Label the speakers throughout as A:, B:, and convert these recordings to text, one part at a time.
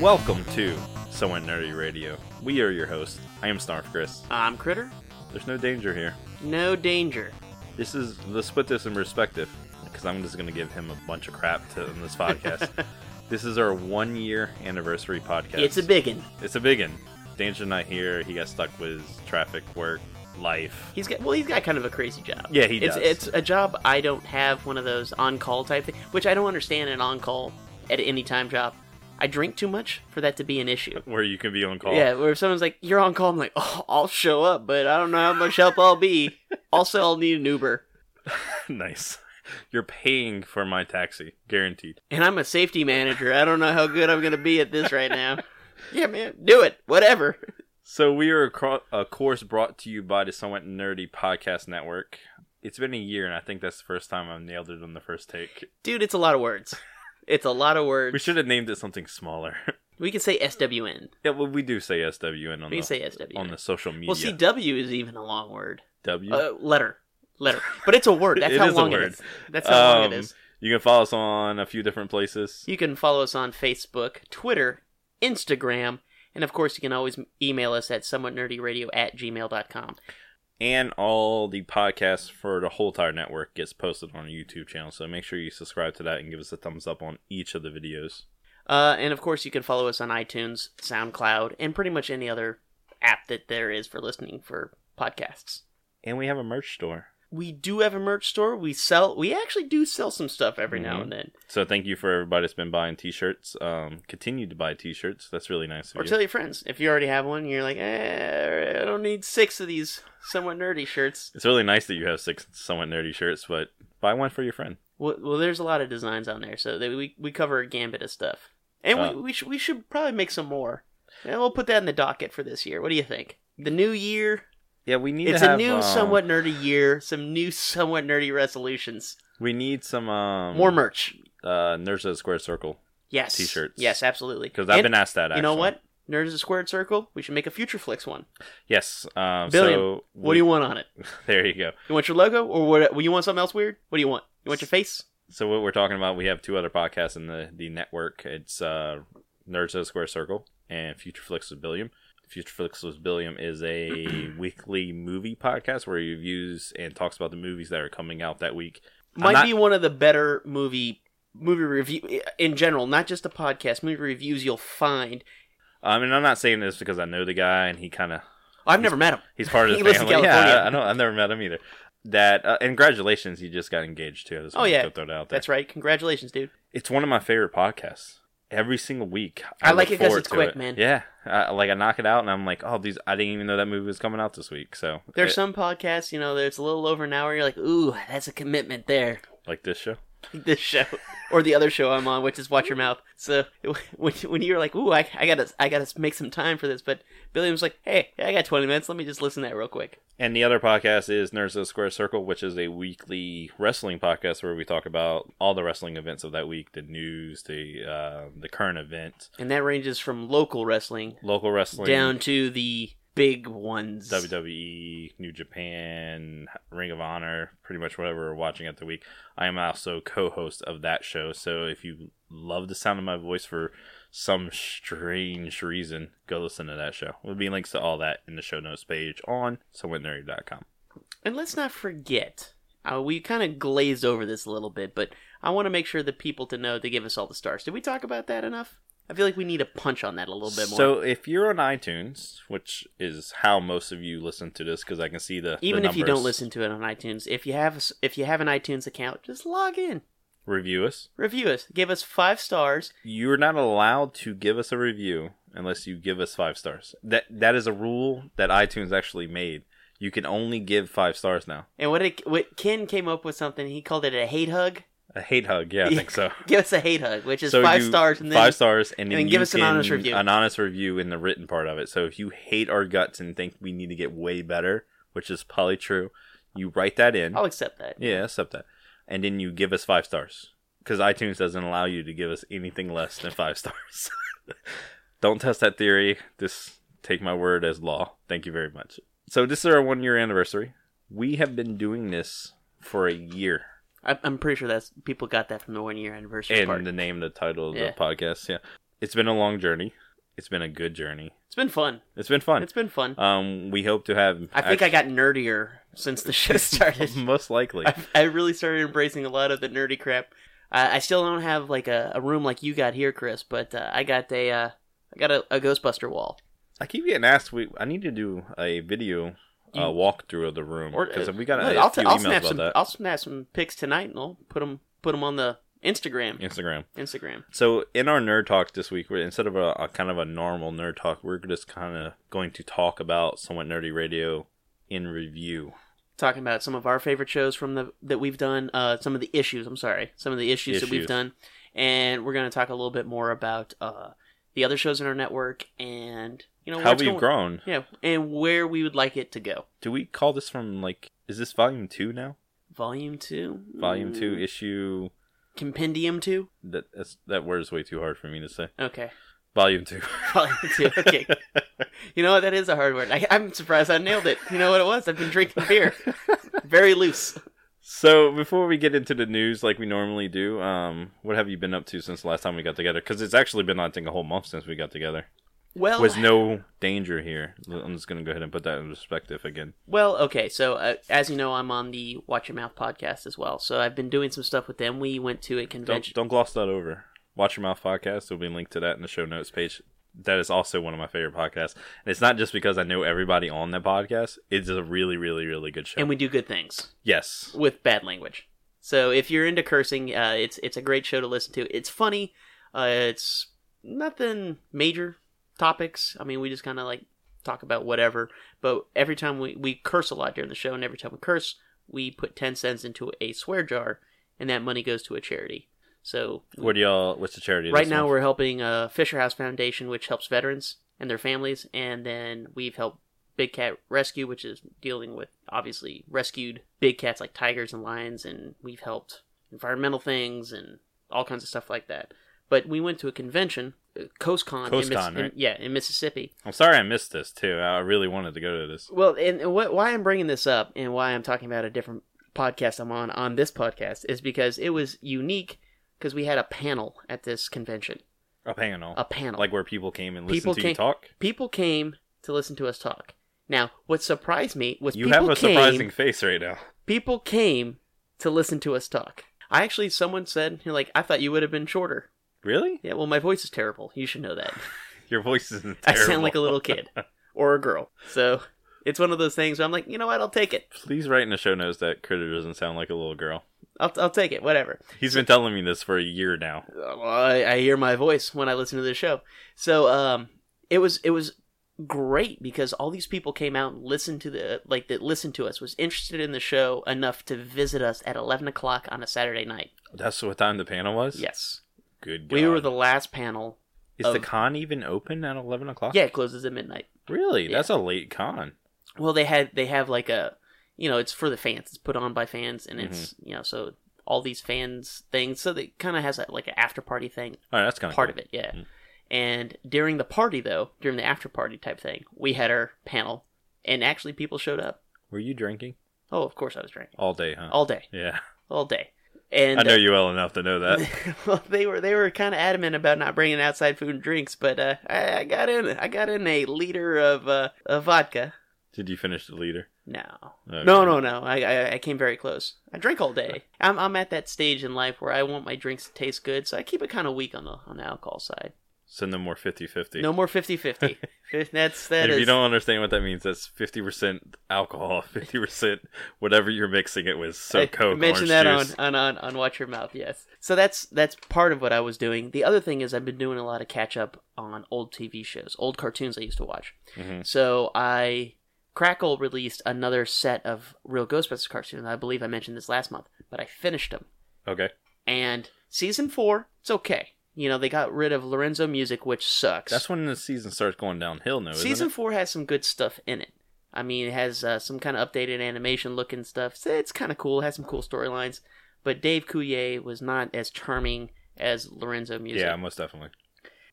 A: Welcome to Someone Nerdy Radio. We are your hosts. I am Snarf Chris.
B: I'm Critter.
A: There's no danger here.
B: No danger.
A: This is let's put this in perspective because I'm just gonna give him a bunch of crap to in this podcast. this is our one year anniversary podcast.
B: It's a big one.
A: it's a big one. Danger not here. He got stuck with his traffic, work, life.
B: He's got well, he's got kind of a crazy job.
A: Yeah, he
B: it's,
A: does.
B: It's a job I don't have one of those on call type thing, which I don't understand an on call at any time job. I drink too much for that to be an issue.
A: Where you can be on call.
B: Yeah, where if someone's like, "You're on call," I'm like, "Oh, I'll show up, but I don't know how much help I'll be." Also, I'll need an Uber,
A: nice. You're paying for my taxi, guaranteed.
B: and I'm a safety manager. I don't know how good I'm gonna be at this right now. yeah, man, do it. Whatever.
A: So we are, acro- of course, brought to you by the Somewhat Nerdy Podcast Network. It's been a year, and I think that's the first time I've nailed it on the first take.
B: Dude, it's a lot of words. It's a lot of words.
A: We should have named it something smaller.
B: We can say SWN.
A: yeah, well, we do say SWN on
B: We
A: the
B: can say SWN.
A: on the social media.
B: well, see, W is even a long word.
A: W.
B: Uh, letter. Letter. But it's a word. That's
A: It
B: how
A: is a
B: long
A: word.
B: it is. That's how long
A: Um,
B: it is.
A: you can follow us on a few different places.
B: You can follow us on Facebook, Twitter, Instagram, and of course, you can always email us at somewhatnerdyradio at gmail.com.
A: and all the podcasts for the whole entire network gets posted on our YouTube channel. So make sure you subscribe to that and give us a thumbs up on each of the videos.
B: Uh, and of course, you can follow us on iTunes, SoundCloud, and pretty much any other app that there is for listening for podcasts.
A: And we have a merch store.
B: We do have a merch store. We sell. We actually do sell some stuff every now
A: Mhm.
B: and then.
A: So thank you for everybody that's been buying t-shirts. Um, continue to buy t-shirts. That's really nice of
B: Or
A: you.
B: tell your friends. If you already have one, you're like, eh, I don't need six of these somewhat nerdy shirts.
A: it's really nice that you have six somewhat nerdy shirts, but buy one for your friend.
B: Well, well there's a lot of designs on there, so that we, we cover a gambit of stuff. And
A: Uh.
B: we, we, should we should probably make some more. And we'll put that in the docket for this year. What do you think? The new year.
A: Yeah, we need
B: It's
A: to
B: a
A: have,
B: new,
A: um,
B: somewhat nerdy year. Some new, somewhat nerdy resolutions.
A: We need some um,
B: More merch.
A: uh, Nerds of the Square Circle
B: Yes.
A: T-shirts.
B: Yes, absolutely.
A: because I've
B: And
A: been asked that. Actually.
B: You know what? Nerds is a squared circle. We should make a future flicks one.
A: Yes. Um,
B: Billion.
A: So
B: What do you want on it?
A: There you go.
B: You want your logo, or what? You want something else weird? What do you want? You want your face?
A: So what we're talking about, we have two other podcasts in the, the network. It's uh, Nerds of the Square Circle and Future Flicks with Billiam. Future Flicks with Billiam is a weekly movie podcast where he reviews and talks about the movies that are coming out that week. I'm
B: might
A: not-
B: be one of the better movie movie review in general, not just the podcast movie reviews you'll find.
A: Um, and I'm not saying this because I know the guy and he kind of
B: I've never met him.
A: he's part of
B: He
A: the
B: lives in
A: family. Yeah,
B: California.
A: I, I know. I've never met him either. That uh, and congratulations, he just got engaged too. I just
B: Oh,
A: wanted to
B: yeah.
A: throw that out there.
B: That's right. Congratulations, dude.
A: It's one of my favorite podcasts. Every single week,
B: I like
A: look
B: it 'cause
A: forward
B: it's
A: to
B: quick, man.
A: Yeah, I, like I knock it out, and I'm like, oh, these I didn't even know that movie was coming out this week. So eh,
B: There's
A: it-
B: some podcasts, you know, that's a little over an hour. You're like, ooh, that's a commitment there.
A: like this show.
B: This show or the other show I'm on, which is Watch Your Mouth. So when when you're like, ooh, I, I gotta I gotta make some time for this, but Billy was like, hey, I got 20 minutes. Let me just listen to that real quick.
A: And the other podcast is Nerds of the Square Circle, which is a weekly wrestling podcast where we talk about all the wrestling events of that week, the news, the uh, the current event,
B: And that ranges from local wrestling
A: local wrestling,
B: down to the big ones.
A: WWE, E, New Japan, Ring of Honor, pretty much whatever we're watching at the week. I am also co-host of that show, so if you love the sound of my voice for some strange reason, go listen to that show. There'll be links to all that in the show notes page on somewhatnerdy.com.
B: And let's not forget, uh, we kind of glazed over this a little bit, but I want to make sure the people to know to give us all the stars. Did we talk about that enough? I feel like we need a punch on that a little bit more.
A: So if you're on iTunes, which is how most of you listen to this, because I can see the the
B: even if you don't
A: numbers,
B: listen to it on iTunes, if you have a s- if you have an iTunes account, just log in,
A: review us.
B: review us, give us five stars.
A: You're not allowed to give us a review unless you give us five stars. That that is a rule that iTunes actually made. You can only give five stars now.
B: And what it, what Ken came up with something he called it a hate hug.
A: A hate hug, yeah, I think so.
B: Give us a hate hug, which is
A: So
B: five
A: you-
B: stars, and then
A: five stars, and,
B: and
A: then
B: give
A: you
B: us an honest
A: can-
B: review.
A: An honest review in the written part of it. So if you hate our guts and think we need to get way better, which is probably true, you write that in.
B: I'll accept that.
A: Yeah, accept that. And then you give us five stars because iTunes doesn't allow you to give us anything less than five stars. Don't test that theory. Just take my word as law. Thank you very much. So this is our one year anniversary. We have been doing this for a year.
B: I, I'm pretty sure that's people got that from the one year anniversary
A: And
B: part.
A: the name, the title of the
B: Yeah.
A: podcast, yeah. It's been a long journey. It's been a good journey.
B: It's been fun.
A: It's been fun.
B: It's been fun.
A: um, we hope to have.
B: I think I got nerdier since the show started.
A: most likely.
B: I, I really started embracing a lot of the nerdy crap. Uh, I still don't have like a, a room like you got here, Chris, but uh, I got a uh, I got a, a Ghostbuster wall.
A: I keep getting asked. We I need to do a video uh,
B: You-
A: walkthrough of the room
B: Or-
A: because we got a,
B: Look,
A: a
B: I'll,
A: few
B: will
A: emails
B: snap
A: about
B: some
A: that.
B: I'll snap some pics tonight and I'll put them on the Instagram.
A: Instagram.
B: Instagram.
A: So in our nerd talk this week, we're instead of a, a kind of a normal nerd talk, we're just kind of going to talk about somewhat nerdy radio in review
B: Talking about some of our favorite shows from the that we've done. Uh, some of the issues. I'm sorry. Some of the issues, that we've
A: Issues.
B: done, and we're going to talk a little bit more about uh, the other shows in our network and you know
A: how
B: what's
A: we've
B: going-
A: grown.
B: Yeah, and where we would like it to go.
A: Do we call this from like is this volume two now?
B: Volume two.
A: Volume
B: Mm.
A: two issue
B: Compendium two.
A: that that's, that word is way too hard for me to say.
B: Okay.
A: Volume two.
B: Volume two. Okay. you know what? That is a hard word. I, I'm surprised I nailed it. You know what it was? I've been drinking beer. Very loose.
A: So before we get into the news like we normally do, um, what have you been up to since the last time we got together? Because it's actually been I think a whole month since we got together.
B: Well,
A: With no danger here. I'm just gonna go ahead and put that in perspective again.
B: well, okay. So uh, as you know, I'm on the Watch Your Mouth podcast as well. So I've been doing some stuff with them. We went to a
A: Don't
B: convention.
A: don't gloss that over. Watch your mouth podcast. There'll be a link to that in the show notes page. That is also one of my favorite podcasts, and it's not just because I know everybody on that podcast. It's a really, really, really good show.
B: And we do good things
A: yes,
B: with bad language. So if you're into cursing, uh, it's it's a great show to listen to. It's funny. Uh, it's nothing major topics. I mean, we just kind of like talk about whatever. But every time we we curse a lot during the show, and every time we curse, we put ten cents into a swear jar, and that money goes to a charity. So
A: what do y'all? What's the charity?
B: right
A: this
B: now
A: month?
B: we're helping uh, Fisher House Foundation, which helps veterans and their families, and then we've helped Big Cat Rescue, which is dealing with obviously rescued big cats like tigers and lions, and we've helped environmental things and all kinds of stuff like that. But we went to a convention, uh, CoastCon, in, Miss-
A: CoastCon,
B: in-
A: right?
B: yeah, in Mississippi,
A: I'm sorry I missed this too. I really wanted to go to this.
B: well, and and what, why I'm bringing this up and why I'm talking about a different podcast I'm on on this podcast is because it was unique because we had a panel at this convention.
A: A panel,
B: A panel.
A: Oh, like where people came and
B: Oh. People
A: listened to you
B: came-
A: talk.
B: people came to listen to us talk. Now, what surprised me was
A: You
B: people
A: have a
B: came,
A: surprising face right now.
B: people came to listen to us talk. I actually someone said you know, like I thought you would have been shorter.
A: Really?
B: Yeah, well my voice is terrible. You should know that.
A: Your voice is terrible.
B: I sound like a little kid or a girl. So, it's one of those things where I'm like, you know what? I'll take it.
A: Please write in the show notes that Critter doesn't sound like a little girl.
B: I'll I'll take it. Whatever.
A: He's been telling me this for a year now.
B: well, I, I hear my voice when I listen to this show. So um, it was it was great because all these people came out and listened to the like that listened to us was interested in the show enough to visit us at eleven o'clock on a Saturday night.
A: That's what time the panel was.
B: Yes,
A: Good.
B: we were
A: God.
B: the last panel.
A: Is the
B: of-
A: con even open at eleven o'clock?
B: Yeah, it closes at midnight.
A: Really?
B: Yeah.
A: That's a late con.
B: Well, they had they have like a you know it's for the fans. It's put on by fans, and it's you know so all these fans things. So it kind of has a, like an after party thing
A: All right, that's kind of
B: part of it, yeah.
A: Mm.
B: And during the party, though, during the after party type thing, we had our panel, and actually people showed up.
A: Were you drinking
B: Oh, of course I was drinking
A: all day? Huh.
B: all day,
A: yeah.
B: all day. And uh,
A: I know you well enough to know that.
B: well, they were they were kind of adamant about not bringing outside food and drinks, but uh, I, I got in I got in a liter of uh, of vodka.
A: Did you finish the leader?
B: No,
A: Okay.
B: no, no, no. I, I I came very close. I drink all day. I'm I'm at that stage in life where I want my drinks to taste good, so I keep it kind of weak on the on the alcohol side.
A: So no more 50-50.
B: No more 50-50. That's that
A: if
B: is-
A: you don't understand what that means, that's fifty percent alcohol, fifty percent whatever you're mixing it with. So
B: I
A: coke,
B: mentioned
A: orange
B: that
A: juice.
B: on, on on on Watch Your Mouth. Yes. So that's that's part of what I was doing. The other thing is I've been doing a lot of catch up on old TV shows, old cartoons I used to watch.
A: Mhm.
B: So I Crackle released another set of Real Ghostbusters cartoons. I believe I mentioned this last month, but I finished them.
A: Okay.
B: And season four, it's okay. You know they got rid of Lorenzo music, which sucks.
A: That's when the season starts going downhill now, isn't
B: Season
A: it?
B: four has some good stuff in it. I mean, it has uh, some kind of updated animation looking stuff. So it's kind of cool. It has some cool storylines. But Dave Coulier was not as charming as Lorenzo Music.
A: Yeah, most definitely.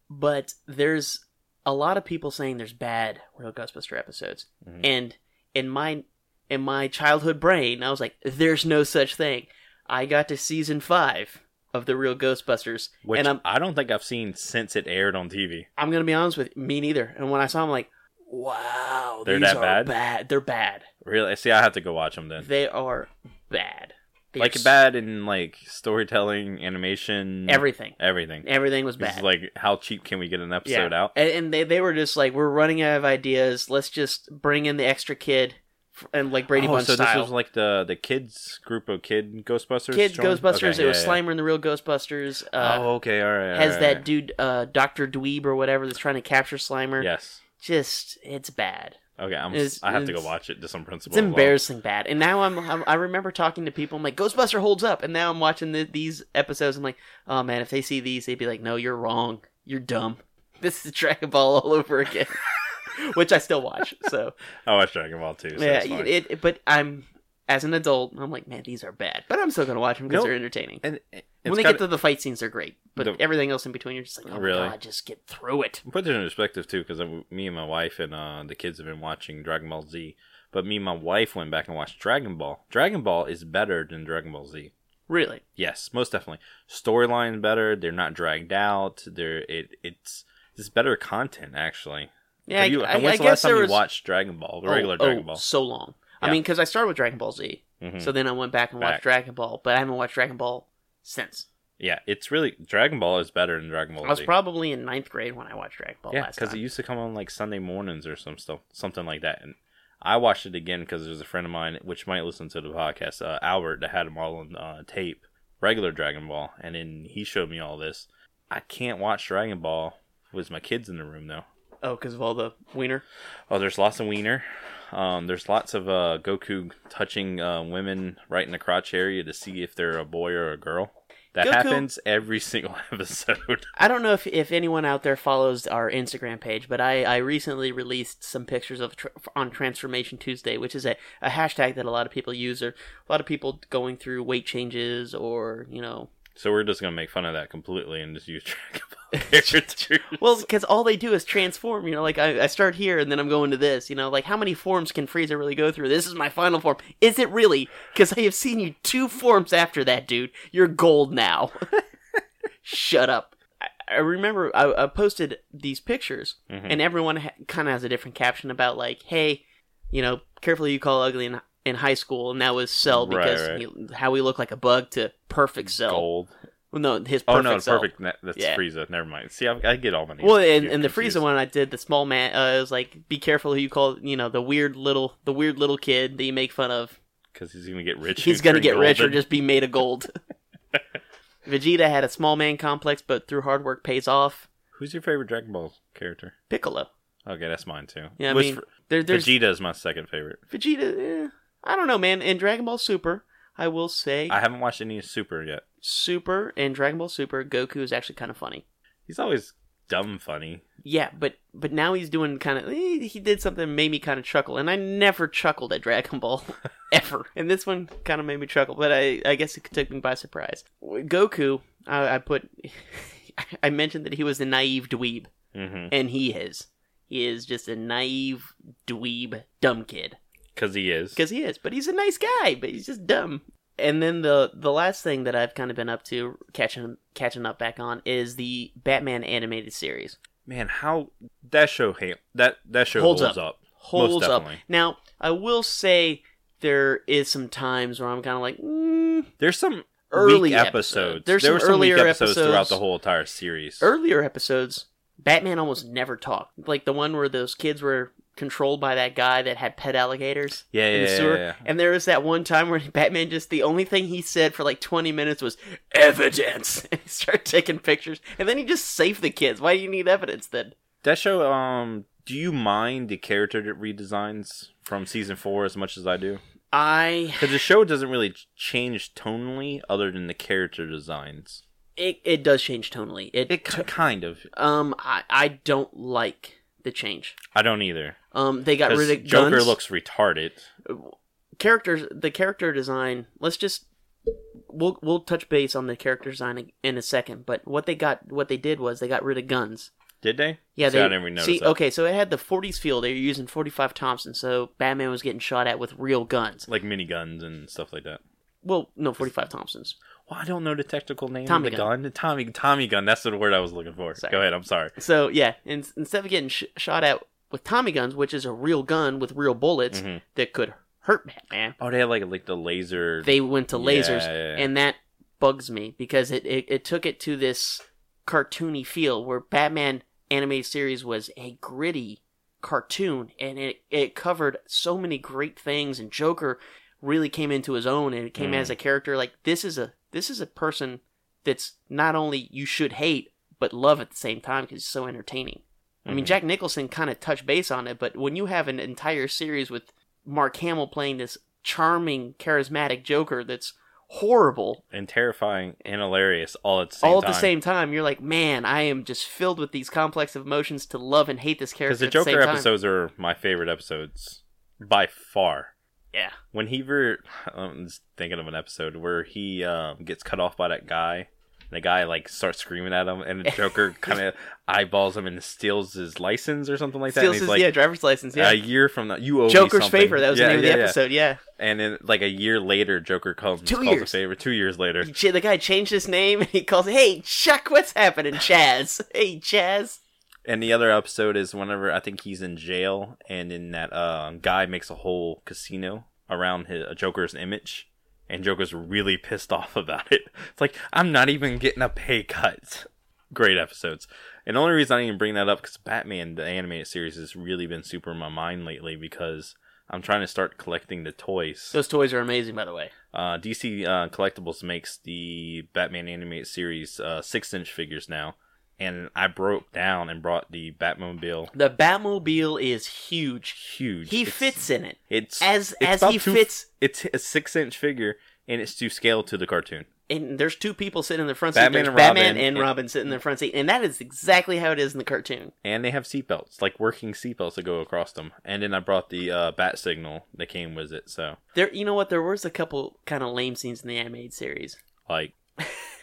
B: But there's a lot of people saying there's bad Real Ghostbuster episodes.
A: Mhm.
B: And in my in my childhood brain, I was like, there's no such thing. I got to season five of the real Ghostbusters.
A: Which
B: and I'm
A: I don't think I've seen since it aired on TV.
B: I'm gonna be honest with you, me neither. And when I saw them, like, wow,
A: They're
B: these
A: that
B: are
A: bad?
B: They're bad.
A: Really? See, I have to go watch them then.
B: They are bad. They are
A: Like
B: s-
A: bad in like storytelling, animation,
B: Everything.
A: everything.
B: Everything was
A: This
B: bad.
A: is like how cheap can we get an episode out?
B: And, and they, they were just like, we're running out of ideas. Let's just bring in the extra kid f- and like Brady
A: oh,
B: Bunch
A: so
B: style.
A: this was like the the kids group of kid Ghostbusters.
B: Kids
A: joined?
B: Ghostbusters.
A: Okay,
B: it was
A: yeah, yeah.
B: Slimer and the Real Ghostbusters. Uh,
A: Oh, okay, all right. all
B: has
A: right, all
B: that
A: right.
B: dude uh, Doctor Dweeb or whatever that's trying to capture Slimer?
A: Yes.
B: Just it's bad.
A: Okay, I'm,
B: It's-
A: I have to go
B: it's-
A: watch it just on principle.
B: It's
A: alone.
B: embarrassing bad. And now I'm, I'm I remember talking to people. I'm like Ghostbuster holds up, and now I'm watching the, these episodes. I'm like, oh man, if they see these, they'd be like, no, you're wrong. You're dumb. This is Dragon Ball all over again, which I still watch. So
A: I watched Dragon Ball too. So
B: yeah,
A: Oh, it's fine.
B: it, it- But I'm as an adult, I'm like, man, these are bad. But I'm still gonna watch them because
A: Nope.
B: they're entertaining.
A: and it- it's
B: when they
A: got
B: get to the fight scenes, they're great. But
A: The-
B: everything else in between, you're just like, oh
A: Really?
B: my god, just get through it.
A: put this in perspective too, because me and my wife and uh, the kids have been watching Dragon Ball Z. But me and my wife went back and watched Dragon Ball. Dragon Ball is better than Dragon Ball Z.
B: Really,
A: Yes, most definitely. Storyline better. They're not dragged out. They're it. It's it's better content actually.
B: yeah.
A: Have you-
B: I, I, I
A: when's the
B: guess
A: last time
B: there
A: you
B: was
A: watched Dragon Ball, the regular
B: oh,
A: Dragon
B: oh,
A: Ball?
B: so long. I
A: Yeah.
B: mean, because I started with Dragon Ball Z.
A: Mhm.
B: So then I went back and watched
A: Back.
B: Dragon Ball, but I haven't watched Dragon Ball since.
A: yeah, it's really Dragon Ball is better than Dragon Ball.
B: I was
A: Z.
B: probably in ninth grade when I watched Dragon Ball
A: yeah,
B: last
A: because
B: time.
A: it used to come on like Sunday mornings or some stuff, something like that. And I watched it again because there's a friend of mine which might listen to the podcast, uh, Albert, that had them all on uh, tape, regular Dragon Ball, and then he showed me all this. I can't watch Dragon Ball with my kids in the room though.
B: oh, because of all the wiener.
A: Oh, there's lots of wiener. Um, there's lots of uh, Goku touching uh, women right in the crotch area to see if they're a boy or a girl. That
B: Goku-
A: happens every single episode.
B: I don't know if, if anyone out there follows our Instagram page, but I, I recently released some pictures of tr on Transformation Tuesday, which is a, a hashtag that a lot of people use, or a lot of people going through weight changes or, you know.
A: so we're just gonna make fun of that completely and just use Dragon Ball characters.
B: Well, because all they do is transform, you know, like I, I start here and then I'm going to this, you know, like how many forms can Frieza really go through? This is my final form. Is it really? Because I have seen you two forms after that, dude. You're gold now. Shut up. I, I remember I, I posted these pictures
A: Mhm.
B: and everyone ha- kind of has a different caption about like, hey, you know, carefully you call ugly in, in high school, and that was Cell
A: Right,
B: because
A: right.
B: he- how we look like a bug to perfect Cell.
A: gold.
B: Well, no, his perfect
A: Oh no,
B: Cell.
A: perfect. ne- That's
B: Yeah.
A: Frieza. Never mind. See, I, I get all my names.
B: Well, and,
A: confused-
B: and the
A: confused.
B: Frieza one I did the small man. Uh, it was like, be careful who you call. You know, the weird little, the weird little kid that you make fun of.
A: because he's gonna get rich.
B: He's
A: and
B: gonna
A: turn
B: get rich or
A: golden.
B: just be made of gold. Vegeta had a small man complex, but through hard work pays off.
A: Who's your favorite Dragon Ball character?
B: Piccolo.
A: Okay, that's mine too.
B: Yeah, I
A: Was
B: mean,
A: Fr-
B: There, there's
A: Vegeta is my second favorite.
B: Vegeta. eh, I don't know, man. In Dragon Ball Super, I will say
A: I haven't watched any Super yet.
B: Super and Dragon Ball Super, Goku is actually kind of funny.
A: He's always dumb funny.
B: Yeah, but but now he's doing kind of he, he did something that made me kind of chuckle, and I never chuckled at Dragon Ball ever. And this one kind of made me chuckle, but I I guess it took me by surprise. Goku, I, I put I mentioned that he was a naive dweeb,
A: Mm-hmm.
B: and he is. He is just a naive dweeb dumb kid.
A: Because he is.
B: because he is. But he's a nice guy, but he's just dumb. And then the the last thing that I've kind of been up to catching catching up back on is the Batman animated series
A: Man, how that show ha- that that show holds,
B: Holds
A: up. Most
B: holds up.
A: definitely.
B: Now I will say there is some times where I'm kind of like mm,
A: There's some
B: Early
A: weak episodes.
B: episodes. There's
A: there
B: some
A: were some weak
B: earlier
A: episodes, throughout
B: episodes.
A: the whole entire series.
B: earlier episodes. Batman almost never talked, like the one where those kids were controlled by that guy that had pet alligators.
A: yeah, yeah,
B: in the
A: yeah,
B: sewer.
A: yeah, yeah.
B: And there was that one time where Batman just the only thing he said for like 20 minutes was evidence. And he started taking pictures and then he just saved the kids. Why do you need evidence then?
A: That show. Um, do you mind the character that redesigns from season four as much as I do?
B: I
A: Because the show doesn't really ch- change tonally, other than the character designs.
B: it, it does change tonally. It,
A: It ki- kind of.
B: um I, I don't like the change.
A: I don't either.
B: Um they got
A: 'Cause
B: rid of
A: Joker
B: guns.
A: looks retarded.
B: characters the character design let's just we'll we'll touch base on the character design in a second but what they got what they did was they got rid of guns
A: Did they?
B: yeah
A: See,
B: they
A: I didn't even notice
B: see
A: that.
B: okay so it had the 40s feel they were using 45 thompson so batman was getting shot at with real guns
A: Like miniguns and stuff like that.
B: well no 45 thompsons
A: Well, I don't know the technical name
B: Tommy
A: of the
B: gun.
A: gun. Tommy Tommy gun. That's the word I was looking for.
B: Sorry.
A: Go ahead. I'm sorry.
B: So yeah, in, instead of getting sh- shot at with Tommy guns, which is a real gun with real bullets
A: Mhm.
B: that could hurt Batman,
A: Oh, they had like like the laser.
B: they went to lasers,
A: Yeah, yeah, yeah.
B: and that bugs me because it, it it took it to this cartoony feel where Batman animated series was a gritty cartoon, and it it covered so many great things, and Joker really came into his own, and it came
A: Mm.
B: as a character like this is a this is a person that's not only you should hate but love at the same time because it's so entertaining. I mean,
A: Mhm.
B: Jack Nicholson kind of touched base on it, but when you have an entire series with Mark Hamill playing this charming, charismatic Joker that's horrible
A: and terrifying and hilarious all at the same
B: all at
A: time.
B: the same time, you're like, man, I am just filled with these complex of emotions to love and hate this character.
A: Because the
B: at the
A: Joker
B: same time.
A: episodes are my favorite episodes by far.
B: Yeah.
A: When he ver- I'm just thinking of an episode where he um, gets cut off by that guy. And the guy like starts screaming at him, and the Joker kind of eyeballs him and steals his license or something like that.
B: Steals
A: and he's
B: his
A: like,
B: yeah driver's license. Yeah,
A: a year from now, you owe me
B: Joker's
A: something."
B: favor. That was
A: Yeah,
B: the name
A: yeah,
B: of the
A: yeah.
B: episode. Yeah,
A: And then like a year later, Joker calls
B: Two
A: calls a
B: years.
A: favor. Two years later,
B: He cha- the guy changed his name and he calls, "Hey Chuck, what's happening, Chaz? hey Chaz."
A: and the other episode is whenever I think he's in jail, and in that uh, guy makes a whole casino around his, uh, Joker's image, and Joker's really pissed off about it. It's like I'm not even getting a pay cut. Great episodes, and the only reason I didn't bring that up because Batman the animated series has really been super in my mind lately because I'm trying to start collecting the toys.
B: Those toys are amazing, by the way.
A: Uh, DC uh, Collectibles makes the Batman animated series uh, six inch figures now, and I broke down and brought the Batmobile.
B: The Batmobile is huge.
A: Huge.
B: He
A: It's-
B: fits in it
A: It's
B: as
A: it's
B: as
A: about
B: he
A: two-
B: fits.
A: It's a six inch figure, and it's to scale to the cartoon.
B: And there's two people sitting in the front seat.
A: Batman
B: There's
A: and
B: Batman
A: Robin.
B: and Robin sitting in the front seat, and that is exactly how it is in the cartoon.
A: And they have seatbelts, like working seatbelts that go across them. And then I brought the uh, bat signal that came with it. So
B: There, you know what? There was a couple kind of lame scenes in the animated series
A: like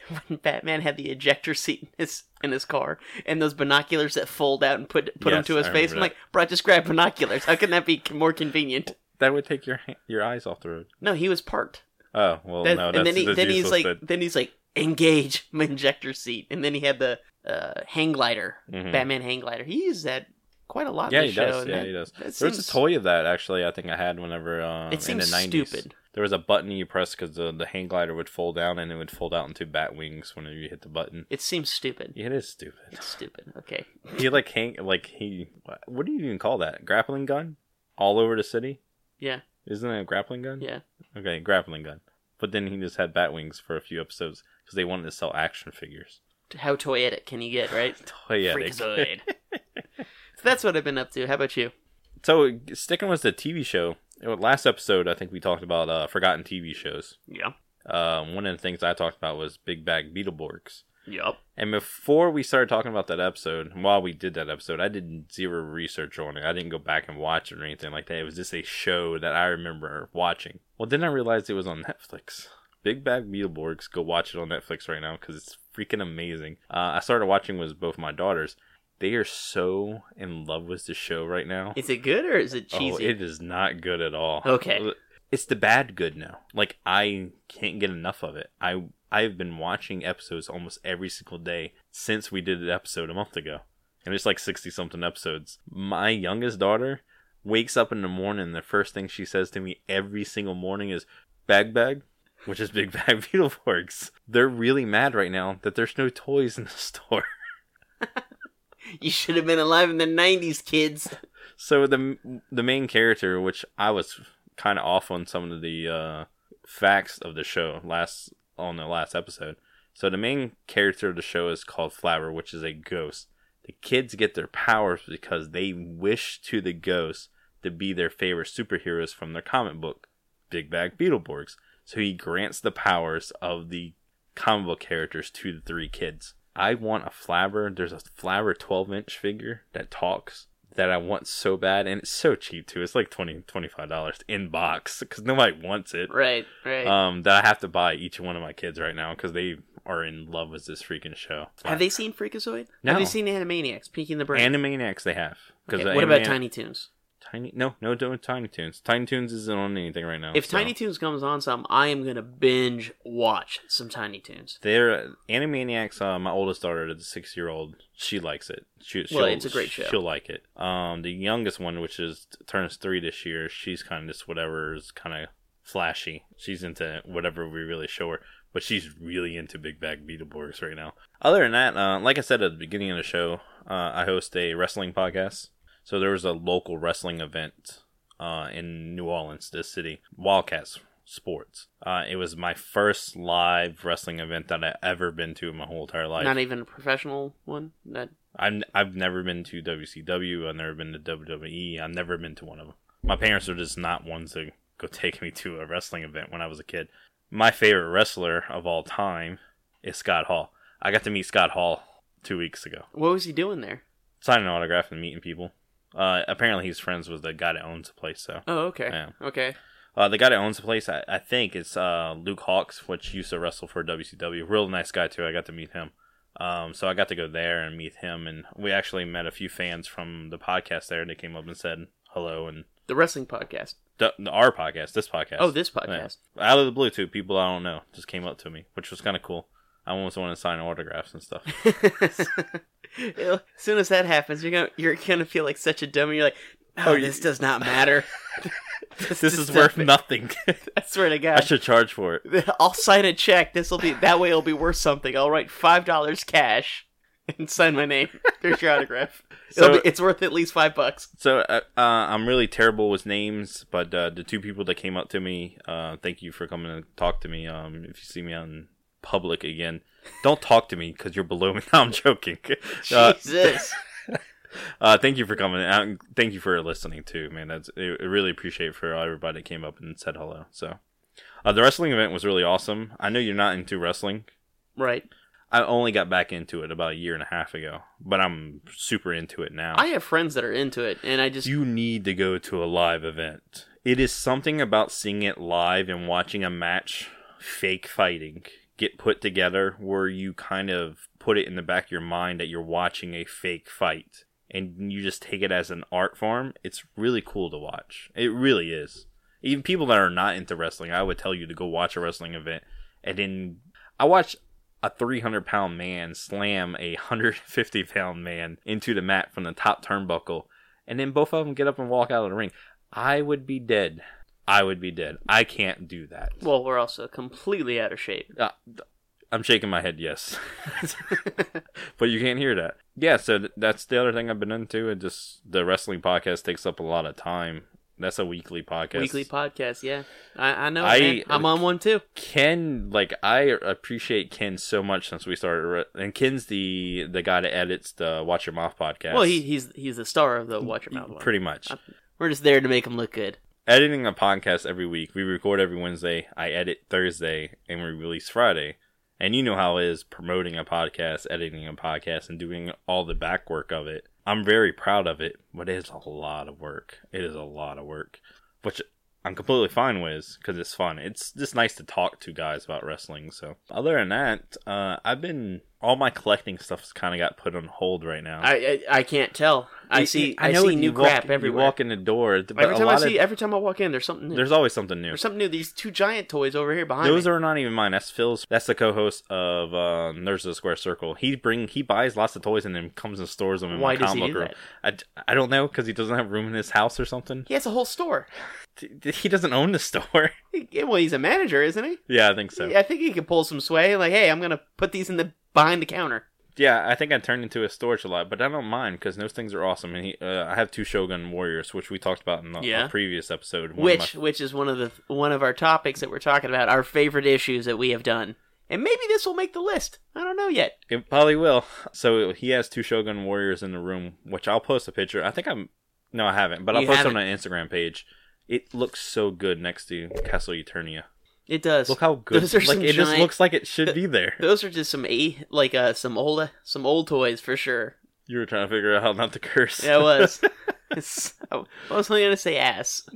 B: when Batman had the ejector seat in his in his car, and those binoculars that fold out and put put them
A: Yes,
B: to his
A: I
B: face. I'm
A: remember
B: like, bro, I just grab binoculars. How can that be more convenient?
A: that would take your ha- your eyes off the road.
B: No, he was parked.
A: Oh well,
B: That-
A: no. That's,
B: and then, he,
A: that's
B: then he's
A: useless
B: like,
A: that-
B: then he's like, engage my ejector seat, and then he had the uh, hang glider,
A: Mhm.
B: Batman hang glider. He used that quite a lot.
A: Yeah,
B: in the
A: he
B: show,
A: does.
B: and
A: Yeah,
B: that-
A: he does.
B: that
A: There was
B: seems-
A: a toy of that actually. I think I had whenever um,
B: It
A: in the
B: seems
A: nineties.
B: stupid.
A: There was a button you press because the the hang glider would fold down and it would fold out into bat wings whenever you hit the button.
B: It seems stupid.
A: It is stupid.
B: It's stupid. Okay.
A: He like hang like he what do you even call that grappling gun? All over the city.
B: Yeah.
A: Isn't it a grappling gun?
B: Yeah.
A: Okay, grappling gun. But then he just had bat wings for a few episodes because they wanted to sell action figures.
B: How toyetic can you get, right?
A: Toyetic.
B: Freakazoid. so that's what I've been up to. How about you?
A: So sticking with the TV show, you know, last episode I think we talked about uh, forgotten TV shows.
B: Yeah.
A: uh, one of the things I talked about was Big Bag Beetleborgs.
B: Yup.
A: And before we started talking about that episode, and while we did that episode, I did zero research on it. I didn't go back and watch it or anything like that. It was just a show that I remember watching. Well, then I realized it was on Netflix. Big Bag Beetleborgs, go watch it on Netflix right now because it's freaking amazing. Uh, I started watching with both my daughters. They are so in love with the show right now.
B: Is it good or is it
A: Oh,
B: cheesy?
A: it is not good at all.
B: Okay.
A: It's the bad good now. Like I can't get enough of it. I I've been watching episodes almost every single day since we did an episode a month ago. And it's like 60 something episodes. My youngest daughter wakes up in the morning the first thing she says to me every single morning is bag bag, which is big bag Beetleborgs. They're really mad right now that there's no toys in the store.
B: You should have been alive in the 90s, kids.
A: So the the main character, which I was kind of off on some of the uh, facts of the show last on the last episode. So the main character of the show is called Flower, which is a ghost. The kids get their powers because they wish to the ghost to be their favorite superheroes from their comic book, Big Bag Beetleborgs. So he grants the powers of the comic book characters to the three kids. I want a Flabber. There's a Flabber 12 inch figure that talks that I want so bad, and it's so cheap too. It's like 20 $25 in box because nobody wants it.
B: Right, right.
A: Um, that I have to buy each one of my kids right now because they are in love with this freaking show.
B: have they seen Freakazoid?
A: No.
B: Have they seen Animaniacs, Peeking the Brain?
A: Animaniacs? They have
B: Okay,
A: the
B: what about
A: Animani-
B: Tiny Toons?
A: Tiny no no don't Tiny Toons. Tiny Toons isn't on anything right now.
B: If
A: Oh, so.
B: Tiny Toons comes on some, I am gonna binge watch some Tiny Toons.
A: they're Animaniacs. Uh, my oldest daughter, the six-year-old, she likes it. She, she'll-
B: Well, it's a great show.
A: She'll like it. Um, the youngest one, which is turns three this year, she's kind of just whatever is kind of flashy. She's into whatever we really show her, but she's really into Big Bag Beetleborgs right now. Other than that, uh, like I said at the beginning of the show, uh, I host a wrestling podcast. So there was a local wrestling event uh, in New Orleans, this city, Wildcats Sports. Uh, it was my first live wrestling event that I've ever been to in my whole entire life.
B: Not e- even a professional one. That
A: I'm, I've never been to WCW. I've never been to WWE. I've never been to one of them. My parents are just not ones to go take me to a wrestling event when I was a kid. My favorite wrestler of all time is Scott Hall. I got to meet Scott Hall two weeks ago
B: what was he doing there?
A: signing an autograph and meeting people. Uh, apparently, he's friends with the guy that owns the place. So
B: Oh, okay,
A: Yeah.
B: okay.
A: uh, the guy that owns the place, I, I think, is uh, Luke Hawks, which used to wrestle for WCW. Real nice guy too. I got to meet him. Um, so I got to go there and meet him, and we actually met a few fans from the podcast there. They came up and said hello, and
B: The wrestling podcast.
A: the, the- our podcast, this podcast,
B: Oh, this
A: Yeah.
B: podcast.
A: out of the blue, two people I don't know just came up to me, which was kind of cool. I almost wanted to sign autographs and stuff.
B: as soon as that happens, you're gonna you're gonna feel like such a dummy. You're like, oh,
A: Oh, you-
B: this does not matter.
A: this is
B: does
A: worth
B: not-
A: nothing.
B: I swear to
A: I
B: God.
A: should charge for it.
B: I'll sign a check. This will be that way. It'll be worth something. I'll write five dollars cash and sign my name. There's your autograph. It'll
A: So-
B: be, it's worth at least five bucks.
A: So uh, uh, I'm really terrible with names, but uh, the two people that came up to me, uh, thank you for coming and talk to me. Um, if you see me out in public again, don't talk to me because you're below me. I'm joking. Uh,
B: Jesus.
A: uh, thank you for coming out. And thank you for listening too, man. That's I I really appreciate for everybody that came up and said hello. So uh, the wrestling event was really awesome. I know you're not into wrestling.
B: right.
A: I only got back into it about a year and a half ago, but I'm super into it now.
B: I have friends that are into it, and I just
A: you need to go to a live event. It is something about seeing it live and watching a match, fake fighting, get put together where you kind of put it in the back of your mind that you're watching a fake fight and you just take it as an art form. It's really cool to watch. It really is. Even people that are not into wrestling, I would tell you to go watch a wrestling event. And then I watched a 300 pound man slam a 150 pound man into the mat from the top turnbuckle and then both of them get up and walk out of the ring. I would be dead. I would be dead. I can't do that.
B: well, we're also completely out of shape.
A: Uh, th- I'm shaking my head, yes, but you can't hear that. Yeah, so th- that's the other thing I've been into. It just the wrestling podcast takes up a lot of time. That's a weekly podcast.
B: Weekly podcast, yeah. I, I know.
A: I-
B: man. I'm on one too.
A: Ken, like I appreciate Ken so much since we started, re- and Ken's the the guy that edits the Watch Your Mouth podcast.
B: Well, he, he's he's the star of the Watch Your Mouth. one. Uh,
A: pretty much.
B: We're just there to make him look good.
A: editing a podcast every week. We record every Wednesday. I edit Thursday, and we release Friday. And you know how it is promoting a podcast, editing a podcast, and doing all the back work of it. I'm very proud of it, but it is a lot of work. It is a lot of work, which I'm completely fine with because it's fun. It's just nice to talk to guys about wrestling. So, other than that, uh, I've been all my collecting stuff's kind of got put on hold right now.
B: I I, I can't tell. I
A: Oh. You-
B: see I,
A: know
B: see
A: you
B: new
A: walk-
B: crap
A: you
B: everywhere.
A: walk in the door, but
B: every
A: a
B: time I
A: lot
B: see,
A: of,
B: every time I walk in, there's something new.
A: there's always something new.
B: There's something new. These two giant toys over here behind
A: Those
B: me.
A: are not even mine. That's Phil's. That's the co-host of uh, Nerds of the Square Circle. He bring he buys lots of toys and then comes and stores them in
B: Why
A: my
B: does he
A: comic book
B: do
A: room. I, I don't know because he doesn't have room in his house or something.
B: He has a whole store.
A: D- He doesn't own the store.
B: He- yeah, well, he's a manager, isn't he?
A: yeah, I think so.
B: I think he could pull some sway. Like, hey, I'm gonna put these in the behind the counter.
A: Yeah, I think I turned into a storage a lot, but I don't mind because those things are awesome. And he, uh, I have two Shogun Warriors, which we talked about in the a
B: Yeah.
A: previous episode. One of
B: which which is one of the one of our topics that we're talking about. Our favorite issues that we have done, and maybe this will make the list. I don't know yet.
A: my- it probably will. So he has two Shogun Warriors in the room, which I'll post a picture. I think I'm no, I haven't, but I'll
B: You
A: post it on an Instagram page. It looks so good next to Castle Eternia.
B: It does.
A: Look how good.
B: Those are
A: like
B: some
A: it just
B: giant-
A: looks like it should be there.
B: Those are just some a like uh some old some old toys for sure.
A: You were trying to figure out how not to curse.
B: Yeah, it was. so, I was only gonna say ass.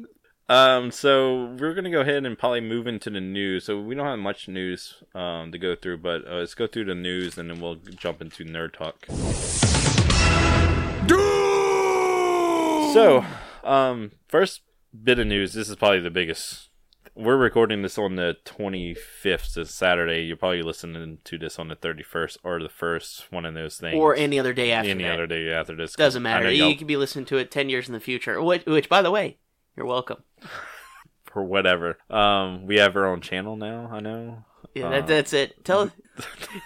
A: Um. So we're gonna go ahead and probably move into the news. So we don't have much news um to go through, but uh, let's go through the news and then we'll jump into nerd talk. So. Um, first bit of news. This is probably the biggest. We're recording this on the 25th, so it's Saturday. You're probably listening to this on the 31st or the first one of those things,
B: or any other day after
A: any
B: that.
A: other day after this.
B: Doesn't
A: I know
B: matter.
A: y'all-
B: You could be listening to it ten years in the future. Which, which by the way, you're welcome.
A: for whatever. Um, we have our own channel now. I know.
B: Yeah,
A: Uh,
B: that, that's it. Tell,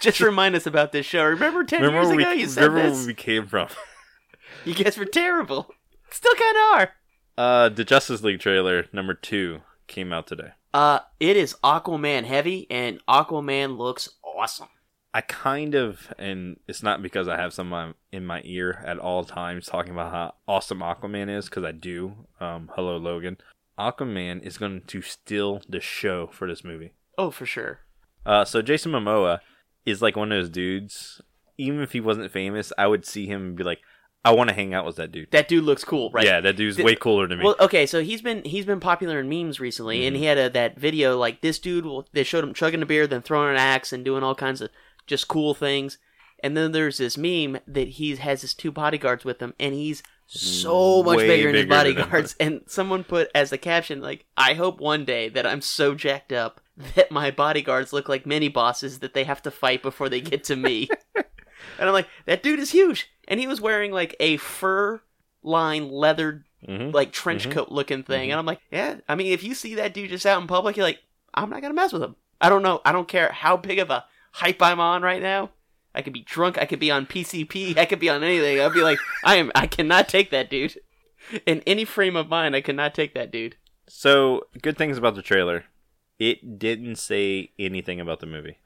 B: just remind us about this show. Remember ten
A: remember
B: years
A: where
B: ago
A: we,
B: you said
A: remember where
B: this.
A: we came from.
B: You guys were terrible. Still kind of are.
A: Uh, the Justice League trailer number two came out today.
B: Uh, it is Aquaman heavy, and Aquaman looks awesome.
A: I kind of, and it's not because I have someone in my ear at all times talking about how awesome Aquaman is, because I do. Um, hello, Logan. Aquaman is going to steal the show for this movie.
B: Oh, for sure.
A: Uh, so Jason Momoa is like one of those dudes. Even if he wasn't famous, I would see him and be like, I want to hang out with that dude.
B: That dude looks cool, right?
A: Yeah, that dude's
B: Th-
A: way cooler to me. Mm-hmm.
B: Well, okay, so he's been he's been popular in memes recently, and he had a, that video like this dude. Will, they showed him chugging a beer, then throwing an axe and doing all kinds of just cool things. And then there's this meme that he has his two bodyguards with him, and he's so much
A: Way
B: bigger than his
A: bigger than them.
B: bodyguards. And someone put as the caption like, "I hope one day that I'm so jacked up that my bodyguards look like mini bosses that they have to fight before they get to me." and I'm like, that dude is huge, and he was wearing like a fur line leather
A: hmm
B: like trench
A: Mhm.
B: coat looking thing.
A: Mhm.
B: And I'm like, yeah. I mean, if you see that dude just out in public, you're like, I'm not gonna mess with him. I don't know. I don't care how big of a hype I'm on right now. I could be drunk. I could be on PCP. I could be on anything. I'd be like, I am. I cannot take that dude. In any frame of mind, I cannot take that dude.
A: So, good things about the trailer. It didn't say anything about the movie,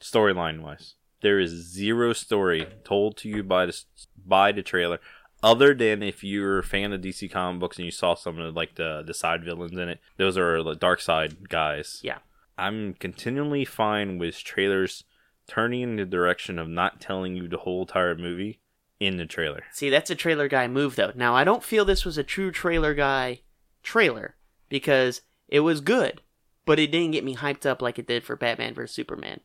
A: storyline wise. There is zero story told to you by the by the trailer, other than if you're a fan of DC comic books and you saw some of the, like the the side villains in it. Those are the dark side guys.
B: Yeah.
A: I'm continually fine with trailers turning in the direction of not telling you the whole entire movie in the trailer.
B: See, that's a trailer guy move, though. Now, I don't feel this was a true trailer guy trailer because it was good, but it didn't get me hyped up like it did for Batman vs Superman.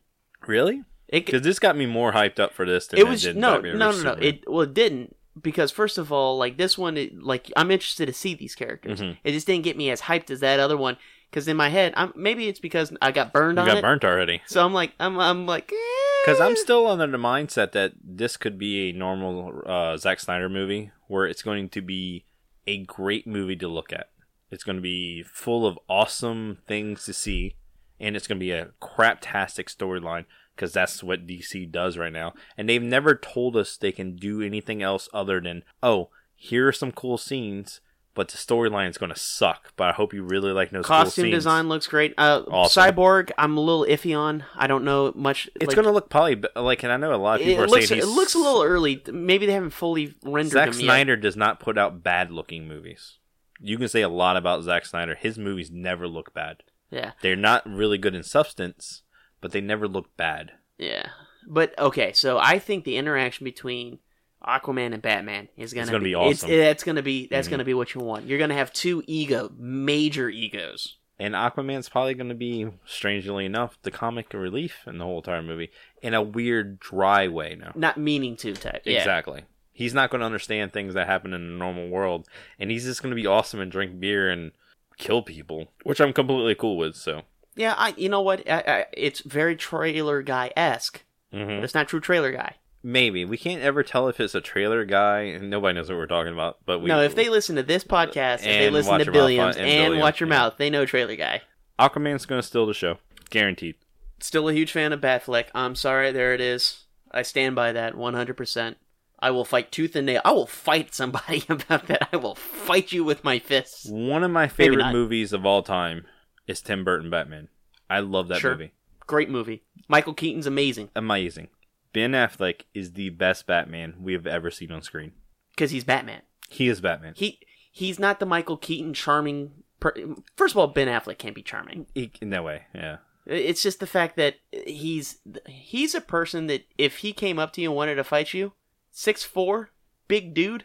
A: Really?
B: It
A: Because this got me more hyped up for this than
B: it was
A: did
B: no,
A: Batman
B: no, no,
A: versus
B: no.
A: Superman.
B: It well, it didn't because first of all, like this one, it, like I'm interested to see these characters.
A: Mhm.
B: It just didn't get me as hyped as that other one because in my head, I'm maybe it's because I got burned
A: You
B: on
A: got
B: it.
A: burnt already.
B: So I'm like, I'm, I'm like, eh.
A: Because I'm still under the mindset that this could be a normal uh, Zack Snyder movie where it's going to be a great movie to look at. It's going to be full of awesome things to see, and it's going to be a craptastic storyline because that's what DC does right now. And they've never told us they can do anything else other than, oh, here are some cool scenes, but the storyline is going to suck. But I hope you really like those cool
B: costume
A: scenes.
B: design looks great. Uh,
A: Awesome.
B: Cyborg, I'm a little iffy on. I don't know much.
A: It's
B: like,
A: going to look probably like, and I know a lot of
B: It
A: people are
B: looks,
A: saying
B: it
A: he's-
B: looks a little early. Maybe they haven't fully rendered
A: Zack
B: them
A: Snyder does not put out bad looking movies. You can say a lot about Zack Snyder. His movies never look bad.
B: yet. Yeah.
A: They're not really good in substance, but they never look bad.
B: Yeah. But okay, so I think the interaction between Aquaman and Batman is gonna,
A: gonna be awesome.
B: It's, eh, that's gonna be that's
A: Mhm.
B: gonna be what you want. You're gonna have two ego, major egos.
A: And Aquaman's probably going to be, strangely enough, the comic relief in the whole entire movie in a weird, dry way now.
B: Not meaning to type. Yeah.
A: Exactly. He's not going to understand things that happen in the normal world, and he's just going to be awesome and drink beer and kill people, which I'm completely cool with. So,
B: Yeah, I you know what? I, I, it's very trailer guy esque,
A: Mhm.
B: but it's not true trailer guy.
A: maybe we can't ever tell if it's a trailer guy, and nobody knows what we're talking about. But we
B: no, if they listen to this podcast, if they
A: And
B: listen
A: Watch
B: to
A: Your Mouth on-
B: Billions and,
A: and Billions,
B: Watch Your
A: yeah.
B: Mouth, they know trailer guy.
A: Aquaman's going to steal the show, guaranteed.
B: Still a huge fan of Batfleck. I'm sorry, there it is. I stand by that 100%. I will fight tooth and nail. I will fight somebody about that. I will fight you with my fists.
A: One of my
B: Maybe
A: favorite
B: not.
A: movies of all time is Tim Burton Batman. I love that
B: Sure.
A: movie.
B: Great movie. Michael Keaton's amazing
A: Amazing. Ben Affleck is the best Batman we have ever seen on screen.
B: because he's Batman.
A: He is Batman.
B: He he's not the Michael Keaton charming. Per- First of all, Ben Affleck can't be charming.
A: He, in that way, yeah.
B: It's just the fact that he's he's a person that if he came up to you and wanted to fight you, six four, big dude,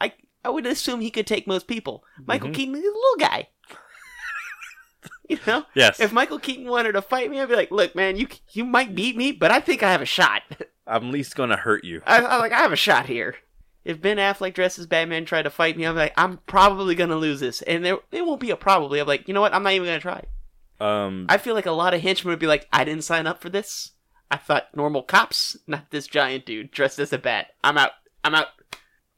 B: I I would assume he could take most people. Michael
A: Mhm.
B: Keaton is a little guy. you know,
A: Yes.
B: if Michael Keaton wanted to fight me, I'd be like, look, man, you you might beat me, but I think I have a shot.
A: I'm least going to hurt you.
B: I, I like I have a shot here. if Ben Affleck dresses Batman try to fight me, I'm like, I'm probably gonna lose this, and there it won't be a probably. I'm like, you know what? I'm not even gonna try.
A: Um,
B: I feel like a lot of henchmen would be like, I didn't sign up for this. I thought normal cops, not this giant dude dressed as a bat. I'm out. I'm out.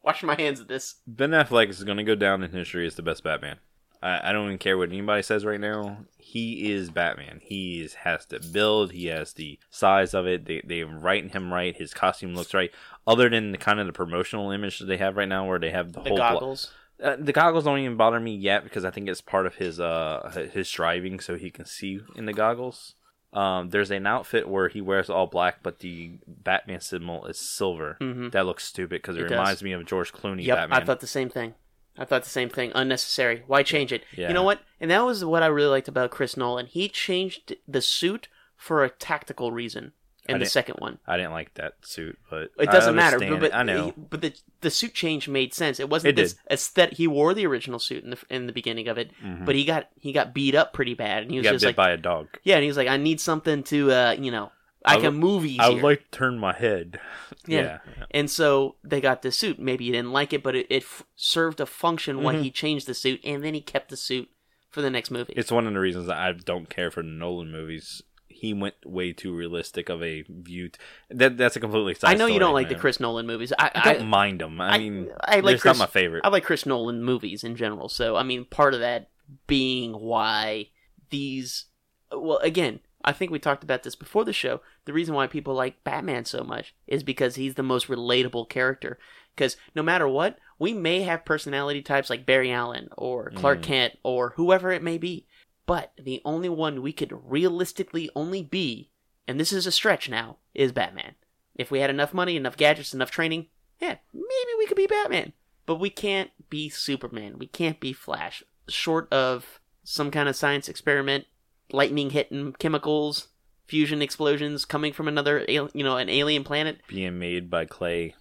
B: Wash my hands of this.
A: Ben Affleck is going to go down in history as the best Batman. I, I don't even care what anybody says right now. He is Batman. He is, has the build. He has the size of it. They they writing him right. His costume looks right. Other than the kind of the promotional image that they have right now, where they have the,
B: The
A: whole blo-
B: goggles.
A: uh, the goggles don't even bother me yet because I think it's part of his uh his driving, so he can see in the goggles. Um, there's an outfit where he wears all black, but the Batman symbol is silver.
B: hmm
A: That looks stupid because it,
B: It does.
A: reminds me of George Clooney
B: Yep,
A: Batman.
B: I thought the same thing. I thought the same thing. Unnecessary. Why change it?
A: Yeah.
B: You know what? And that was what I really liked about Chris Nolan. He changed the suit for a tactical reason
A: I
B: in the
A: didn't-
B: second one.
A: I didn't like that suit, but
B: It
A: I
B: doesn't matter, but,
A: understand
B: but
A: it. I know.
B: But the the suit change made sense. It wasn't
A: It
B: this aesthetic. He wore the original suit in the in the beginning of it,
A: Mhm.
B: but he got he got beat up pretty bad, and he
A: You
B: was
A: got bit
B: just like,
A: by a dog.
B: yeah, and he was like, I need something to, uh, you know, I,
A: I
B: can
A: would-
B: move easier.
A: I would like to turn my head.
B: Yeah.
A: Yeah.
B: And so they got this suit. Maybe you didn't like it, but it, it f- served a function while
A: Mhm.
B: he changed the suit, and then he kept the suit for the next movie.
A: It's one of the reasons that I don't care for the Nolan movies. He went way too realistic of a view. T- that that's a completely. Side
B: I know you
A: story,
B: don't like
A: man.
B: the Chris Nolan movies. I,
A: I
B: I,
A: don't mind them. I,
B: I-
A: mean,
B: I like
A: it's not
B: Chris-
A: my favorite.
B: I like Chris Nolan movies in general. So I mean, part of that being why these. Well, again, I think we talked about this before the show. The reason why people like Batman so much is because he's the most relatable character. Because no matter what, we may have personality types like Barry Allen or Clark
A: Mm.
B: Kent or whoever it may be, but the only one we could realistically only be, and this is a stretch now, is Batman. If we had enough money, enough gadgets, enough training, yeah, maybe we could be Batman. But we can't be Superman. We can't be Flash. Short of some kind of science experiment, lightning hitting chemicals, fusion explosions coming from another, al- you know, an alien planet,
A: Being made by clay,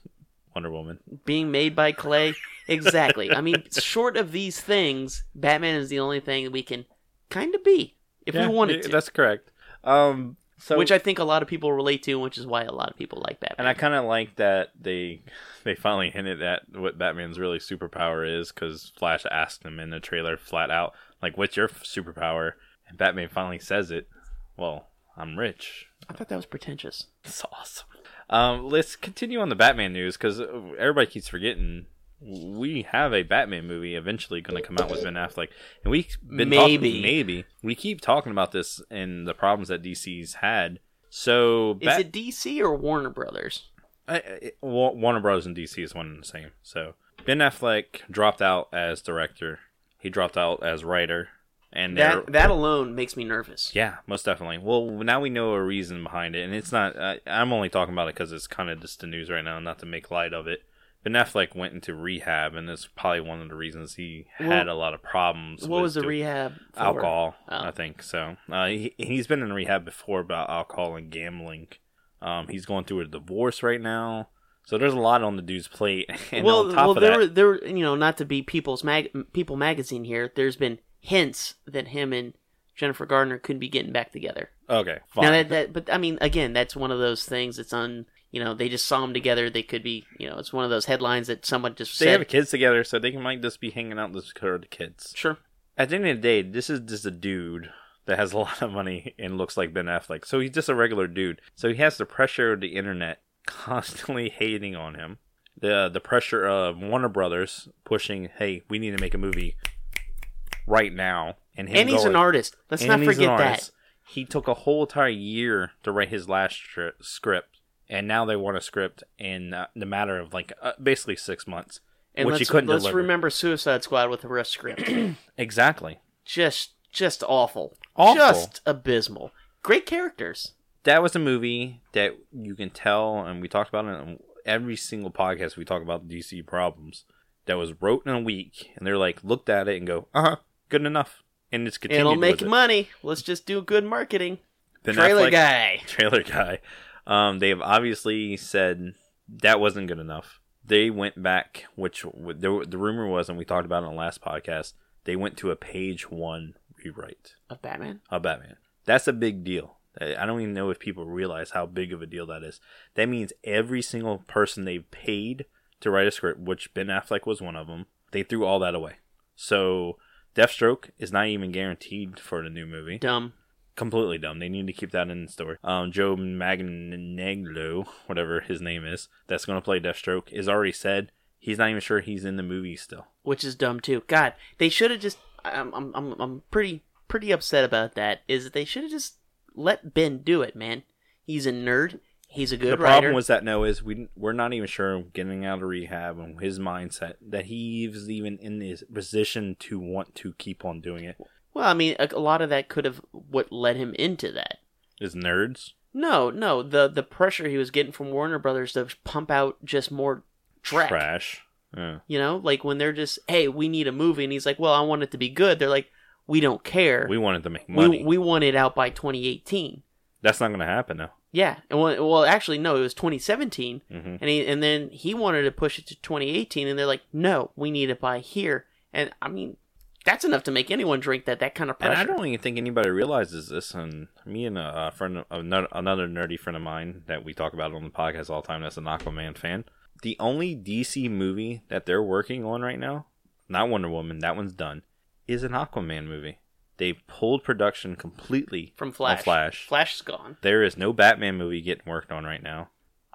A: Wonder Woman.
B: being made by clay. Exactly. I mean, short of these things, Batman is the only thing we can kind of be if
A: Yeah,
B: we wanted
A: yeah,
B: to.
A: That's correct. Um. So
B: which I think a lot of people relate to, which is why a lot of people like Batman.
A: And I kind of like that they they finally hinted at what Batman's really superpower is because Flash asked him in the trailer flat out, like, "What's your f- superpower?" And Batman finally says it. Well, I'm rich.
B: I thought that was pretentious.
A: It's awesome. Um, let's continue on the Batman news because everybody keeps forgetting we have a Batman movie eventually going to come out with Ben Affleck, and we've been
B: Maybe.
A: talking, maybe we keep talking about this and the problems that DC's had. So
B: Is
A: Bat-
B: it DC or Warner Brothers?
A: I, I, Wa- Warner Bros. and DC is one and the same. So Ben Affleck dropped out as director. He dropped out as writer, and they're-
B: That that alone makes me nervous.
A: yeah, most definitely. Well, now we know a reason behind it, and it's not. I, I'm only talking about it because it's kind of just the news right now, not to make light of it. Ben Affleck went into rehab, and that's probably one of the reasons he had
B: Well,
A: a lot of problems.
B: What
A: with
B: was the
A: doing-
B: rehab? For?
A: Alcohol,
B: Oh.
A: I think. So uh, he he's been in rehab before about alcohol and gambling. Um, he's going through a divorce right now, so there's a lot on the dude's plate. And
B: well,
A: on top
B: well,
A: of
B: there,
A: that,
B: were, there, were, you know, not to be People's Mag, People Magazine here. There's been hints that him and Jennifer Gardner could be getting back together.
A: okay, fine.
B: Now that, that, but I mean, again, that's one of those things. It's on. You know, they just saw them together. They could be. You know, it's one of those headlines that someone just
A: they
B: said.
A: have kids together, so they can might just be hanging out with the kids.
B: sure.
A: at the end of the day, this is just a dude that has a lot of money and looks like Ben Affleck. So he's just a regular dude. So he has the pressure of the internet constantly hating on him. The the pressure of Warner Brothers pushing, hey, we need to make a movie right now. And, him
B: And he's an
A: going-
B: artist. Let's
A: and
B: not
A: he's an
B: forget that.
A: artist. He took a whole entire year to write his last stri- script, and now they want a script in uh, the matter of like uh, basically six months,
B: And
A: which he
B: let's,
A: couldn't
B: let's
A: deliver.
B: remember Suicide Squad with the rough script.
A: exactly.
B: just, just awful.
A: Awful.
B: Just abysmal. Great characters.
A: that was a movie that you can tell, and we talked about it on every single podcast. We talk about DC problems that was wrote in a week, and they're like looked at it and go, "Uh huh, good enough," and it's continued.
B: It'll make
A: with it.
B: money. Let's just do good marketing.
A: Ben
B: Trailer
A: Affleck-
B: guy.
A: trailer guy. Um, they have obviously said that wasn't good enough. They went back, which w- the, the rumor was, and we talked about it on the last podcast. They went to a page one rewrite
B: Of Batman.
A: of Batman. That's a big deal. I I don't even know if people realize how big of a deal that is. That means every single person they've paid to write a script, which Ben Affleck was one of them. They threw all that away. So Deathstroke is not even guaranteed for the new movie.
B: Dumb.
A: Completely dumb. They need to keep that in the story. Um, Joe Magneglo, whatever his name is, that's going to play Deathstroke, is already said he's not even sure he's in the movie still.
B: which is dumb too. God, they should have just. I'm, I'm, I'm, I'm pretty, pretty upset about that. Is that they should have just let Ben do it, man. He's a nerd. He's a good
A: the
B: writer.
A: problem was that no is we didn't- we're not even sure getting out of rehab and his mindset that he's even in this position to want to keep on doing it
B: well, I mean, a, a lot of that could have what led him into that.
A: is nerds
B: No, no, the the pressure he was getting from Warner Brothers to pump out just more track.
A: trash. Yeah.
B: You know, like when they're just, hey, we need a movie, and he's like, well, I want it to be good. They're like, we don't care.
A: We wanted to make money.
B: we, we want it out by 2018.
A: That's not going to happen though.
B: Yeah, and well, well, actually, no, it was 2017.
A: hmm
B: and he and then he wanted to push it to 2018 and they're like no we need it by here and i mean that's enough to make anyone drink that that kind of pressure
A: And I don't even think anybody realizes this. And me and a, a friend, another, another nerdy friend of mine that we talk about on the podcast all the time, that's an Aquaman fan. The only DC movie that they're working on right now, not Wonder Woman, that one's done, is an Aquaman movie. They pulled production completely
B: from
A: on
B: flash
A: Flash.
B: flash is gone
A: There is no Batman movie getting worked on right now.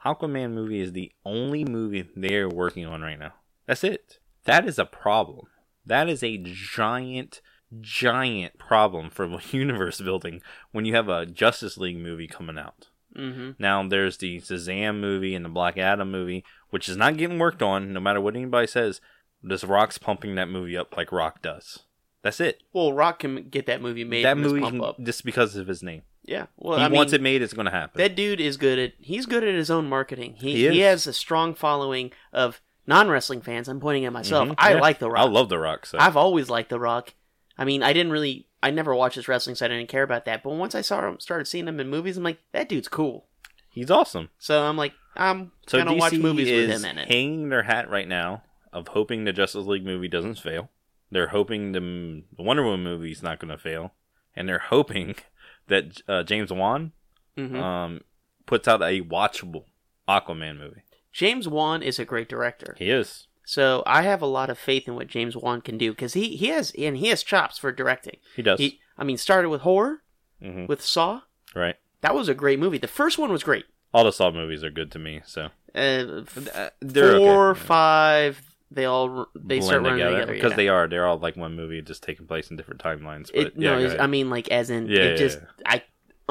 A: Aquaman movie is the only movie they're working on right now. That's it. That is a problem. That is a giant, giant problem for universe building when you have a Justice League movie coming out.
B: hmm
A: Now there's the Shazam movie and the Black Adam movie, which is not getting worked on, no matter what anybody says. This Rock's pumping that movie up like Rock does. That's it.
B: well rock can get that movie made
A: that
B: and just
A: movie,
B: pump
A: can-
B: up.
A: just because of his name,
B: yeah well
A: he
B: i mean
A: wants it made. It's going to happen.
B: that dude is good at he's good at his own marketing he,
A: He
B: he,
A: is.
B: has a strong following of non-wrestling fans i'm pointing at myself
A: Mhm,
B: i
A: yeah.
B: like the rock
A: I love The Rock. So
B: I've always liked The Rock. I mean, I didn't really, I never watched his wrestling, so I didn't care about that. But once I saw him, started seeing him in movies, I'm like, that dude's cool.
A: He's awesome.
B: So I'm like, I'm
A: So
B: gonna
A: DC
B: watch movies
A: is
B: with him in it.
A: hanging their hat right now of hoping the Justice League movie doesn't fail. They're hoping the, m- the Wonder Woman movie's not going to fail, and they're hoping that uh, James Wan
B: Mhm.
A: um, puts out a watchable Aquaman movie.
B: James Wan is a great director,
A: He is.
B: so I have a lot of faith in what James Wan can do because he he has and he has chops for directing.
A: He does.
B: He, I mean, started with horror
A: hmm
B: with Saw.
A: Right.
B: That was a great movie. The first one was great.
A: All the Saw movies are good to me. So
B: Uh, f-
A: they're
B: four,
A: okay.
B: five, they all r- they start running together,
A: because
B: yeah.
A: they are. They're all like one movie, just taking place in different timelines. But
B: It,
A: yeah,
B: no,
A: go
B: it's-
A: ahead.
B: I mean like as in
A: Yeah, yeah,
B: it just
A: yeah.
B: I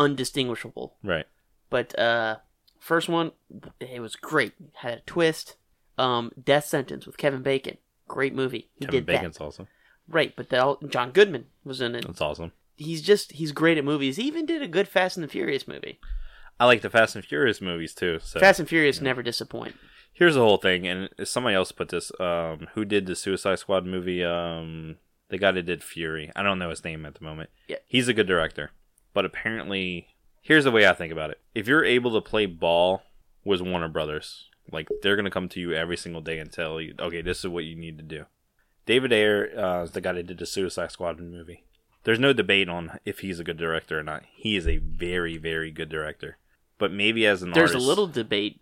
B: undistinguishable.
A: right.
B: But uh first one it was great. Had a twist. Um Death Sentence with Kevin Bacon. Great movie. He
A: Kevin
B: did
A: Bacon's awesome.
B: that. Right, but the, John Goodman was in it.
A: That's awesome.
B: He's just he's great at movies. He even did a good Fast and the Furious movie.
A: I like the Fast and Furious movies too. So
B: Fast and Furious never disappoint.
A: here's the whole thing, and somebody else put this. Um, who did the Suicide Squad movie? Um, the guy that did Fury. I don't know his name at the moment.
B: Yeah.
A: he's a good director, but apparently, here's the way I think about it: if you're able to play ball with Warner Brothers, like they're gonna come to you every single day and tell you, okay, this is what you need to do. David Ayer uh, is the guy that did the Suicide Squad movie. There's no debate on if he's a good director or not. He is a very, very good director. But maybe as an
B: There's
A: artist,
B: a little debate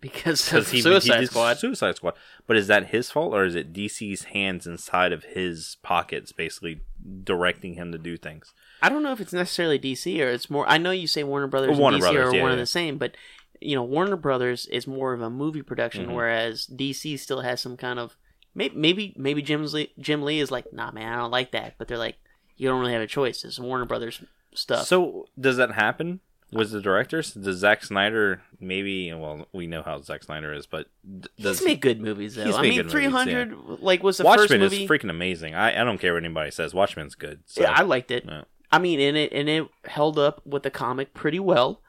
B: because of
A: because he
B: Suicide
A: he did
B: Squad.
A: Suicide Squad. But is that his fault or is it DC's hands inside of his pockets, basically directing him to do things?
B: I don't know if it's necessarily DC or it's more. I know you say Warner Brothers
A: Warner
B: and DC
A: Brothers,
B: are
A: yeah,
B: one and
A: yeah.
B: the same, but you know Warner Brothers is more of a movie production,
A: Mhm.
B: whereas DC still has some kind of maybe maybe maybe Jim Lee, Jim Lee is like, nah, man, I don't like that, but they're like, you don't really have a choice. It's Warner Brothers stuff.
A: So does that happen with the directors? Does Zack Snyder maybe? Well, we know how Zack Snyder is, but d- does
B: he's made good movies though.
A: he's
B: I
A: made
B: mean,
A: good
B: three
A: movies,
B: hundred like was the first
A: Watchmen is
B: movie.
A: freaking amazing. I, I don't care what anybody says. Watchmen's good. So.
B: Yeah, I liked it.
A: Yeah.
B: I mean, and it and it held up with the comic pretty well.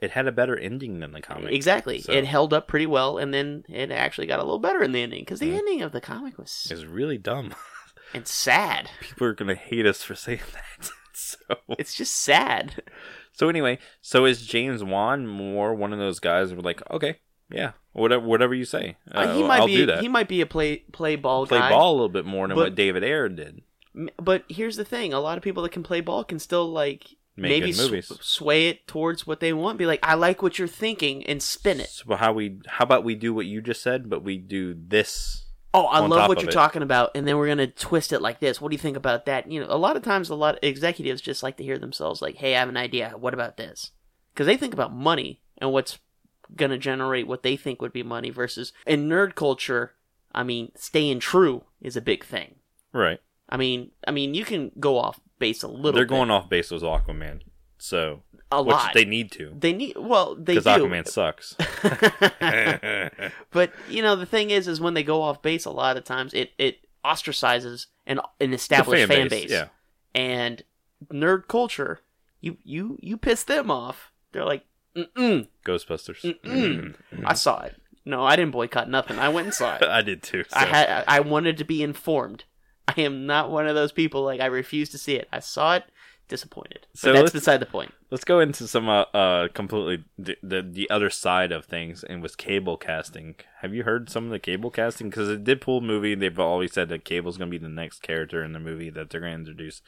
A: it had a better ending than the comic.
B: exactly,
A: so-
B: it held up pretty well, and then it actually got a little better in the ending because the
A: Mhm.
B: ending of the comic was
A: It's really dumb.
B: and sad.
A: People are gonna hate us for saying that. so
B: It's just sad.
A: So anyway, so is James Wan more one of those guys who are like, okay, yeah, whatever, whatever you say,
B: Uh,
A: uh,
B: he might
A: I'll
B: be
A: do that.
B: he might be a play play ball
A: play
B: guy.
A: ball a little bit more than
B: But-
A: what David Ayer did.
B: M- But here's the thing: a lot of people that can play ball can still like
A: Make
B: maybe
A: good movies.
B: sw- sway it towards what they want. Be like, I like what you're thinking, and spin it.
A: So how we how about we do what you just said, but we do this?
B: Oh, I
A: on
B: love
A: top
B: what
A: of
B: you're
A: it.
B: talking about, and then we're gonna twist it like this. What do you think about that? You know, a lot of times, a lot of executives just like to hear themselves like, "Hey, I have an idea. What about this?" Because they think about money and what's gonna generate what they think would be money versus in nerd culture. I mean, staying true is a big thing.
A: Right.
B: I mean, I mean, you can go off base a little.
A: They're
B: bit,
A: going off base with Aquaman, so
B: a
A: which
B: lot.
A: they need to
B: They need well, they do.
A: because Aquaman sucks.
B: but you know, the thing is, is when they go off base, a lot of times it it ostracizes an an established fan base,
A: Yeah.
B: and nerd culture. You you you piss them off. They're like, mm
A: Ghostbusters.
B: Mm-mm. I saw it. No, I didn't boycott nothing. I went and saw it.
A: I did too. So.
B: I had I wanted to be informed. I am not one of those people like I refuse to see it. I saw it, disappointed. But
A: So
B: that's
A: let's-
B: beside the point.
A: Let's go into some uh, uh completely the, the the other side of things, and with cable casting. Have you heard some of the cable casting? Because it did pull movie. They've always said that cable's going to be the next character in the movie that they're going to introduce.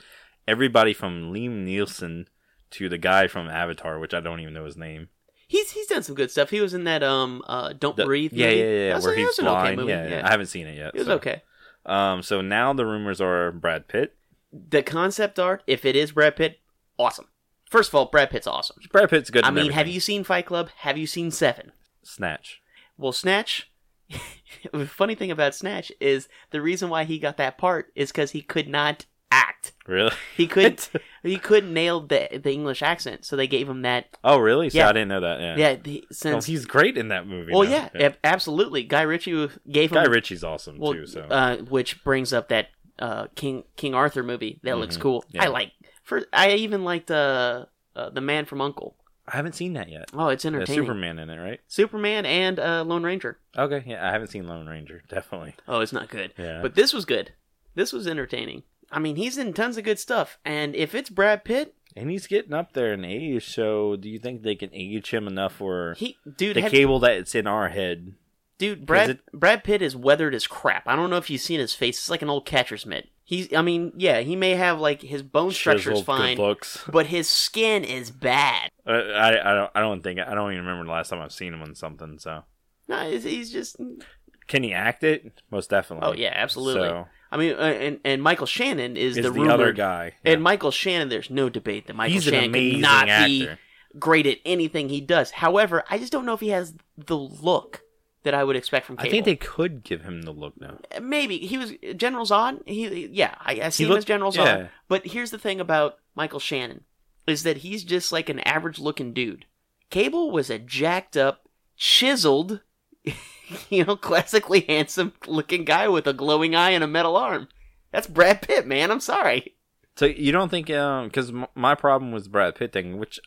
A: Everybody from Liam Nielsen to the guy from Avatar, which I don't even know his name.
B: He's he's done some good stuff. He was in that um uh Don't
A: The-
B: Breathe.
A: Yeah,
B: movie.
A: yeah, yeah.
B: That
A: yeah
B: was-
A: where
B: that
A: he's
B: was an
A: blind.
B: Okay movie.
A: Yeah, I haven't seen it yet.
B: It was
A: so.
B: okay.
A: Um, so now the rumors are Brad Pitt.
B: the concept art, if it is Brad Pitt, awesome. First of all, Brad Pitt's awesome.
A: Brad Pitt's good.
B: I
A: in
B: mean, have
A: everything.
B: you seen Fight Club? Have you seen Seven?
A: Snatch?
B: Well, Snatch. the funny thing about Snatch is the reason why he got that part is because he could not act.
A: Really?
B: He couldn't. he couldn't nail the the English accent, so they gave him that.
A: Oh, really? So
B: Yeah.
A: I didn't know that. Yeah.
B: Yeah, the,
A: Oh,
B: since
A: he's great in that movie.
B: well,
A: now.
B: yeah, ab- absolutely. Guy Ritchie gave him
A: Guy Ritchie's awesome
B: well,
A: too. So
B: uh, which brings up that uh, King King Arthur movie that looks
A: Mhm.
B: cool.
A: Yeah.
B: I like. For I even liked uh, uh, the Man from Uncle.
A: I haven't seen that yet.
B: Oh, it's
A: There's
B: entertaining. Superman.
A: Superman in it, right?
B: and uh, Lone Ranger.
A: Okay, yeah, I haven't seen Lone Ranger. Definitely.
B: Oh, it's not good.
A: Yeah.
B: But this was good. This was entertaining. I mean, he's in tons of good stuff. And if it's Brad Pitt,
A: and he's getting up there in age, so do you think they can age him enough for
B: he dude,
A: the
B: have-
A: cable that's in our head?
B: dude, Brad
A: it-
B: Brad Pitt is weathered as crap. I don't know if you've seen his face. It's like an old catcher's mitt. He's, I mean, yeah, he may have like his bone structure's
A: Chiseled,
B: fine,
A: Good looks.
B: but his skin is bad.
A: Uh, I, I don't I don't think I don't even remember the last time I've seen him on something. So
B: No, he's, he's just.
A: can he act it? Most definitely.
B: Oh yeah, absolutely.
A: So,
B: I mean, uh, and and Michael Shannon is,
A: is the,
B: the, rumored,
A: other guy? Yeah.
B: And Michael Shannon, there's no debate that Michael
A: he's an
B: Shannon
A: amazing
B: could not
A: actor.
B: be great at anything he does. However, I just don't know if he has the look that I would expect from. Cable. Uh,
A: I think they could give him the look now.
B: maybe he was General Zod. He yeah, I, I see him
A: looked-
B: as General Zod.
A: yeah.
B: But here's the thing about Michael Shannon is that he's just like an average looking dude. Cable was a jacked up, chiseled, you know, classically handsome looking guy with a glowing eye and a metal arm. That's Brad Pitt, man. I'm sorry.
A: So you don't think because m- my problem was Brad Pitt thing, which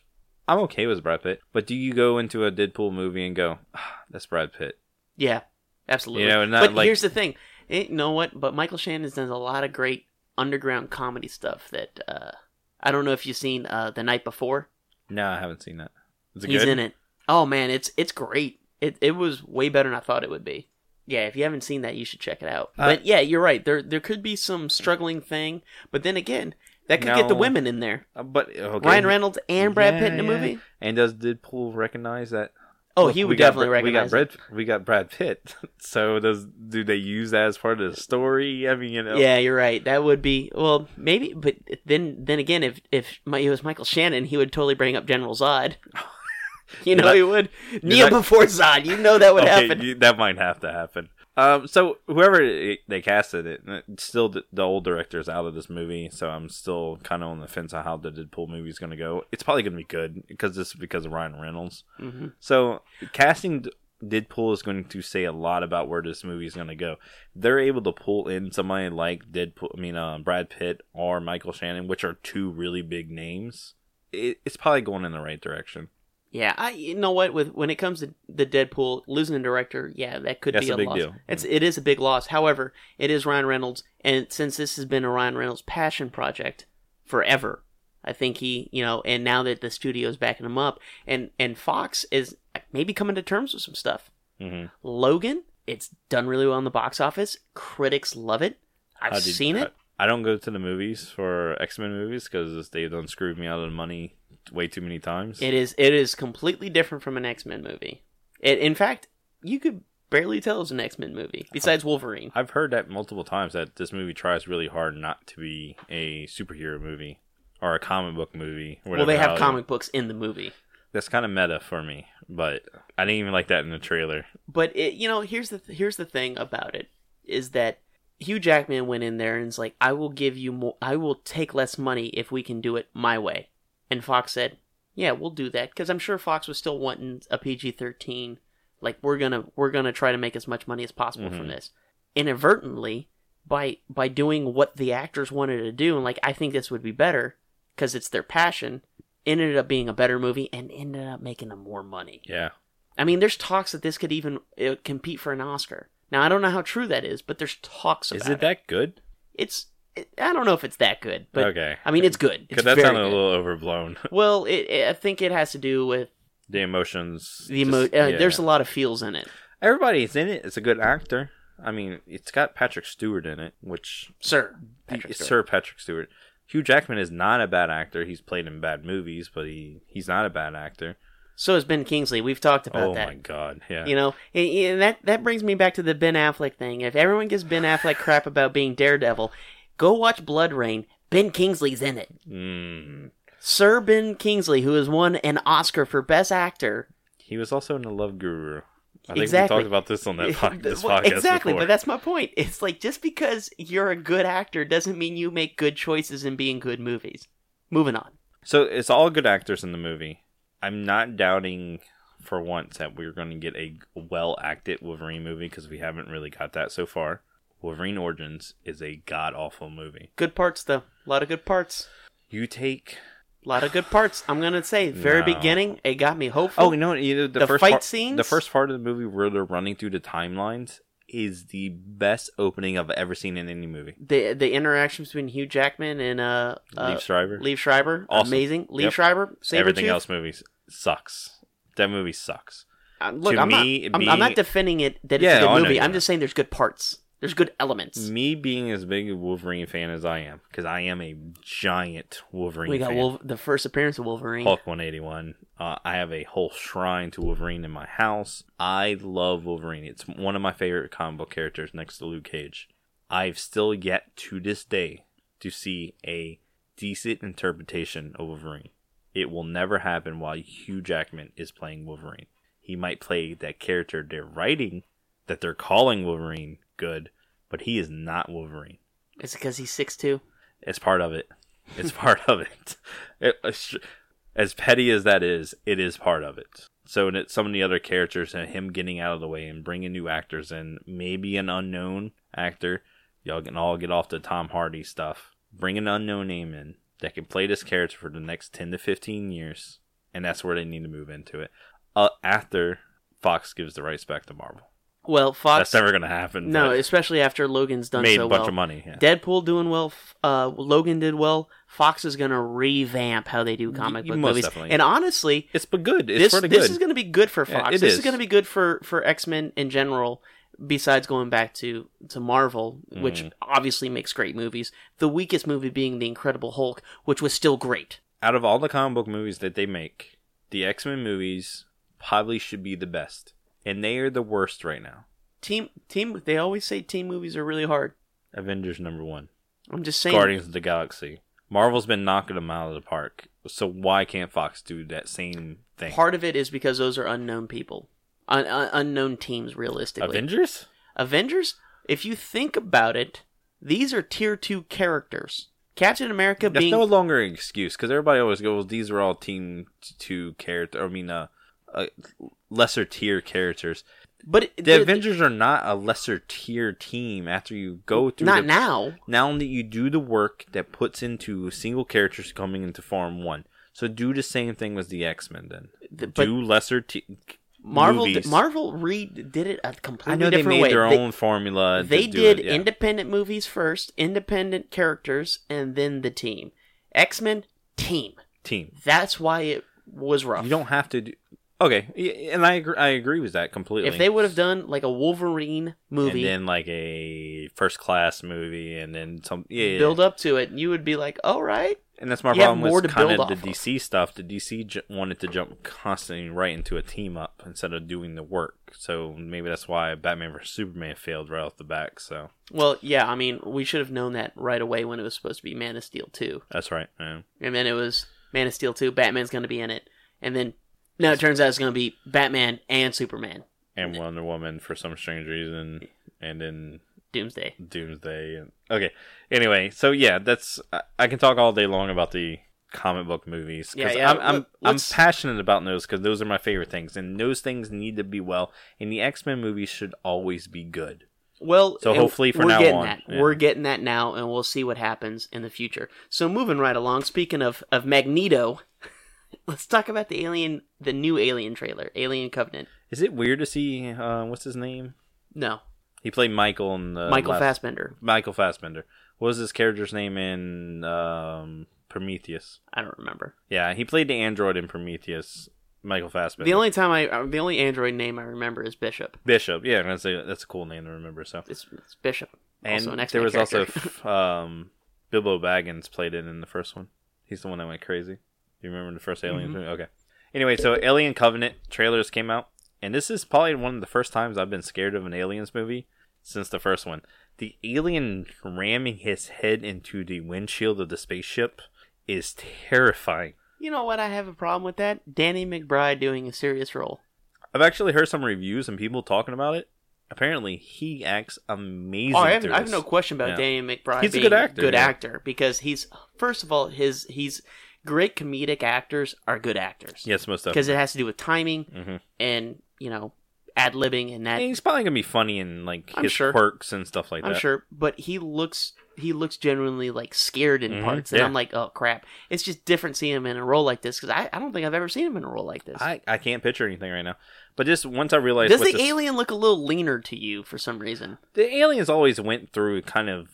A: I'm okay with Brad Pitt, but do you go into a Deadpool movie and go, ah, "That's Brad Pitt"?
B: Yeah, absolutely.
A: You know, not
B: but
A: like-
B: here's the thing. Eh, You know what? But Michael Shannon's done a lot of great underground comedy stuff that uh, I don't know if you've seen uh, The Night Before.
A: No, I haven't seen that. Is it
B: he's
A: good?
B: in it. Oh man, it's it's great. It it was way better than I thought it would be. Yeah, if you haven't seen that, you should check it out.
A: Uh,
B: but yeah, you're right. There there could be some struggling thing, but then again, that could get the
A: No.
B: women in there.
A: Uh, but okay.
B: Ryan Reynolds and Brad
A: Yeah,
B: Pitt in the
A: yeah.
B: movie.
A: And does Deadpool recognize that?
B: Oh,
A: Look,
B: he
A: we
B: would
A: got
B: definitely
A: Bra-
B: recognize.
A: We got Brad. We got Brad Pitt. so does do they use that as part of the story? I mean, you know.
B: it. Yeah, you're right. That would be well, maybe. But then then again, if if my, it was Michael Shannon, he would totally bring up General Zod. you know,
A: not-
B: he would. Kneel
A: not-
B: before Zod. You know that would
A: okay,
B: happen.
A: you- that might have to happen. Um, so whoever it- they casted it, it's still the, the old director's out of this movie, so I'm still kind of on the fence on how the Deadpool movie is going to go. It's probably going to be good because this is because of Ryan Reynolds.
B: hmm
A: So casting D- Deadpool is going to say a lot about where this movie is going to go. They're able to pull in somebody like Deadpool, I mean uh, Brad Pitt or Michael Shannon, which are two really big names. It, it's probably going in the right direction.
B: Yeah, I you know what with when it comes to the Deadpool losing a director, yeah, that could
A: That's
B: be a,
A: a big
B: loss.
A: deal. Mm.
B: It's it is a big loss. However, it is Ryan Reynolds, and since this has been a Ryan Reynolds passion project forever, I think he you know, and now that the studio's backing him up, and and Fox is maybe coming to terms with some stuff.
A: Mm-hmm.
B: Logan, it's done really well in the box office. Critics love it. I've seen it.
A: I don't go to the movies for X Men movies because they've done screwed me out of the money way too many times.
B: It is it is completely different from an X Men movie. It, in fact, you could barely tell it's an X Men movie. Besides Wolverine,
A: I've heard that multiple times that this movie tries really hard not to be a superhero movie or a comic book movie.
B: well,
A: whatever
B: they
A: how
B: have
A: it-
B: comic books in the movie,
A: That's kind of meta for me, but I didn't even like that in the trailer.
B: but it, you know here's the th- here's the thing about it is that Hugh Jackman went in there and is like, I will give you more, I will take less money if we can do it my way, and Fox said, Yeah, we'll do that because I'm sure Fox was still wanting a PG thirteen. Like we're gonna we're gonna try to make as much money as possible from
A: Mhm.
B: this. Inadvertently, by by doing what the actors wanted to do, and like I think this would be better because it's their passion. Ended up being a better movie and ended up making them more money.
A: Yeah,
B: I mean, there's talks that this could even uh, compete for an Oscar. Now, I don't know how true that is, but there's talks about
A: is it that good?
B: It's it, I don't know if it's that good, but
A: okay,
B: I mean, it's good. It's
A: because that
B: very
A: sounded a
B: good.
A: little overblown.
B: Well, it, it- I think it has to do with
A: the emotions.
B: the
A: just-
B: emo- uh,
A: yeah.
B: There's a lot of feels in it,
A: everybody's in it. It's a good actor. I mean, it's got Patrick Stewart in it, which
B: sir.
A: Patrick
B: Patrick Stewart.
A: Sir Patrick Stewart. Hugh Jackman is not a bad actor. He's played in bad movies, but he, he's not a bad actor.
B: So is Ben Kingsley. We've talked about
A: oh
B: that.
A: my god, yeah.
B: You know, and, and that that brings me back to the Ben Affleck thing. If everyone gives Ben Affleck crap about being Daredevil, go watch Blood Rain. Ben Kingsley's in it.
A: mm.
B: Sir Ben Kingsley, who has won an Oscar for Best Actor,
A: He was also in The Love Guru. I think
B: Exactly.
A: we talked about this on that pod- this
B: Well,
A: podcast
B: exactly,
A: before.
B: but that's my point. It's like just because you're a good actor doesn't mean you make good choices and be in good movies. Moving on.
A: So it's all good actors in the movie. I'm not doubting for once that we're going to get a well acted Wolverine movie because we haven't really got that so far. Wolverine Origins is a god awful movie.
B: Good parts though. A lot of good parts.
A: You take
B: A lot of good parts. I'm gonna say very
A: No.
B: beginning, it got me hopeful.
A: Oh, you know, you know, the,
B: The
A: first
B: fight
A: part,
B: scenes?
A: the first part of the movie where they're running through the timelines is the best opening I've ever seen in any movie.
B: the the interactions between Hugh Jackman and uh, uh
A: Leaf Shriver,
B: Liev Schreiber,
A: Awesome.
B: amazing. Liev
A: Yep.
B: Schreiber, Sabretooth.
A: everything else movies sucks. That movie sucks.
B: Uh, look,
A: to
B: I'm
A: me,
B: not. I'm, I'm
A: being-
B: not defending it that it's
A: Yeah,
B: a good
A: I know
B: movie.
A: you're
B: I'm
A: not.
B: just saying there's good parts. There's good elements.
A: Me being as big a Wolverine fan as I am, because I am a giant Wolverine.
B: we got
A: fan.
B: Wolf- the first appearance of Wolverine.
A: Hulk 181. Uh, I have a whole shrine to Wolverine in my house. I love Wolverine. It's one of my favorite comic book characters next to Luke Cage. I've still yet to this day to see a decent interpretation of Wolverine. It will never happen while Hugh Jackman is playing Wolverine. He might play that character they're writing that they're calling Wolverine good, but he is not Wolverine.
B: It's because he's six two.
A: It's part of it. It's part of it. It- it's- As petty as that is, it is part of it. So in it, some of the other characters and him getting out of the way and bringing new actors in, maybe an unknown actor. Y'all can all get off the Tom Hardy stuff. Bring an unknown name in that can play this character for the next ten to fifteen years, and that's where they need to move into it. Uh, after Fox gives the rights back to Marvel,
B: Well, Fox.
A: that's never going to happen.
B: no,
A: but
B: especially after Logan's done
A: made
B: so
A: a bunch
B: well.
A: of money. yeah.
B: Deadpool doing well. f- Uh, Logan did well. Fox is gonna revamp how they do comic
A: y-
B: book
A: most
B: movies.
A: definitely.
B: And honestly,
A: It's but good. It's
B: this
A: pretty
B: this
A: good.
B: is gonna be good for
A: Yeah,
B: Fox.
A: it
B: this is.
A: is.
B: gonna be good for for X Men in general. Besides going back to to Marvel, which
A: Mm.
B: obviously makes great movies. The weakest movie being the Incredible Hulk, which was still great.
A: out of all the comic book movies that they make, the X Men movies probably should be the best, and they are the worst right now.
B: Team team. They always say team movies are really hard.
A: Avengers number one,
B: I'm just saying.
A: Guardians of the Galaxy. Marvel's been knocking them out of the park, so why can't Fox do that same thing?
B: Part of it is because those are unknown people, un- un- unknown teams. Realistically,
A: Avengers?
B: Avengers. If you think about it, these are tier two characters. Captain America
A: That's
B: being
A: no longer an excuse because everybody always goes, "These are all team t- two character." I mean, uh, uh lesser tier characters.
B: but it-
A: The, Avengers are not a lesser tier team. After you go through
B: not
A: the
B: now.
A: now that you do the work that puts into single characters coming into form one. So do the same thing with the X Men then.
B: Th- but
A: do lesser t-
B: Marvel,
A: movies.
B: did, Marvel re did it a
A: I
B: completely
A: know they
B: different
A: made
B: way.
A: their
B: They-
A: own formula. to
B: they
A: do
B: did
A: it, yeah.
B: independent movies first, independent characters, and then the team. X Men team.
A: team.
B: That's why it was rough.
A: You don't have to do. Okay, y- and I agree, I agree with that completely.
B: if they would have done like a Wolverine movie,
A: and then like a first class movie, and then some yeah, yeah.
B: build up to it, and you would be like, all right.
A: And that's my
B: you have
A: problem
B: more
A: with
B: to
A: kind
B: build
A: of the
B: off of.
A: DC stuff. The DC j- wanted to jump constantly right into a team up instead of doing the work. So maybe that's why Batman vs Superman failed right off the back. So
B: Well, yeah, I mean, we should have known that right away when it was supposed to be Man of Steel 2.
A: that's right. Yeah.
B: And then it was Man of Steel 2, Batman's going to be in it. And then, no, it turns out it's going to be Batman and Superman,
A: And Wonder Woman for some strange reason, and then
B: Doomsday.
A: Doomsday. And, okay. Anyway, so yeah, that's I, I can talk all day long about the comic book movies
B: Yeah,
A: because
B: yeah,
A: I'm I'm,
B: look,
A: I'm
B: let's-
A: passionate about those because those are my favorite things, and those things need to be well. And the X Men movies should always be good.
B: Well,
A: So
B: and
A: hopefully for
B: we're
A: now
B: getting
A: on,
B: that.
A: yeah.
B: We're getting that now, and we'll see what happens in the future. So moving right along, speaking of of Magneto, let's talk about the alien, the new Alien trailer, Alien Covenant.
A: Is it weird to see uh, what's his name?
B: No,
A: He played Michael in the
B: Michael
A: Uh, last-
B: Fassbender.
A: Michael Fassbender. What was his character's name in um, Prometheus?
B: I don't remember.
A: Yeah, he played the android in Prometheus. Michael Fassbender.
B: The only time I, uh, the only android name I remember is Bishop.
A: Bishop. Yeah, I'm gonna say that's a cool name to remember. So
B: It's, it's Bishop.
A: and
B: also an X-Men
A: there was
B: character.
A: also f- um, Bilbo Baggins played it in the first one. He's the one that went crazy. Do you remember the first Alien
B: Mhm.
A: movie? Okay. Anyway, so Alien Covenant trailers came out, and this is probably one of the first times I've been scared of an Aliens movie since the first one. The alien ramming his head into the windshield of the spaceship is terrifying.
B: You know what? I have a problem with that. Danny McBride doing a serious role.
A: I've actually heard some reviews and people talking about it. Apparently, he acts amazing.
B: Oh, I have,
A: through
B: I have
A: this.
B: no question about
A: Yeah.
B: Danny McBride.
A: He's a
B: being
A: good actor,
B: Good
A: yeah.
B: actor because he's first of all his he's great comedic actors are good actors.
A: Yes, most definitely.
B: Because it has to do with timing
A: Mm-hmm.
B: and you know ad libbing and that.
A: And he's probably gonna be funny and like
B: I'm
A: his
B: sure.
A: quirks and stuff like
B: I'm
A: that.
B: sure, but he looks he looks genuinely like scared in
A: Mhm,
B: parts, and
A: yeah.
B: I'm like, oh crap! It's just different seeing him in a role like this because I, I don't think I've ever seen him in a role like this.
A: I, I can't picture anything right now. But just once I realized
B: Does
A: what
B: the
A: this-
B: alien look a little leaner to you for some reason?
A: the aliens always went through kind of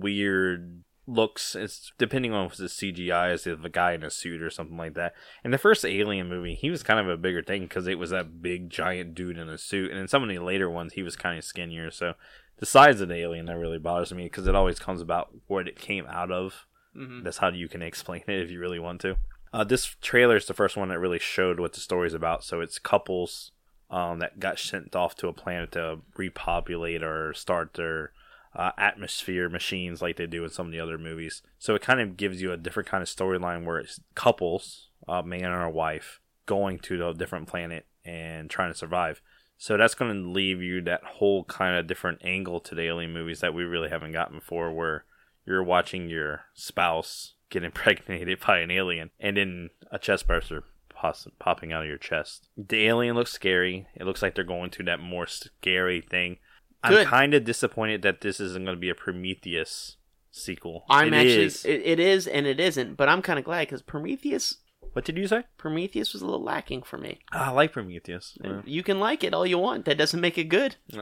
A: weird looks. It's depending on if it's CGI, is if a guy in a suit or something like that. In the first Alien movie, he was kind of a bigger thing because it was that big giant dude in a suit, and in some of the later ones, he was kind of skinnier. So the size of the alien that really bothers me because it always comes about what it came out of.
B: Mm-hmm.
A: That's how you can explain it if you really want to. Uh, this trailer is the first one that really showed what the story's about. So it's couples um, that got sent off to a planet to repopulate or start their uh, atmosphere machines like they do in some of the other movies. So it kind of gives you a different kind of storyline where it's couples, a man and a wife, going to a different planet and trying to survive. So that's going to leave you that whole kind of different angle to the alien movies that we really haven't gotten before, where you're watching your spouse get impregnated by an alien and then a chest burster poss- popping out of your chest. The alien looks scary. It looks like they're going to that more scary thing.
B: Good.
A: I'm kind of disappointed that this isn't going to be a Prometheus sequel.
B: I'm
A: It
B: actually
A: is.
B: It, it is and it isn't, but I'm kind of glad because Prometheus
A: What did you say?
B: Prometheus was a little lacking for me.
A: Ah, I like Prometheus.
B: You can like it all you want. That doesn't make it good.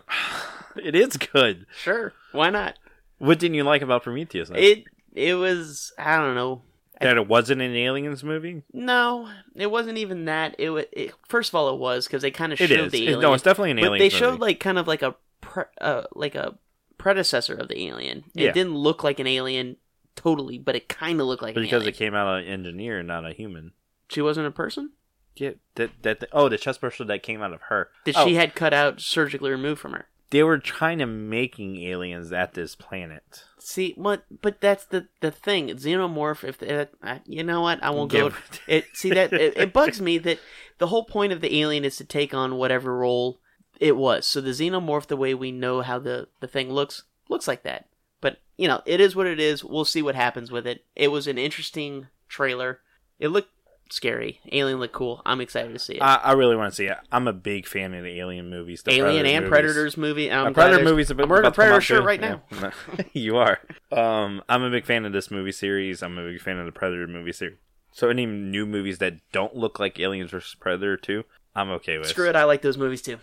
A: it is good.
B: Sure, why not?
A: What didn't you like about Prometheus? then?
B: It it was I don't know.
A: that it wasn't an aliens movie.
B: No, it wasn't even that. It, wa- it first of all it was because they kind of
A: It
B: showed
A: is.
B: the
A: It-
B: alien,
A: no, it's definitely an
B: but
A: alien.
B: they showed like kind of like a pre, uh, like a predecessor of the alien. It
A: Yeah.
B: didn't look like an alien totally, but it kind of looked like an
A: because it
B: alien.
A: came out of an engineer, not a human.
B: she wasn't a person.
A: Yeah, that that oh, the chest burster that came out of her.
B: That
A: Oh,
B: she had cut out surgically removed from her.
A: They were trying to making aliens at this planet.
B: See, what? But that's the the thing. Xenomorph. If uh, I- you know what, I won't go.
A: Yeah.
B: It see that it, it bugs me that the whole point of the alien is to take on whatever role it was. So the xenomorph, the way we know how the the thing looks, looks like that. But you know, it is what it is. We'll see what happens with it. It was an interesting trailer. It looked scary. Alien looked cool. I'm excited to see it.
A: I, I really want to see it. I'm a big fan of the Alien movies. The
B: alien and
A: movies.
B: Predators movie. and I'm
A: Uh,
B: glad
A: Predator
B: there's-
A: movies. About,
B: I'm wearing a
A: about to come
B: Predator
A: out
B: shirt
A: too.
B: right now.
A: Yeah. you are. Um, I'm a big fan of this movie series. I'm a big fan of the Predator movie series. So any new movies that don't look like Aliens vs Predator two, I'm okay with.
B: Screw it. I like those movies too.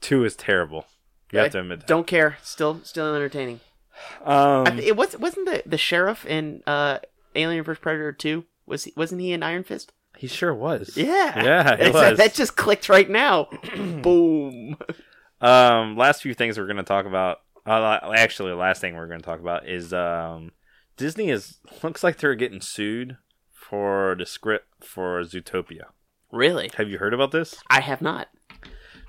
A: Two is terrible. You
B: I
A: have to admit that.
B: Don't care. Still, still entertaining.
A: Um,
B: I th- it was wasn't the the sheriff in uh, Alien vs Predator two was he, wasn't he in Iron Fist?
A: he sure was.
B: Yeah,
A: Yeah, he
B: That-
A: was.
B: That just clicked right now. Boom.
A: Um, last few things we're going to talk about. Uh, la- actually, the last thing we're going to talk about is um, Disney is looks like they're getting sued for the script for Zootopia.
B: Really?
A: Have you heard about this?
B: I have not.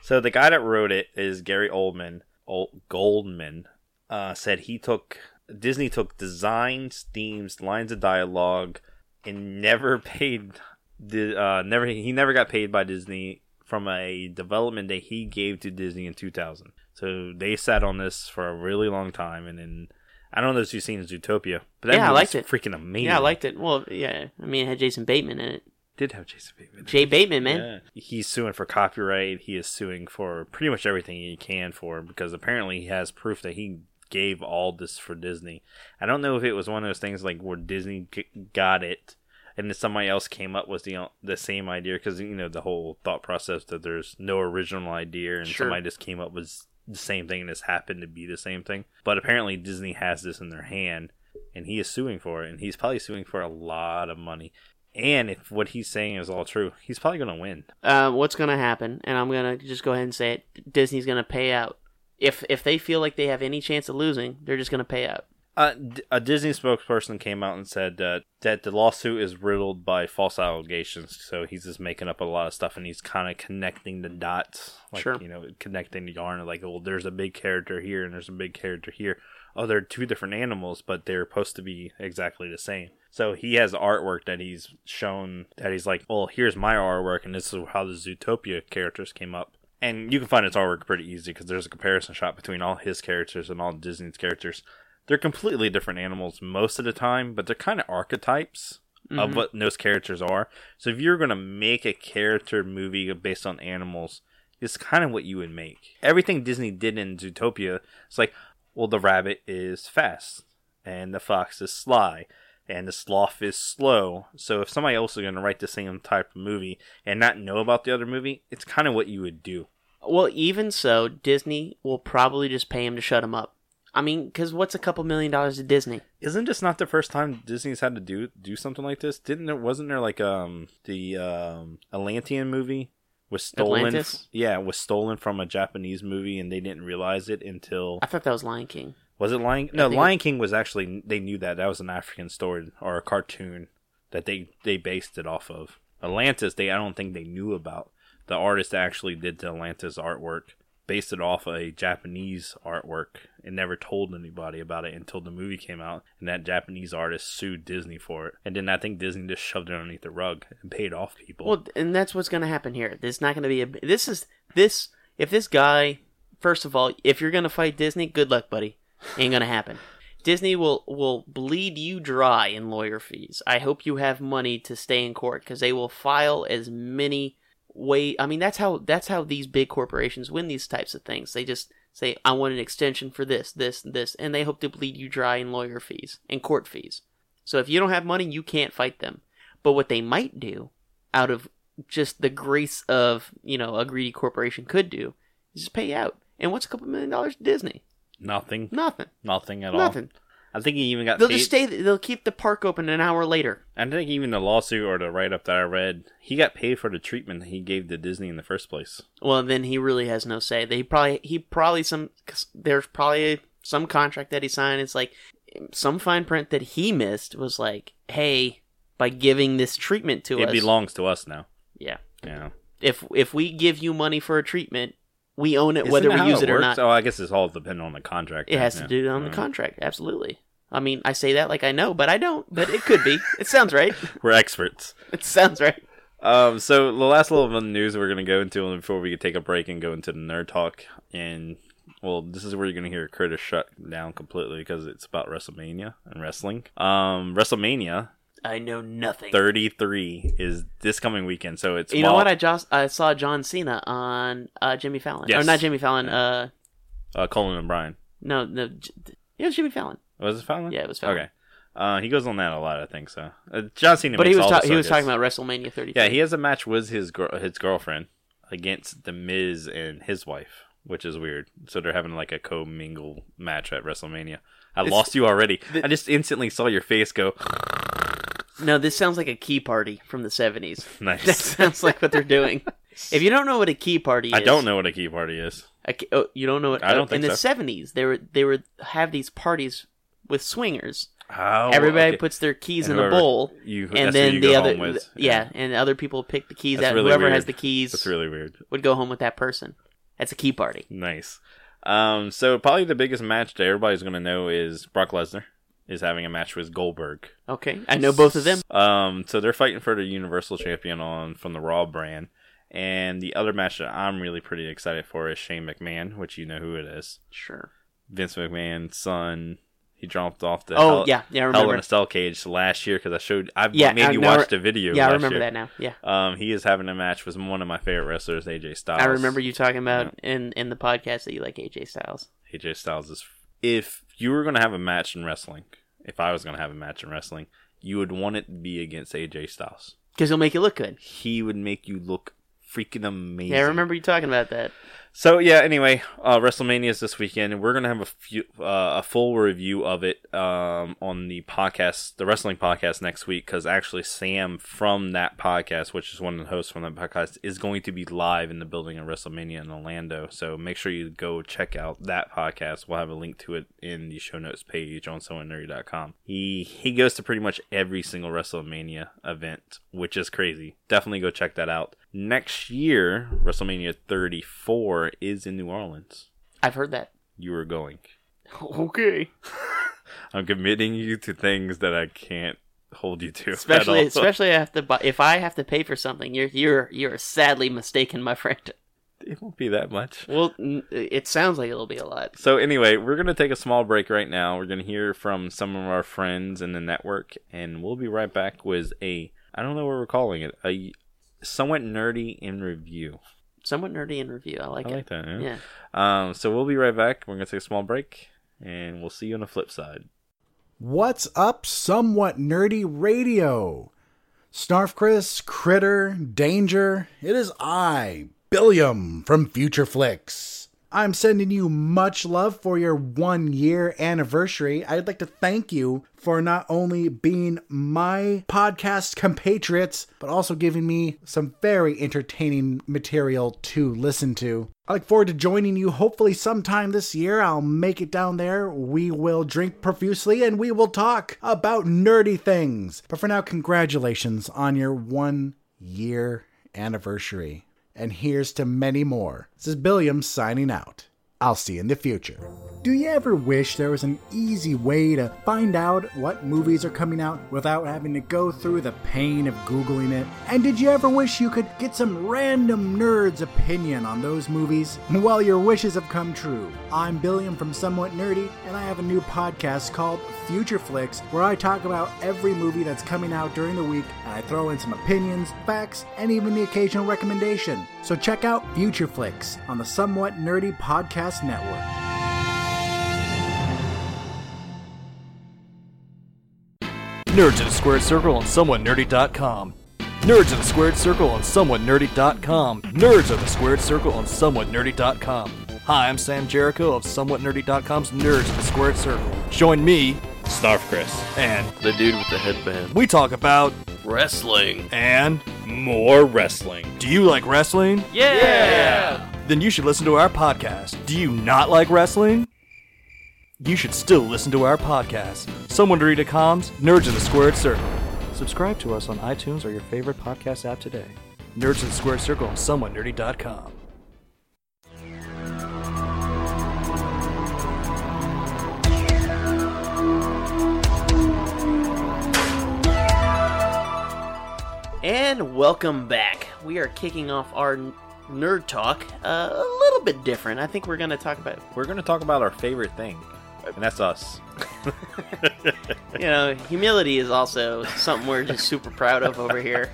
A: So the guy that wrote it is Gary Oldman. Old, Goldman uh, said he took Disney took designs, themes, lines of dialogue, and never paid. The, uh, never he never got paid by Disney from a development that he gave to Disney in 2000. So they sat on this for a really long time, and then I don't know if you've seen Zootopia, but that
B: Yeah, I
A: movie's
B: liked it.
A: Freaking amazing!
B: Yeah, I liked it. Well, yeah. I mean, it had Jason Bateman in it.
A: Did have Jason Bateman.
B: Jay Bateman, man.
A: Yeah. He's suing for copyright. He is suing for pretty much everything he can for because apparently he has proof that he gave all this for Disney. I don't know if it was one of those things like where Disney g- got it and then somebody else came up with the uh, the same idea because you know the whole thought process that there's no original idea and
B: Sure.
A: somebody just came up with the same thing and this happened to be the same thing. But apparently Disney has this in their hand and he is suing for it and he's probably suing for a lot of money. And if what he's saying is all true, he's probably going to win.
B: uh, what's going to happen, and I'm going to just go ahead and say it. Disney's going to pay out. If if they feel like they have any chance of losing, they're just going to pay out.
A: Uh, D- a Disney spokesperson came out and said that, that the lawsuit is riddled by false allegations. So he's just making up a lot of stuff and he's kind of connecting the dots. Like,
B: Sure.
A: You know, connecting the yarn. Like, oh, there's a big character here and there's a big character here. Oh, they're two different animals, but they're supposed to be exactly the same. So he has artwork that he's shown that he's like, well, here's my artwork and this is how the Zootopia characters came up. And you can find his artwork pretty easy because there's a comparison shot between all his characters and all Disney's characters they're completely different animals most of the time, but they're kind of archetypes of
B: Mhm.
A: what those characters are. So if you're going to make a character movie based on animals, it's kind of what you would make. Everything Disney did in Zootopia, it's like, well, the rabbit is fast, and the fox is sly, and the sloth is slow. So if somebody else is going to write the same type of movie and not know about the other movie, it's kind of what you would do.
B: Well, even so, Disney will probably just pay him to shut him up. I mean, because what's a couple million dollars to Disney?
A: isn't this not the first time Disney's had to do do something like this? Didn't there wasn't there like um the um Atlantean movie was stolen
B: Atlantis?
A: Yeah, was stolen from a Japanese movie and they didn't realize it until
B: I thought that was Lion King.
A: was it Lion No,
B: think it-
A: Lion King was actually they knew that. That was an African story or a cartoon that they they based it off of. Atlantis they I don't think they knew about. The artist that actually did the Atlantis artwork based it off a Japanese artwork and never told anybody about it until the movie came out and that Japanese artist sued Disney for it. And then I think Disney just shoved it underneath the rug and paid off people.
B: Well, and that's what's going to happen here. There's not going to be a. This is this. If this guy, first of all, if you're going to fight Disney, good luck, buddy. Ain't going to happen. Disney will will bleed you dry in lawyer fees. I hope you have money to stay in court because they will file as many way. I mean, that's how that's how these big corporations win these types of things. They just say, "I want an extension for this, this, and this," and they hope to bleed you dry in lawyer fees and court fees. So if you don't have money, you can't fight them. But what they might do, out of just the grace of you know a greedy corporation could do, is just pay out. And what's a couple million dollars to Disney?
A: nothing.
B: Nothing.
A: Nothing at
B: Nothing.
A: all. I think he even got
B: They'll
A: paid.
B: just stay. They'll keep the park open an hour later.
A: I think even the lawsuit or the write up that I read, he got paid for the treatment he gave to Disney in the first place.
B: Well, then he really has no say. They probably he probably some 'cause there's probably some contract that he signed. It's like some fine print that he missed was like, hey, by giving this treatment to
A: it
B: us,
A: belongs to us now.
B: yeah.
A: Yeah.
B: If if we give you money for a treatment, we own it
A: Isn't
B: whether
A: that
B: we
A: how
B: use it, or not.
A: works? Oh, I guess it's all dependent on the contract.
B: It has
A: Yeah. Mm.
B: to do on the
A: Yeah.
B: contract. Absolutely. I mean, I say that like I know, but I don't. But it could be. it sounds right.
A: We're experts.
B: It sounds right.
A: Um, so the last little bit of news we're gonna go into before we take a break and go into the nerd talk, and well, this is where you're gonna hear Curtis shut down completely because it's about WrestleMania and wrestling. Um, WrestleMania
B: I know nothing.
A: 33 is this coming weekend, so it's
B: you know
A: while-
B: what? I just I saw John Cena on uh, Jimmy Fallon.
A: Yes.
B: Or not Jimmy Fallon. Uh,
A: uh, Colin O'Brien.
B: no, no. J- It was Jimmy Fallon.
A: Was it Fallon?
B: Yeah, it was Fallon.
A: Okay. Uh, he goes on that a lot, I think so. Uh, John Cena,
B: But he
A: makes
B: was
A: all
B: ta-
A: the
B: he was
A: circus.
B: talking about WrestleMania 30.
A: Yeah, he has a match with his girl, his girlfriend against the Miz and his wife, which is weird. So they're having like a co-mingle match at WrestleMania. I
B: It's-
A: lost you already.
B: the-
A: I just instantly saw your face go
B: No, this sounds like a key party from the 70s. That
A: nice.
B: sounds like what they're doing. If you don't know what a key party is,
A: I don't know what a key party is.
B: A, ki- oh, you don't know what
A: I don't
B: oh,
A: think so.
B: in the seventies they were they were have these parties with swingers.
A: Oh,
B: Everybody
A: okay.
B: puts their keys
A: And
B: in a
A: whoever-
B: bowl,
A: you, that's
B: and
A: who
B: then
A: you
B: the
A: go
B: other
A: home with.
B: yeah, and other people pick the keys
A: That's
B: out.
A: really
B: Whoever has
A: weird.
B: the keys
A: that's really weird.
B: would go home with that person. That's a key party.
A: Nice. Um, so probably the biggest match that everybody's going to know is Brock Lesnar is having a match with Goldberg.
B: Okay, I know both of them.
A: Um, so they're fighting for the Universal Champion on from the Raw brand, and the other match that I'm really pretty excited for is Shane McMahon, which you know who it is.
B: Sure.
A: Vince McMahon's son. He jumped off the
B: oh
A: hell,
B: yeah, yeah, I
A: Hell in
B: remember.
A: a Cell cage last year because I showed I
B: Yeah,
A: made
B: I
A: you
B: know-
A: watch the video.
B: Yeah, I
A: last
B: remember
A: year.
B: that now. Yeah,
A: Um, he is having a match with one of my favorite wrestlers, AJ Styles.
B: I remember you talking about in in the podcast that you like AJ Styles.
A: AJ Styles is. If you were going to have a match in wrestling, if I was going to have a match in wrestling, you would want it to be against AJ Styles.
B: Because he'll make you look good.
A: He would make you look freaking amazing.
B: Yeah, I remember you talking about that.
A: So yeah. Anyway, uh, WrestleMania is this weekend, and we're gonna have a few, uh, a full review of it um, on the podcast, the wrestling podcast next week. Because actually, Sam from that podcast, which is one of the hosts from that podcast, is going to be live in the building of WrestleMania in Orlando. So make sure you go check out that podcast. We'll have a link to it in the show notes page on someonenerdy.com. He he goes to pretty much every single WrestleMania event, which is crazy. Definitely go check that out. Next year, WrestleMania 34 is in New Orleans.
B: I've heard that.
A: You are going.
B: Okay.
A: I'm committing you to things that I can't hold you to. at
B: Especially,
A: all.
B: especially I have to buy, if I have to pay for something, you're you're you're sadly mistaken, my friend.
A: it won't be that much.
B: Well, n- it sounds like it'll be a lot.
A: So anyway, we're gonna take a small break right now. We're gonna hear from some of our friends in the network, and we'll be right back with a I don't know what we're calling it a somewhat nerdy in review.
B: Somewhat nerdy in review. I like
A: I
B: it.
A: like that. Yeah.
B: yeah.
A: Um. So we'll be right back. We're gonna take a small break, and we'll see you on the flip side.
C: What's up, somewhat nerdy radio? Snarf Chris, Critter, Danger, it is I, Billiam from Future Flicks. I'm sending you much love for your one year anniversary. I'd like to thank you for not only being my podcast compatriots, but also giving me some very entertaining material to listen to. I look forward to joining you hopefully sometime this year. I'll make it down there. We will drink profusely and we will talk about nerdy things. But for now, congratulations on your one year anniversary. And here's to many more. This is Billiam signing out. I'll see you in the future. Do you ever wish there was an easy way to find out what movies are coming out without having to go through the pain of Googling it? And did you ever wish you could get some random nerd's opinion on those movies? Well, your wishes have come true. I'm Billiam from Somewhat Nerdy, and I have a new podcast called Future Flicks where I talk about every movie that's coming out during the week and I throw in some opinions, facts, and even the occasional recommendation. So check out Future Flicks on the Somewhat Nerdy Podcast Network.
D: Nerds in a Squared Circle on SomewhatNerdy.com. Nerds in a Squared Circle on SomewhatNerdy.com. Nerds of the Squared Circle on SomewhatNerdy.com. Hi, I'm Sam Jericho of SomewhatNerdy.com's Nerds in the Squared Circle. Join me,
A: Snarf Chris.
D: and
B: The dude with the headband.
D: we talk about
B: Wrestling.
D: and
A: More wrestling.
D: do you like wrestling?
B: Yeah.
D: Then you should listen to our podcast. Do you not like wrestling? You should still listen to our podcast. SomewhatNerdy.com's Nerds in the Squared Circle. Subscribe to us on iTunes or your favorite podcast app today. Nerds in the Squared Circle on SomewhatNerdy.com.
B: And welcome back. We are kicking off our n- nerd talk uh, a little bit different. I think we're going to talk about
A: We're gonna talk about our favorite thing, and that's us.
B: you know, humility is also something we're just super proud of over here.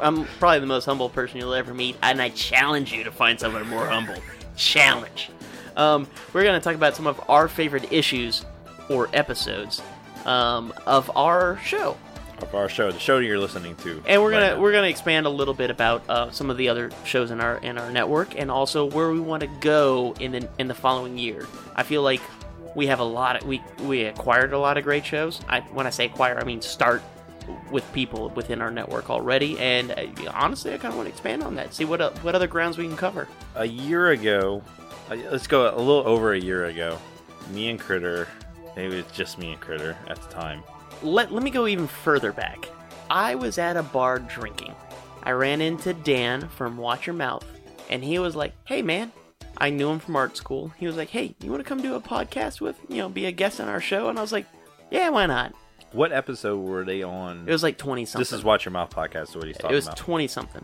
B: I'm probably the most humble person you'll ever meet, and I challenge you to find someone more humble. Challenge. Um, we're going to talk about some of our favorite issues or episodes um, of our show,
A: Of our show, the show you're listening to,
B: and we're gonna
A: right now.
B: we're gonna expand a little bit about uh, some of the other shows in our in our network, and also where we want to go in the in the following year. I feel like we have a lot of we we acquired a lot of great shows. I when I say acquire, I mean start with people within our network already. And uh, honestly, I kind of want to expand on that. See what o- what other grounds we can cover.
A: a year ago, uh, let's go a little over a year ago, me and Critter, maybe it's just me and Critter at the time.
B: Let let me go even further back. I was at a bar drinking. I ran into Dan from Watch Your Mouth, and he was like, "Hey, man." I knew him from art school. He was like, "Hey, you want to come do a podcast with, you know, be a guest on our show?" And I was like, "Yeah, why not?"
A: What episode were they on?
B: It was like 20 something.
A: this is Watch Your Mouth podcast, what he's
B: It
A: talking
B: was
A: about.
B: 20 something.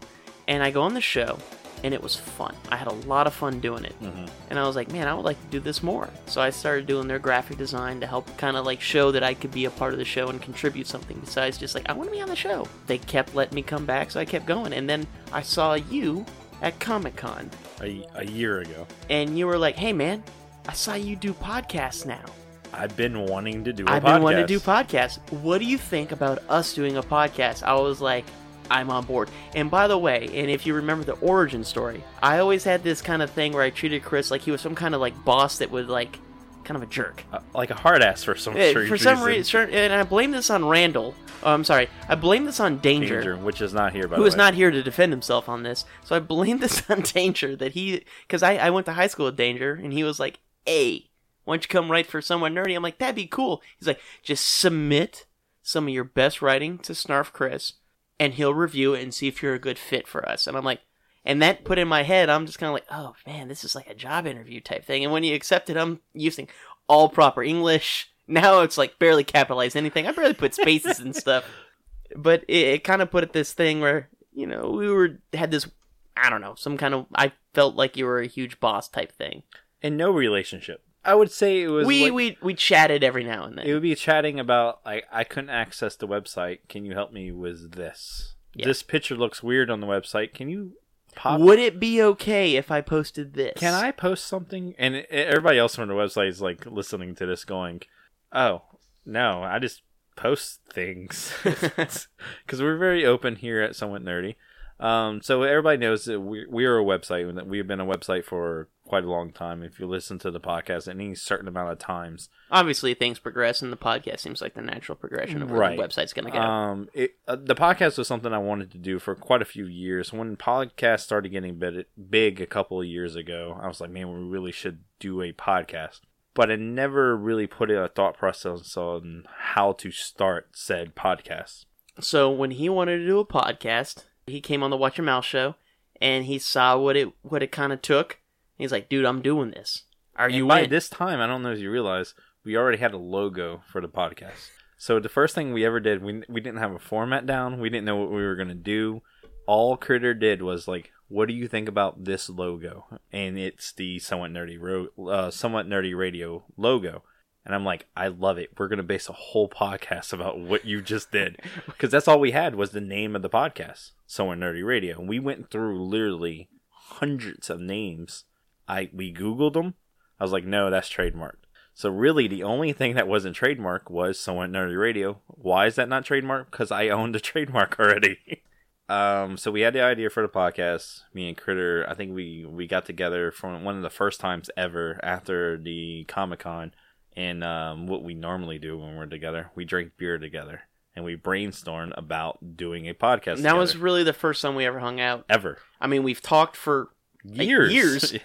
B: And I go on the show, and it was fun. I had a lot of fun doing it.
A: Mm-hmm.
B: And I was like, man, I would like to do this more. So I started doing their graphic design to help kind of like show that I could be a part of the show and contribute something besides just like, I want to be on the show. They kept letting me come back, so I kept going. And then I saw you at Comic Con,
A: a, a year ago.
B: and you were like, hey, man, I saw you do podcasts now.
A: I've been wanting to do a
B: I've
A: podcast.
B: been wanting to do podcasts. What do you think about us doing a podcast? I was like, I'm on board. And by the way, and if you remember the origin story, I always had this kind of thing where I treated Chris like he was some kind of like boss that would like kind of a jerk.
A: Uh, like a hard ass for some
B: Eh,
A: strange
B: For some
A: reason.
B: reason, and I blame this on Randall. Oh, I'm sorry, I blame this on Danger
A: Danger, which is not here, by
B: who
A: the
B: is
A: way.
B: not here to defend himself on this. So I blame this on Danger that he, because I, I went to high school with Danger and he was like, hey, why don't you come write for someone nerdy? I'm like, that'd be cool. He's like, just submit some of your best writing to Snarf Chris and he'll review it and see if you're a good fit for us. And I'm like, and that put in my head, I'm just kind of like, oh man, this is like a job interview type thing. And when you accept it, I'm using all proper English. Now it's like barely capitalize anything. I barely put spaces and stuff but it, it kind of put it this thing where you know we were had this I don't know some kind of I felt like you were a huge boss type thing.
A: In no relationship. I would say it was.
B: We
A: like-
B: we we chatted every now and then.
A: It would be chatting about like I couldn't access the website. Can you help me with this?
B: Yeah.
A: This picture looks weird on the website. Can you pop?
B: Would it be okay if I posted this?
A: Can I post something? And it- everybody else on the website is like listening to this, going, "Oh no, I just post things because we're very open here at Somewhat Nerdy." Um, so everybody knows that we we are a website and that we've been a website for quite a long time. If you listen to the podcast any certain amount of times,
B: Obviously, things progress, and the podcast seems like the natural progression of where
A: Right.
B: the website's going to go.
A: Um, it, uh, the podcast was something I wanted to do for quite a few years. When podcasts started getting bit, big a couple of years ago, I was like, man, we really should do a podcast. But I never really put in a thought process on how to start said podcast.
B: so when he wanted to do a podcast, he came on the Watch Your Mouth show, and he saw what it what it kind of took. He's like, "Dude, I'm doing this. Are
A: And
B: you
A: by
B: in?"
A: this time? I don't know if you realize we already had a logo for the podcast. So the first thing we ever did, we we didn't have a format down. We didn't know what we were gonna do. All Critter did was like, "What do you think about this logo?" And it's the somewhat nerdy, ro- uh, somewhat nerdy radio logo. And I'm like, "I love it. We're gonna base a whole podcast about what you just did, because that's all we had was the name of the podcast, somewhat nerdy radio." And we went through literally hundreds of names. I we googled them. I was like, no, that's trademarked. So really, the only thing that wasn't trademarked was someone nerdy radio. Why is that not trademarked? Because I owned the trademark already. um, so we had the idea for the podcast. Me and Critter, I think we we got together from one of the first times ever after the Comic Con, and um, what we normally do when we're together, we drink beer together and we brainstorm about doing a podcast.
B: And that was
A: together.
B: really the first time we ever hung out.
A: ever
B: I mean, we've talked for
A: years
B: years.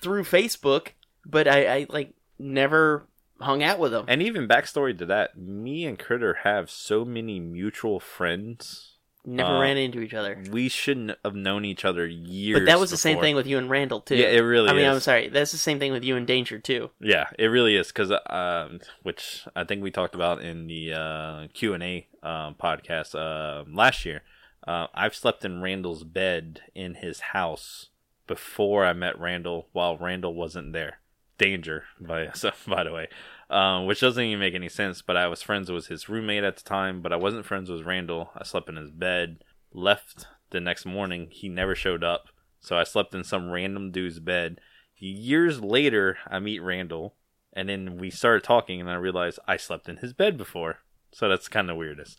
B: through Facebook, but I, I like never hung out with him.
A: And even backstory to that, me and Critter have so many mutual friends.
B: never
A: uh,
B: ran into each other.
A: We shouldn't have known each other years.
B: But that was the same
A: before.
B: thing with you and Randall too.
A: Yeah, it really
B: I mean,
A: is.
B: I'm sorry. That's the same thing with you and Danger too.
A: Yeah, it really is because, um, which I think we talked about in the uh, Q and A um, podcast um last year. Uh, I've slept in Randall's bed in his house before I met Randall, while Randall wasn't there. Danger, by so, by the way, um, which doesn't even make any sense. But I was friends with his roommate at the time, but I wasn't friends with Randall. I slept in his bed. Left the next morning. He never showed up, so I slept in some random dude's bed. Years later, I meet Randall, and then we started talking, and I realized I slept in his bed before. So that's kind of weirdest.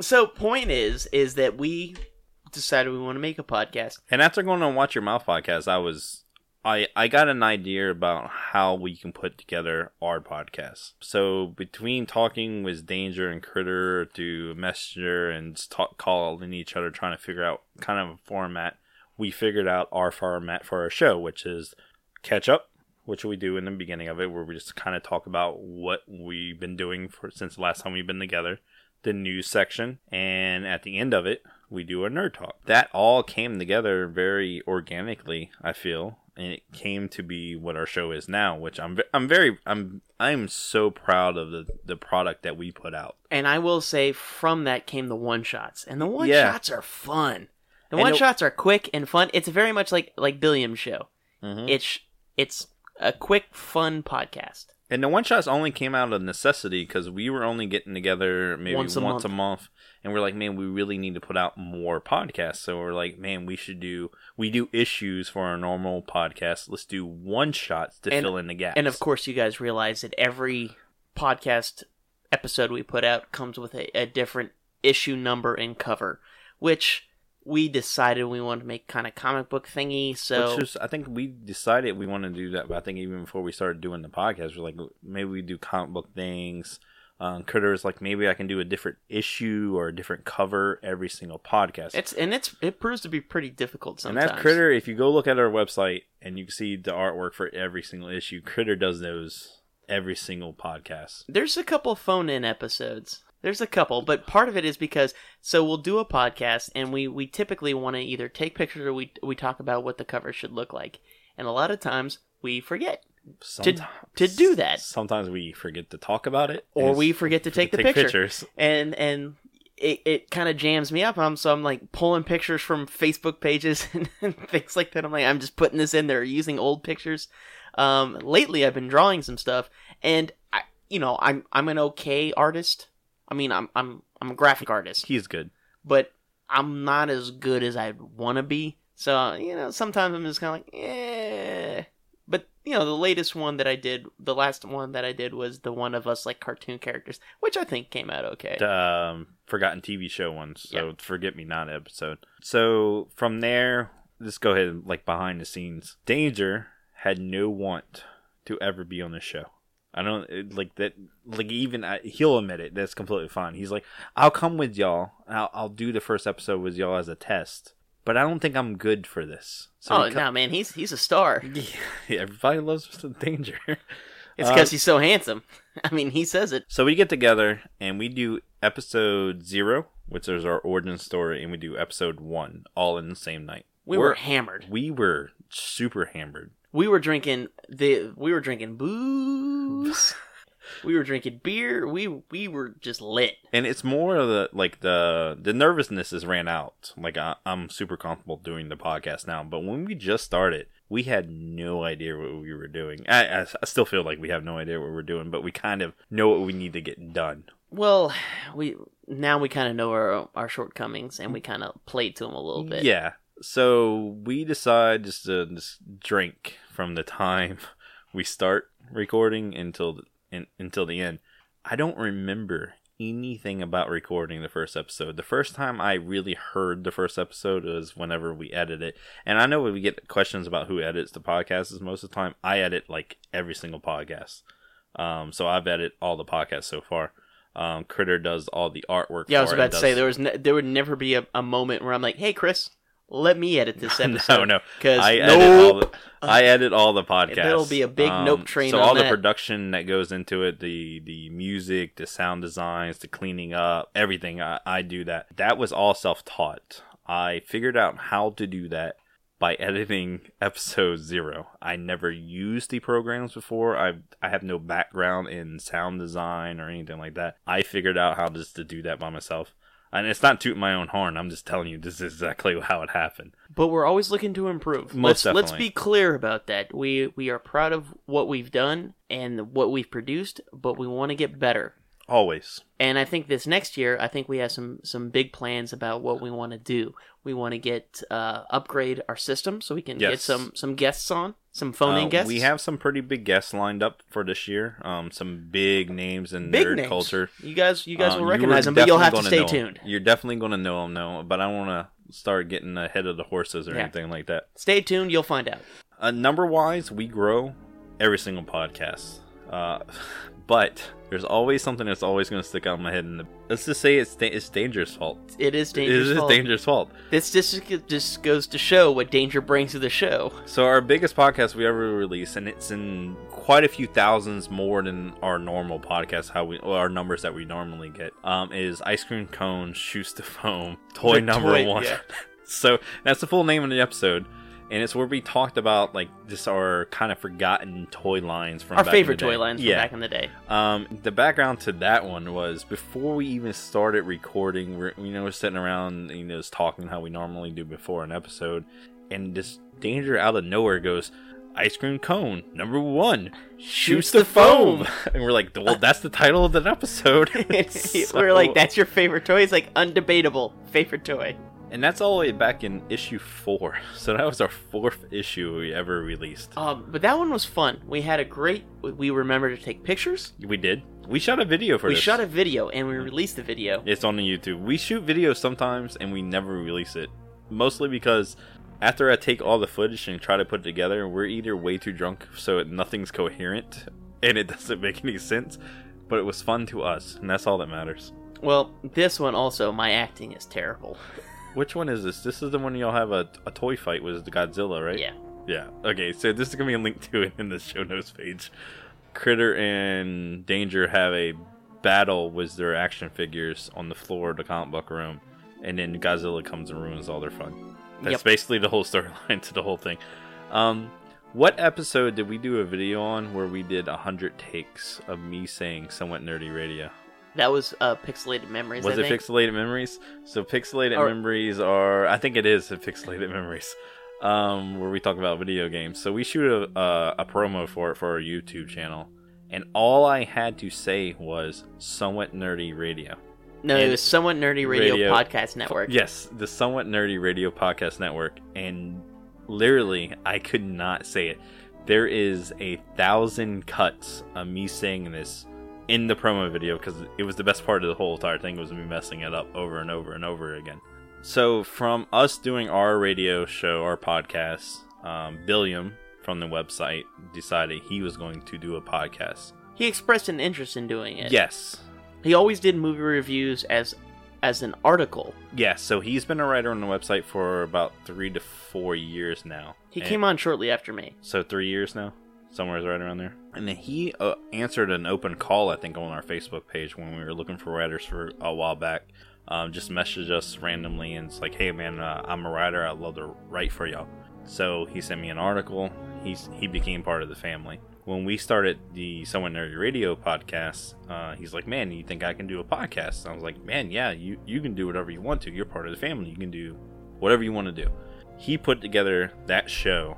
B: So point is, is that we decided we want to make a podcast.
A: And after going on Watch Your Mouth podcast, I was I I got an idea about how we can put together our podcast. So between talking with Danger and Critter to Messenger and just talk calling each other, trying to figure out kind of a format, we figured out our format for our show, which is catch up, which we do in the beginning of it, where we just kind of talk about what we've been doing for since the last time we've been together, the news section, and at the end of it. We do a nerd talk. That all came together very organically, I feel and it came to be what our show is now, which I'm ve- I'm very I'm I'm so proud of the the product that we put out.
B: And I will say, from that came the one shots, and the one
A: Yeah.
B: shots are fun. The
A: And
B: one
A: it-
B: shots are quick and fun. It's very much like like Billiam's show.
A: Mm-hmm.
B: It's it's a quick, fun podcast.
A: And the one shots only came out of necessity because we were only getting together maybe
B: Once
A: once,
B: a
A: a, month. and we're like, man, we really need to put out more podcasts. So we're like, man, we should do we do issues for our normal podcast. Let's do one shots to
B: And-
A: fill in the gaps.
B: And of course, you guys realize that every podcast episode we put out comes with a, a different issue number and cover, which we decided we wanted to make kind of comic book thingy. So
A: Which is, I think we decided we want to do that. But I think even before we started doing the podcast, we're like, maybe we do comic book things. Um, Critter is like, maybe I can do a different issue or a different cover every single podcast.
B: it's and it's it proves to be pretty difficult
A: and
B: sometimes.
A: that Critter, if you go look at our website and you can see the artwork for every single issue, Critter does those every single podcast.
B: There's a couple phone in episodes. There's a couple, but part of it is because so we'll do a podcast and we we typically want to either take pictures or we we talk about what the cover should look like. And a lot of times we forget
A: Sometimes,
B: to do that.
A: Sometimes we forget to talk about it,
B: or
A: and
B: we forget to take the
A: take
B: picture.
A: pictures.
B: And and it, it kind of jams me up. I'm so I'm like pulling pictures from Facebook pages and, things like that. I'm like I'm just putting this in there using old pictures. Um, lately I've been drawing some stuff and I you know, I'm I'm an okay artist. I mean, I'm I'm I'm a graphic artist
A: He's good.
B: but I'm not as good as I'd want to be. So, you know, sometimes I'm just kind of like, eh. But, you know, the latest one that I did, the last one that I did was the one of us, like, cartoon characters, which I think came out okay.
A: um, forgotten TV show ones. So forget me not episode. So from there, let's go ahead and like behind the scenes. Danger had no want to ever be on this show. I don't it- like that. Like even I, he'll admit it. That's completely fine. He's like, I'll come with y'all. and I'll, I'll do the first episode with y'all as a test. But I don't think I'm good for this. So
B: oh,
A: he
B: no,
A: co-
B: man, he's he's a star.
A: everybody loves Mr. Danger.
B: It's
A: Uh,
B: because he's so handsome. I mean, he says it.
A: So we get together and we do episode zero, which is our origin story, and we do episode one all in the same night.
B: We were
A: We're-
B: hammered.
A: we were super hammered.
B: We were drinking the we were drinking booze. we were drinking beer. We we were just lit.
A: And it's more of the like the the nervousness has ran out. Like I, I'm super comfortable doing the podcast now, but when we just started, we had no idea what we were doing. I, I, I still feel like we have no idea what we're doing, but we kind of know what we need to get done.
B: Well, we now we kind of know our our shortcomings, and we kind of played to them a little bit.
A: Yeah. So we decide just to just drink from the time we start recording until the, in, until the end. I don't remember anything about recording the first episode. The first time I really heard the first episode was whenever we edit it. And I know we get questions about who edits the podcasts is most of the time. I edit like every single podcast. Um, so I've edited all the podcasts so far. Um, Critter does all the artwork.
B: yeah. I was
A: for it,
B: about to say
A: does-
B: there was ne- there would never be a, a moment where I'm like, "Hey, Chris, let me edit this
A: No,
B: episode."
A: no.
B: because
A: I edit all
B: nope.
A: the, I edit all the podcasts. Um,
B: There'll be a big nope train
A: So
B: on
A: all
B: that.
A: the production that goes into it, the the music, the sound designs, the cleaning up, everything. I, I do that. That was all self taught. I figured out how to do that by editing episode zero. I never used the programs before. I I have no background in sound design or anything like that. I figured out how just to do that by myself. And it's not tooting my own horn. I'm just telling you this is exactly how it happened.
B: But we're always looking to improve.
A: Most
B: let's let's
A: definitely.
B: be clear about that. We we are proud of what we've done and what we've produced, but we want to get better.
A: Always.
B: and I think this next year, I think we have some some big plans about what we want to do. We want to get uh, upgrade our system so we can get
A: Yes.
B: some some guests on, some phone in
A: Uh,
B: guests.
A: We have some pretty big guests lined up for this year. Um, some big names in
B: big
A: nerd
B: names.
A: culture.
B: You guys, you guys
A: Uh,
B: will
A: you
B: recognize
A: are
B: them, but you'll
A: definitely
B: have to
A: gonna
B: stay
A: know 'em.
B: tuned.
A: You're definitely going to know them, though. But I don't want to start getting ahead of the horses or
B: Yeah.
A: anything like that.
B: Stay tuned. You'll find out.
A: Uh, number wise, we grow every single podcast. Uh, but there's always something that's always going to stick out in my head. And let's just say it's da- it's Danger's fault.
B: It is
A: It
B: dangerous.
A: is
B: fault.
A: Danger's fault.
B: This just just goes to show what danger brings to the show.
A: So our biggest podcast we ever released, and it's in quite a few thousands more than our normal podcast. How we or our numbers that we normally get um, is ice cream cone, shoes to foam, toy
B: The
A: number
B: toy,
A: one.
B: yeah.
A: so that's the full name of the episode, and it's where we talked about like just our kind of forgotten toy lines from
B: Our
A: back in the
B: favorite
A: day.
B: toy lines
A: Yeah,
B: from back in the day.
A: um, the background to that one was before we even started recording, we're you know we're sitting around you know just talking how we normally do before an episode, and this danger out of nowhere goes ice cream cone number one shoots the foam, and we're like well that's the title of that episode.
B: We're like,
A: that,
B: that's your favorite toy. It's like undebatable favorite toy.
A: and that's all the way back in issue four. So that was our fourth issue we ever released.
B: Um, but that one was fun. We had a great. We remembered to take pictures.
A: We did. We shot a video for
B: we
A: this. Mm-hmm.
B: shot a video and we released the video.
A: It's on the YouTube. We shoot videos sometimes and we never release it. Mostly because after I take all the footage and try to put it together, we're either way too drunk so it, nothing's coherent and it doesn't make any sense. But it was fun to us, and that's all that matters.
B: Well, this one also, my acting is terrible.
A: Which one is this? This is the one y'all have a, a toy fight with the Godzilla, right?
B: Yeah.
A: Yeah. Okay, so this is gonna be a link to it in the show notes page. Critter and Danger have a battle with their action figures on the floor of the comic book room, and then Godzilla comes and ruins all their fun. That's
B: Yep.
A: basically the whole storyline to the whole thing. Um, what episode did we do a video on where we did a hundred takes of me saying somewhat nerdy radio?
B: That was uh, pixelated memories.
A: was
B: I
A: it
B: think.
A: pixelated memories so pixelated
B: Or-
A: memories are i think it is pixelated memories um where we talk about video games so we shoot a, a, a promo for it for our youtube channel and all i had to say was somewhat nerdy radio
B: No, it
A: and-
B: was somewhat nerdy radio,
A: Radio-
B: podcast network.
A: yes the somewhat nerdy radio podcast network and literally i could not say it there is a thousand cuts of me saying this in the promo video because it was the best part of the whole entire thing was me messing it up over and over and over again so from us doing our radio show our podcast um, billiam from the website decided he was going to do a podcast
B: He expressed an interest in doing it.
A: yes
B: He always did movie reviews as as an article.
A: yes so he's been a writer on the website for about three to four years now
B: He
A: And-
B: came on shortly after me.
A: so three years now somewhere is right around there and then he uh, answered an open call i think on our facebook page when we were looking for writers for a while back um, just messaged us randomly and it's like hey man uh, i'm a writer i'd love to write for y'all so he sent me an article he's he became part of the family when we started the someone nerdy radio podcast uh, he's like man you think i can do a podcast i was like man yeah you, you can do whatever you want to you're part of the family you can do whatever you want to do he put together that show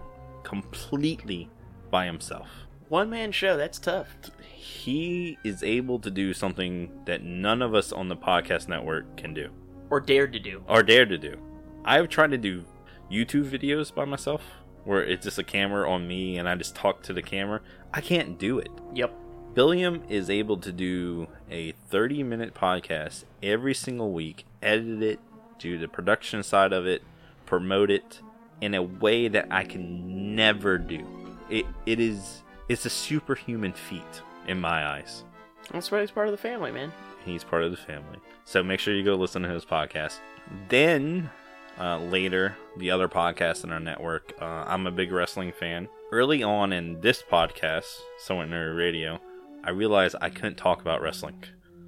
A: completely by himself.
B: One man show. That's tough.
A: He is able to do something that none of us on the podcast network can do
B: Or dared to do.
A: or dare to do. I've tried to do YouTube videos by myself where it's just a camera on me and I just talk to the camera. I can't do it.
B: Yep.
A: Billiam is able to do a 30 minute podcast every single week, edit it, do the production side of it, promote it in a way that I can never do. It it is it's a superhuman feat in my eyes.
B: That's why he's part of the family, man.
A: He's part of the family. So make sure you go listen to his podcast. Then, uh, later, the other podcast in our network, uh, I'm a big wrestling fan. Early on in this podcast, Somewhat Nerdy Radio, I realized I couldn't talk about wrestling.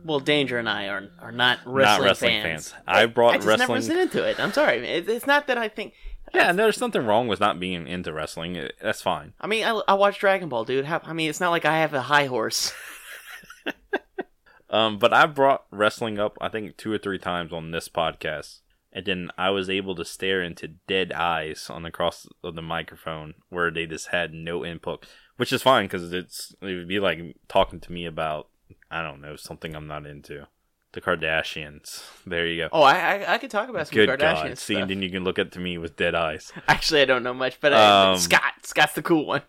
B: Well, Danger and I are are not wrestling,
A: wrestling
B: fans.
A: fans. I brought
B: I just never
A: wrestling-
B: was into it. I'm sorry. man. It, it's not that I think.
A: Yeah, and there's nothing wrong with not being into wrestling. It- That's fine.
B: I mean, I, I watch Dragon Ball, dude. How, I mean, it's not like I have a high horse.
A: Um, but I brought wrestling up, I think, two or three times on this podcast. And then I was able to stare into dead eyes on the cross of the microphone where they just had no input, which is fine because it's it would be like talking to me about I don't know something I'm not into, the Kardashians. There you go.
B: Oh, I I, I could talk about some
A: Good
B: Kardashian
A: God! See,
B: stuff.
A: and then you can look up to me with dead eyes.
B: Actually, I don't know much, but I,
A: Um,
B: Scott Scott's the cool one.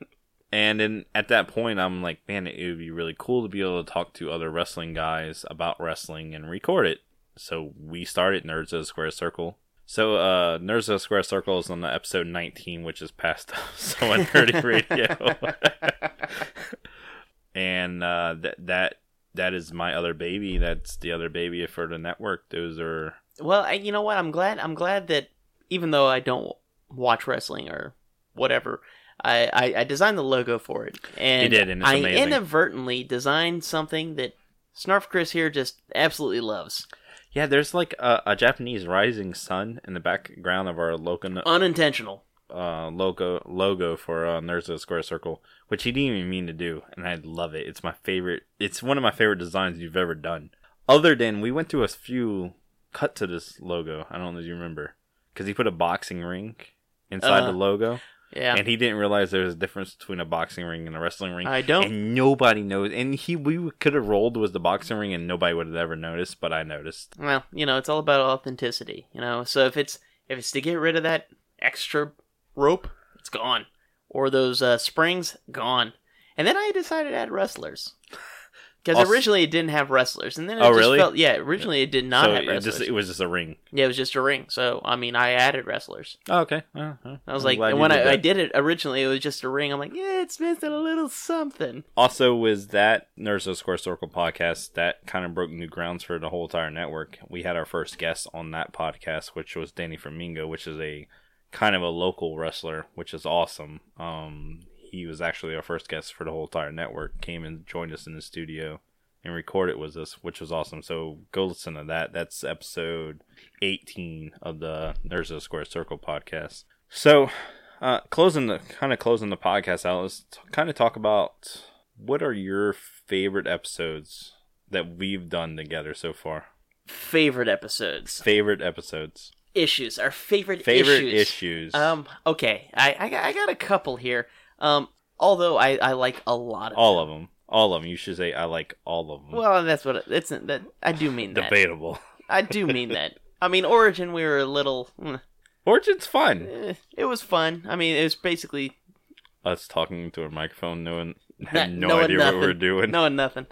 A: And then at that point, I'm like, man, it would be really cool to be able to talk to other wrestling guys about wrestling and record it. So we started Nerds of the Square Circle So, uh, Nerds of the Square Circle is on the episode 19, which is past someone nerdy radio. and uh, that that that is my other baby. That's the other baby for the network. Those are
B: Well, I, you know what? I'm glad. I'm glad that even though I don't watch wrestling or whatever, I I, I designed the logo for it, and
A: You did, and it's
B: I
A: amazing.
B: inadvertently designed something that Snarf Chris here just absolutely loves,
A: yeah. There's like a, a Japanese rising sun in the background of our logo
B: unintentional.
A: uh, logo logo for uh, Nerds of the Square Circle, which he didn't even mean to do, and I love it. It's my favorite. It's one of my favorite designs you've ever done. Other than we went through a few cut to this logo. I don't know if you remember because he put a boxing ring inside
B: Uh,
A: the logo,
B: Yeah,
A: and he didn't realize there was a difference between a boxing ring and a wrestling ring.
B: I don't.
A: And nobody knows. And he we could have rolled with the boxing ring, and nobody would have ever noticed, but I noticed.
B: well, you know, it's all about authenticity. You know, so if it's if it's to get rid of that extra rope, it's gone, or those uh, springs, gone. And then I decided to add wrestlers. Because
A: Also-
B: originally it didn't have wrestlers, and then it
A: Oh,
B: just
A: really?
B: felt yeah. Originally it did not
A: so
B: have
A: it,
B: wrestlers.
A: just, it was just a ring.
B: Yeah, it was just a ring. So I mean, I added wrestlers.
A: Oh, okay. Uh, uh,
B: I was
A: I'm
B: like,
A: glad
B: and
A: you
B: when I, I
A: that.
B: did it originally, it was just a ring. I'm like, yeah, it's missing a little something.
A: also with that Nerds of Square Circle podcast, that kind of broke new grounds for the whole entire network. We had our first guest on that podcast, which was Danny Flamingo, which is a kind of a local wrestler, which is awesome. Um, he was actually our first guest for the whole entire network. Came and joined us in the studio and recorded with us, which was awesome. So go listen to that. That's episode 18 of the Nerds of Square Circle podcast. So uh, closing the kind of closing the podcast out, let's t- kind of talk about what are your favorite episodes that we've done together so far.
B: Favorite episodes,
A: Favorite episodes,
B: issues, our favorite
A: favorite
B: issues.
A: issues.
B: Um, okay, I I got, I got a couple here. Um, although I I like a lot of
A: all of them, all of them. You should say I like all of them.
B: Well, that's what that's that I do mean that.
A: debatable.
B: I do mean that. I mean, Origin, we were a little. mm,
A: Origins fun.
B: eh, it was fun. I mean, it was basically
A: Us talking to a microphone, knowing
B: Not
A: had no
B: knowing
A: idea
B: nothing.
A: what we were doing.
B: knowing nothing.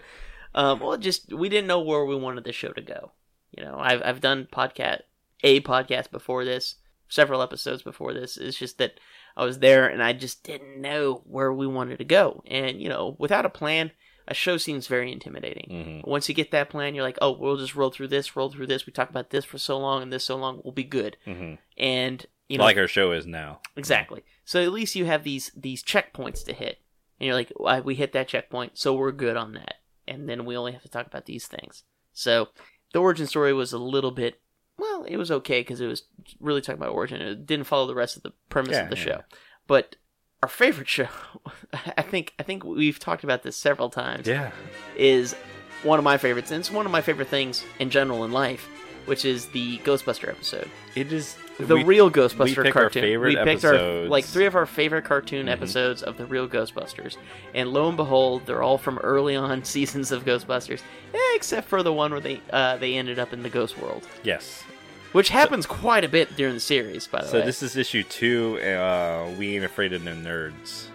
B: Um, well, just we didn't know where we wanted the show to go. You know, I've I've done podcast a podcast before this, several episodes before this. It's just that I was there and I just didn't know where we wanted to go. And you know, without a plan, a show seems very intimidating.
A: Mhm.
B: Once you get that plan, you're like, oh, we'll just roll through this, roll through this. We talk about this for so long and this so long, we'll be good.
A: Mhm.
B: And you know,
A: like our show is now.
B: Exactly. So at least you have these these checkpoints to hit, and you're like, "Why- we hit that checkpoint, so we're good on that, and then we only have to talk about these things. So the origin story was a little bit, well, it was okay because it was really talking about origin. It didn't follow the rest of the premise
A: Yeah,
B: of the
A: yeah.
B: show, but our favorite show, I think, I think we've talked about this several times
A: Yeah.
B: is one of my favorites, and it's one of my favorite things in general in life, which is the Ghostbuster episode
A: It is
B: the
A: we-
B: real Ghostbuster
A: we pick our
B: cartoon.
A: favorite
B: we picked our
A: episodes. Mm-hmm.
B: like three of our favorite cartoon episodes of the real Ghostbusters, and lo and behold, they're all from early on seasons of Ghostbusters, eh, except for the one where they uh, they ended up in the ghost world,
A: Yes.
B: which happens quite a bit during the series. By the
A: So
B: way,
A: this is issue two. Uh, we ain't afraid of no nerds.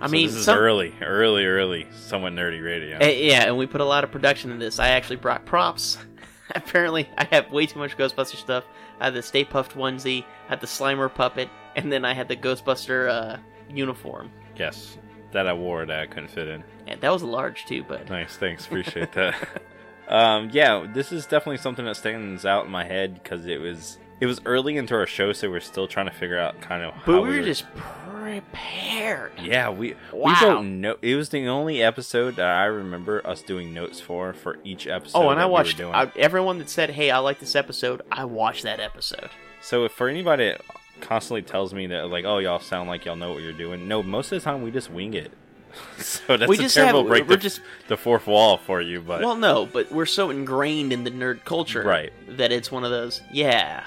B: I
A: So
B: mean,
A: this is
B: some-
A: early, early, early, somewhat nerdy radio.
B: eh, yeah, and we put a lot of production in this. I actually brought props. Apparently, I have way too much Ghostbuster stuff. I had the Stay Puffed onesie, I had the Slimer puppet, and then I had the Ghostbuster uh, uniform.
A: Yes, that I wore that I couldn't fit in.
B: And that was large too, but
A: Nice, thanks, appreciate that. um, yeah, this is definitely something that stands out in my head because it was it was early into our show, so we're still trying to figure out kind of.
B: But
A: how
B: we were just prepared.
A: Yeah, we we
B: Wow.
A: don't know. It was the only episode that I remember us doing notes for for each episode.
B: oh, and I
A: that we were
B: watched
A: doing.
B: I, everyone that said, "Hey, I like this episode." I watched that episode.
A: So if for anybody that constantly tells me that like, oh y'all sound like y'all know what you're doing, no, most of the time we just wing it. so that's
B: We
A: a
B: just
A: terrible
B: have-
A: break
B: we're
A: the,
B: just-
A: the fourth wall for you, but
B: well, no, but we're so ingrained in the nerd culture,
A: Right.
B: That it's one of those, yeah.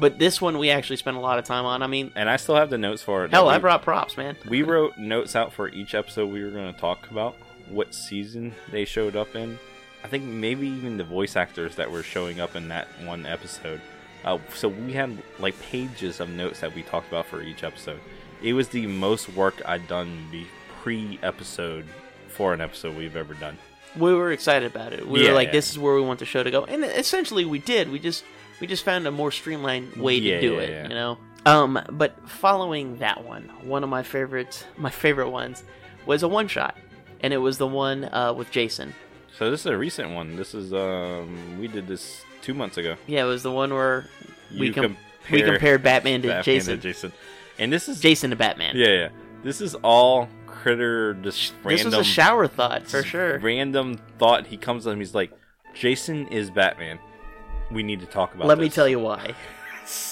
B: But this one we actually spent a lot of time on. I mean,
A: and I still have the notes for it.
B: hell,
A: we,
B: I brought props, man.
A: we wrote notes out for each episode we were gonna talk about, what season they showed up in. I think maybe even the voice actors that were showing up in that one episode. Uh, so we had like pages of notes that we talked about for each episode. It was the most work I'd done be- pre-episode for an episode we've ever done.
B: we were excited about it. We
A: Yeah,
B: were like,
A: yeah.
B: "This is where we want the show to go," and essentially we did. We just we just found a more streamlined way
A: Yeah,
B: to do
A: yeah,
B: it.
A: yeah.
B: You know. Um, but following that one, one of my favorites, my favorite ones, was a one shot, and it was the one uh, with Jason.
A: So this is a recent one. This is um we did this two months ago.
B: Yeah, it was the one where we
A: You
B: com- we
A: compare
B: compared Batman to
A: Batman
B: Jason,
A: and Jason, and this is
B: Jason to Batman.
A: yeah yeah. This is all critter just
B: this
A: random.
B: was a shower thought for sure.
A: Random thought. He comes to him. He's like, Jason is Batman. We need to talk about.
B: Let me
A: this."
B: tell you why.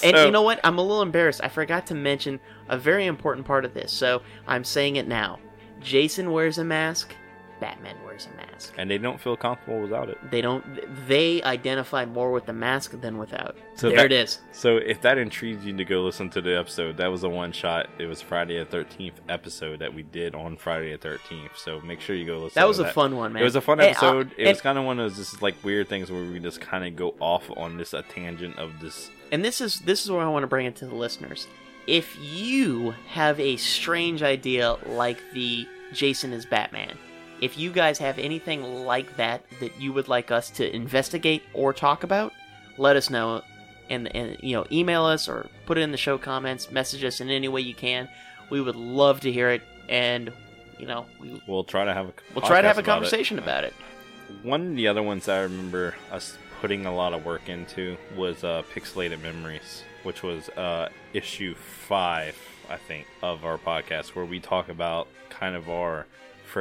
B: And
A: So-
B: you know what? I'm a little embarrassed. I forgot to mention a very important part of this, so I'm saying it now. Jason wears a mask. Batman wears a mask.
A: And they don't feel comfortable without it.
B: They don't. They identify more with the mask than without.
A: So
B: there
A: that-
B: it is.
A: So if that intrigues you to go listen to the episode, that was a one shot. It was Friday the Thirteenth episode that we did on Friday the Thirteenth. So make sure you go listen.
B: That was
A: to
B: a fun one, man.
A: It was a fun
B: Hey, uh,
A: episode. it
B: and-
A: was kind of one of those just like weird things where we just kind of go off on this a tangent of this.
B: and this is this is where I want to bring it to the listeners. If you have a strange idea like the Jason is Batman, if you guys have anything like that that you would like us to investigate or talk about, let us know and and you know, email us or put it in the show comments, message us in any way you can. We would love to hear it and you know, we,
A: We'll try to have a
B: we'll try to
A: podcast
B: have
A: about
B: a
A: it.
B: conversation about it.
A: One of the other ones I remember us putting a lot of work into was uh, Pixelated Memories, which was uh, issue five, I think, of our podcast, where we talk about kind of our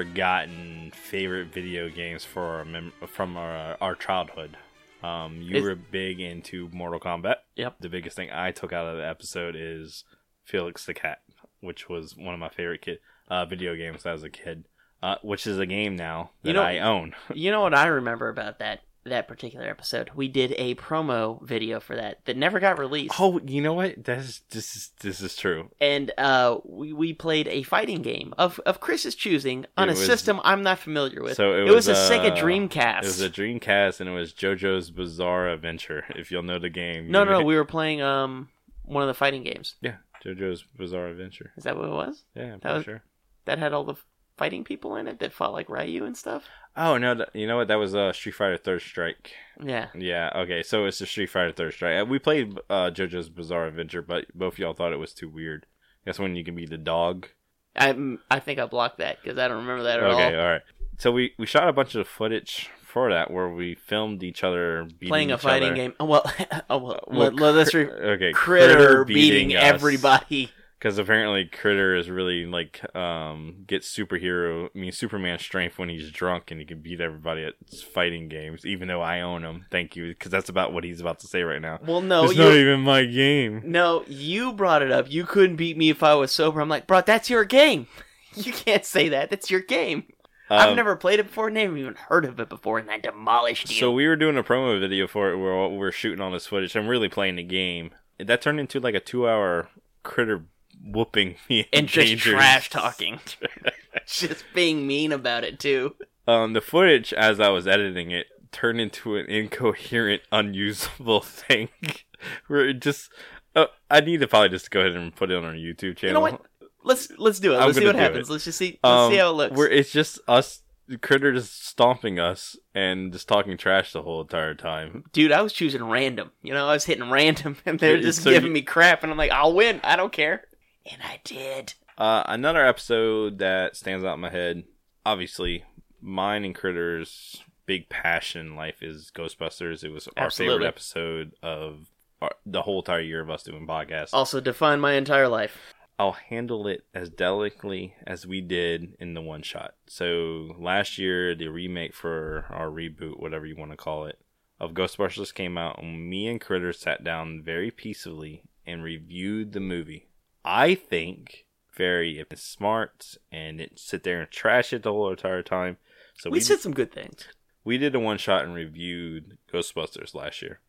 A: forgotten favorite video games for our mem- from our, uh, our childhood. Um, you
B: Is-
A: were big into Mortal Kombat.
B: Yep.
A: The biggest thing I took out of the episode is Felix the Cat, which was one of my favorite kid uh, video games as a kid, uh, which is a game now that
B: You know-
A: I own.
B: You know what I remember about that that particular episode? We did a promo video for that that never got released.
A: Oh, you know what? That is this is this is true.
B: and uh, we, we played a fighting game of, of Chris's choosing on
A: It
B: a
A: was-
B: system I'm not familiar with.
A: So it,
B: a
A: uh,
B: Sega Dreamcast.
A: It was a Dreamcast, and it was JoJo's Bizarre Adventure. If you'll know the game,
B: no,
A: you-
B: no, no, we were playing um one of the fighting games.
A: yeah, JoJo's Bizarre Adventure.
B: Is that what it was?
A: Yeah, I'm
B: That
A: pretty
B: was-
A: sure.
B: That had all the fighting people in it that fought like Ryu and stuff.
A: Oh no, th- you know what? That was uh, Street Fighter Third Strike.
B: Yeah,
A: Yeah, okay. So it's the Street Fighter Third Strike. Uh, We played uh, JoJo's Bizarre Adventure, but both y'all thought it was too weird. That's when you can be the dog.
B: I mm, I think I blocked that because I don't remember that at
A: Okay, uh,
B: all.
A: all right. So we we shot a bunch of footage for that where we filmed each other beating
B: Playing a
A: each
B: fighting
A: other.
B: game. Oh well, oh, well,
A: Well, uh,
B: let, us
A: cr-
B: re-
A: okay
B: critter, beating, everybody.
A: because apparently critter is really like um gets superhero i mean superman strength when he's drunk and he can beat everybody at fighting games even though i own him thank you because that's about what he's about to say right now
B: Well, no,
A: it's
B: Oh, you
A: not even my game
B: No, you brought it up. You couldn't beat me if I was sober. I'm like, bro, that's your game. You can't say that. That's your game. I've
A: Um,
B: never played it before, never even heard of it before, and I demolished you.
A: so we were doing a promo video for it where we we're shooting all this footage i'm really playing the game that turned into like a two-hour critter whooping me
B: and just
A: Danger's-
B: trash talking. just being mean about it, too.
A: um, the footage as I was editing it turned into an incoherent, unusable thing. Where it just, uh, I need to probably just go ahead and put it on our YouTube channel.
B: You know what? Let's let's do it.
A: I'm
B: Let's see
A: gonna
B: what
A: do
B: happens.
A: it.
B: Let's just see let's
A: Um,
B: see how it looks.
A: Where it's just us, the critter just stomping us and just talking trash the whole entire time.
B: Dude, I was choosing random. You know, I was hitting random and they're
A: Yeah,
B: just
A: so
B: giving
A: you-
B: me crap and I'm like, I'll win. I don't care. And I did.
A: Uh, another episode that stands out in my head, obviously, mine and Critter's big passion in life is Ghostbusters. It was our
B: Absolutely.
A: favorite episode of our, the whole entire year of us doing podcasts.
B: Also defined my entire life.
A: I'll handle it as delicately as we did in the one shot. So last year, the remake for our reboot, whatever you want to call it, of Ghostbusters came out, and me and Critter sat down very peacefully and reviewed the movie. I think very smart and didn't sit there and trash it the whole entire time. So
B: we said some good things.
A: we did a one shot and reviewed Ghostbusters last year.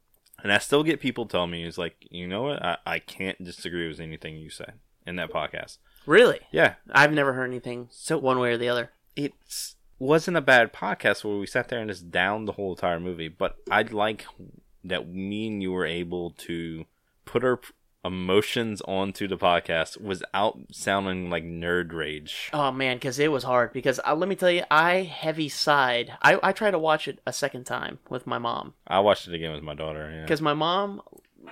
A: And I still get people tell me, it's like, you know what? I, I can't disagree with anything you said in that podcast.
B: Really?
A: Yeah.
B: I've never heard anything so one way or the other.
A: It wasn't a bad podcast where we sat there and just downed the whole entire movie, but I'd like that me and you were able to put our emotions onto the podcast without sounding like nerd rage.
B: Oh man, because it was hard. Because uh, let me tell you, I heavy sighed. I I tried to watch it a second time with my mom
A: I watched it again with my daughter. Yeah.
B: because my mom,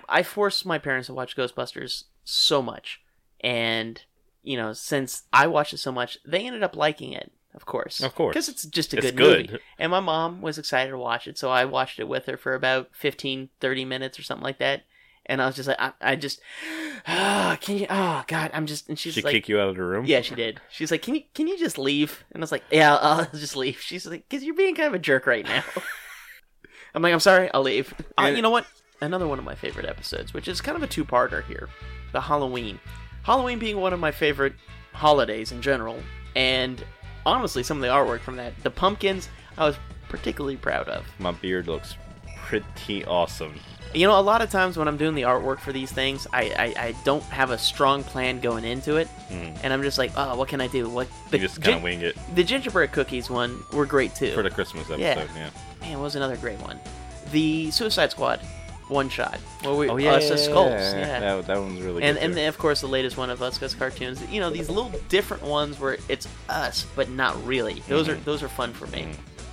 B: I forced my parents to watch Ghostbusters so much, and you know since I watched it so much, they ended up liking it. Of course,
A: Of course.
B: because it's just a
A: It's
B: good,
A: good.
B: movie. And my mom was excited to watch it, so I watched it with her for about 15, 30 minutes or something like that. And I was just like, I, I just, ah, can you, oh God, I'm just, and she's
A: she
B: like,
A: kick you out of the room.
B: Yeah, she did. She's like, "Can you can you just leave?" And I was like, "Yeah, I'll just leave." She's like, "Cause you're being kind of a jerk right now." I'm like, "I'm sorry, I'll leave." Uh,
A: And-
B: you know what? Another one of my favorite episodes, which is kind of a two-parter here, the Halloween. Halloween being one of my favorite holidays in general, and honestly, some of the artwork from that, the pumpkins, I was particularly proud of.
A: my beard looks pretty awesome.
B: You know, a lot of times when I'm doing the artwork for these things, I, I, I don't have a strong plan going into it,
A: Mm.
B: and I'm just like, oh, what can I do? What
A: You just kind of wing it
B: the gingerbread cookies one were great too.
A: for the Christmas episode. Yeah.
B: Man, what was another great one? The Suicide Squad one shot. Well, we
A: Oh yeah,
B: us as skulls. Yeah.
A: That, that one's really
B: and
A: good.
B: and
A: too.
B: then, of course the latest one of us as cartoons. You know these little different ones where it's us but not really. Those
A: Mm-hmm.
B: are those are fun for me.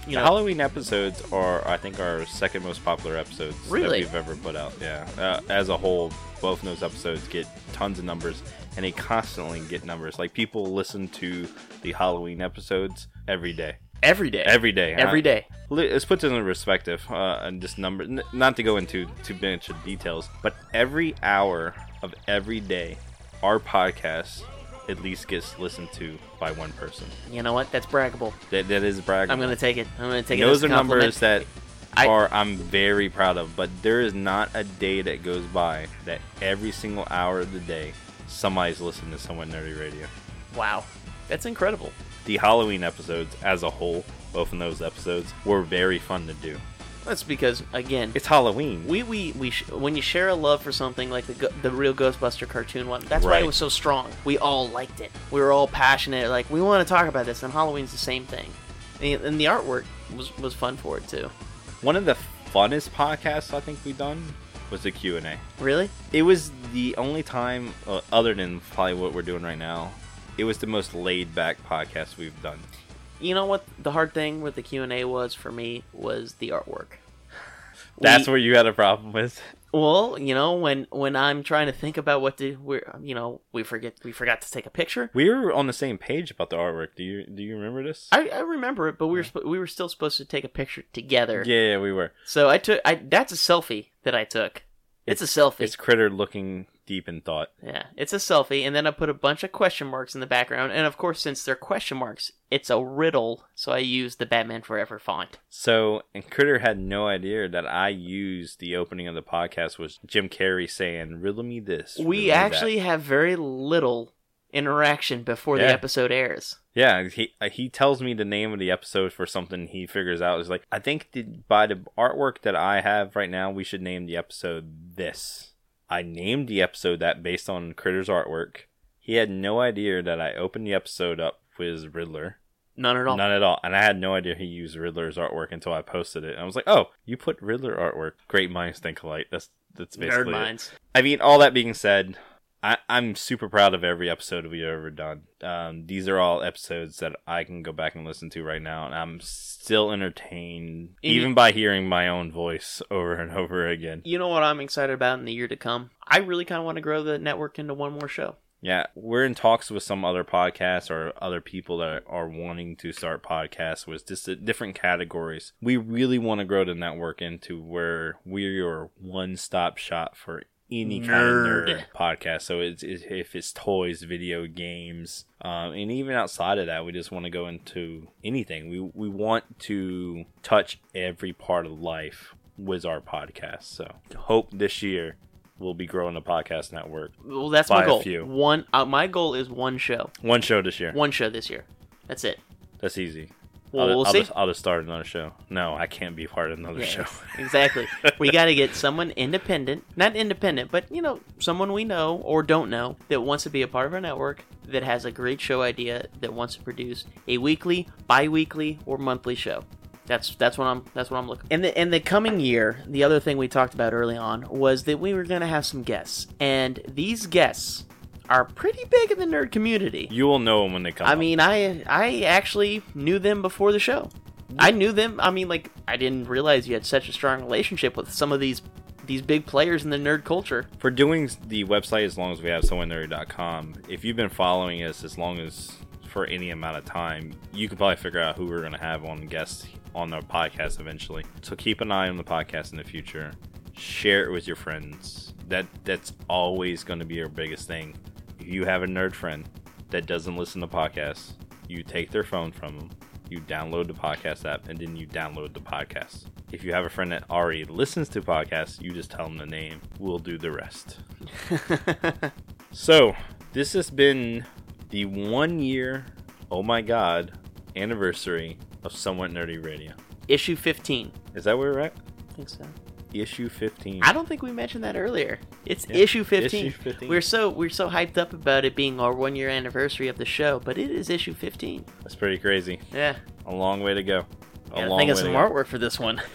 B: You
A: the
B: know,
A: Halloween episodes are, I think, our second most popular episodes
B: Really?
A: that we've ever put out. Yeah, uh, as a whole, both of those episodes get tons of numbers, and they constantly get numbers. Like people listen to the Halloween episodes every day,
B: every day.
A: every day,
B: Every day.
A: Li- Let's put this in perspective, uh, and just number, n- not to go into too much of details, but every hour of every day, our podcast at least gets listened to by one person.
B: You know what? That's braggable.
A: That that is bragging.
B: I'm gonna take it. I'm gonna take it. as
A: Those
B: a
A: are
B: compliment.
A: numbers that
B: I-
A: are I'm very proud of, but there is not a day that goes by that every single hour of the day somebody's listening to someone nerdy radio.
B: Wow, that's incredible.
A: The Halloween episodes as a whole, both of those episodes, were very fun to do.
B: That's because again,
A: It's Halloween.
B: we we, we sh- when you share a love for something like the go- the real Ghostbuster cartoon one, that's why
A: Right.
B: it was so strong. We all liked it. We were all passionate. Like we want to talk about this, and Halloween's the same thing. And, and the artwork was was fun for it too.
A: One of the funnest podcasts I think we've done was the Q&A.
B: Really?
A: It was the only time uh, other than probably what we're doing right now. It was the most laid back podcast we've done.
B: You know what the hard thing with the Q and A was for me was the artwork.
A: That's
B: We-
A: what you had a problem with.
B: well, you know when when I'm trying to think about what to we are you know we forget we forgot to take a picture.
A: We were on the same page about the artwork. Do you do you remember this?
B: I, I remember it, but we were sp- we were still supposed to take a picture together.
A: yeah, yeah, we were.
B: So I took. I that's a selfie that I took. It's, a selfie.
A: It's critter looking deep in thought.
B: yeah, it's a selfie, and then I put a bunch of question marks in the background, and of course, since they're question marks, it's a riddle. So I used the Batman Forever font.
A: So, and critter had no idea that I used the opening of the podcast was Jim Carrey saying, "Riddle me this." riddle me
B: We
A: that."
B: actually have very little interaction before the
A: Yeah.
B: episode airs.
A: yeah. He uh, he tells me the name of the episode for something he figures out. Is like, I think the, by the artwork that I have right now, we should name the episode this. I named the episode that based on critter's artwork. He had no idea that I opened the episode up with Riddler.
B: None at all.
A: None at all. And I had no idea he used Riddler's artwork until I posted it. And I was like, oh, you put Riddler artwork. Great minds think alike. That's that's
B: Nerd
A: basically it.
B: minds.
A: I mean, all that being said, I, I'm super proud of every episode we've ever done. Um, these are all episodes that I can go back and listen to right now, and I'm still entertained,
B: And
A: even
B: you-
A: by hearing my own voice over and over again.
B: You know what I'm excited about in the year to come? I really kind of want to grow the network into one more show.
A: Yeah, we're in talks with some other podcasts or other people that are wanting to start podcasts with just the different categories. We really want to grow the network into where we're your one-stop shop for any kind of
B: Nerd.
A: nerd podcast. So it's, it's if it's toys, video games, um, and even outside of that, we just want to go into anything. We we want to touch every part of life with our podcast. So hope this year we'll be growing a podcast network.
B: Well, that's
A: By
B: my
A: a
B: goal.
A: few.
B: One. Uh, my goal is one show.
A: One show this year.
B: One show this year. That's it.
A: That's easy.
B: Well,
A: I'll,
B: we'll
A: I'll
B: see.
A: Just, I'll just start another show. No, I can't be part of another
B: Yeah,
A: show.
B: exactly. We got to get someone independent, not independent, but you know, someone we know or don't know that wants to be a part of our network, that has a great show idea, that wants to produce a weekly, bi-weekly, or monthly show. That's that's what I'm that's what I'm looking. And the and the coming year, the other thing we talked about early on was that we were going to have some guests, and these guests are pretty big in the nerd community.
A: You will know them when they come.
B: I
A: up.
B: mean, I I actually knew them before the show. I knew them. I mean, like I didn't realize you had such a strong relationship with some of these these big players in the nerd culture.
A: for doing the website as long as we have someonenerd.com, if you've been following us as long as for any amount of time, you could probably figure out who we're going to have on guests on our podcast eventually. So keep an eye on the podcast in the future. Share it with your friends. That that's always going to be our biggest thing. If you have a nerd friend that doesn't listen to podcasts, you take their phone from them, you download the podcast app, and then you download the podcast. If you have a friend that already listens to podcasts, you just tell them the name. We'll do the rest. So, this has been the one year, oh my god, anniversary of Somewhat Nerdy Radio.
B: Issue fifteen.
A: Is that where we're at?
B: I think so.
A: Issue 15.
B: I don't think we mentioned that earlier. It's
A: Yeah.
B: issue 15.
A: Issue 15.
B: We're so we're so hyped up about it being our one year anniversary of the show, but it is issue 15.
A: That's pretty crazy.
B: Yeah,
A: A long way to go. A
B: gotta
A: long
B: think
A: way
B: of some
A: to go.
B: artwork for this one.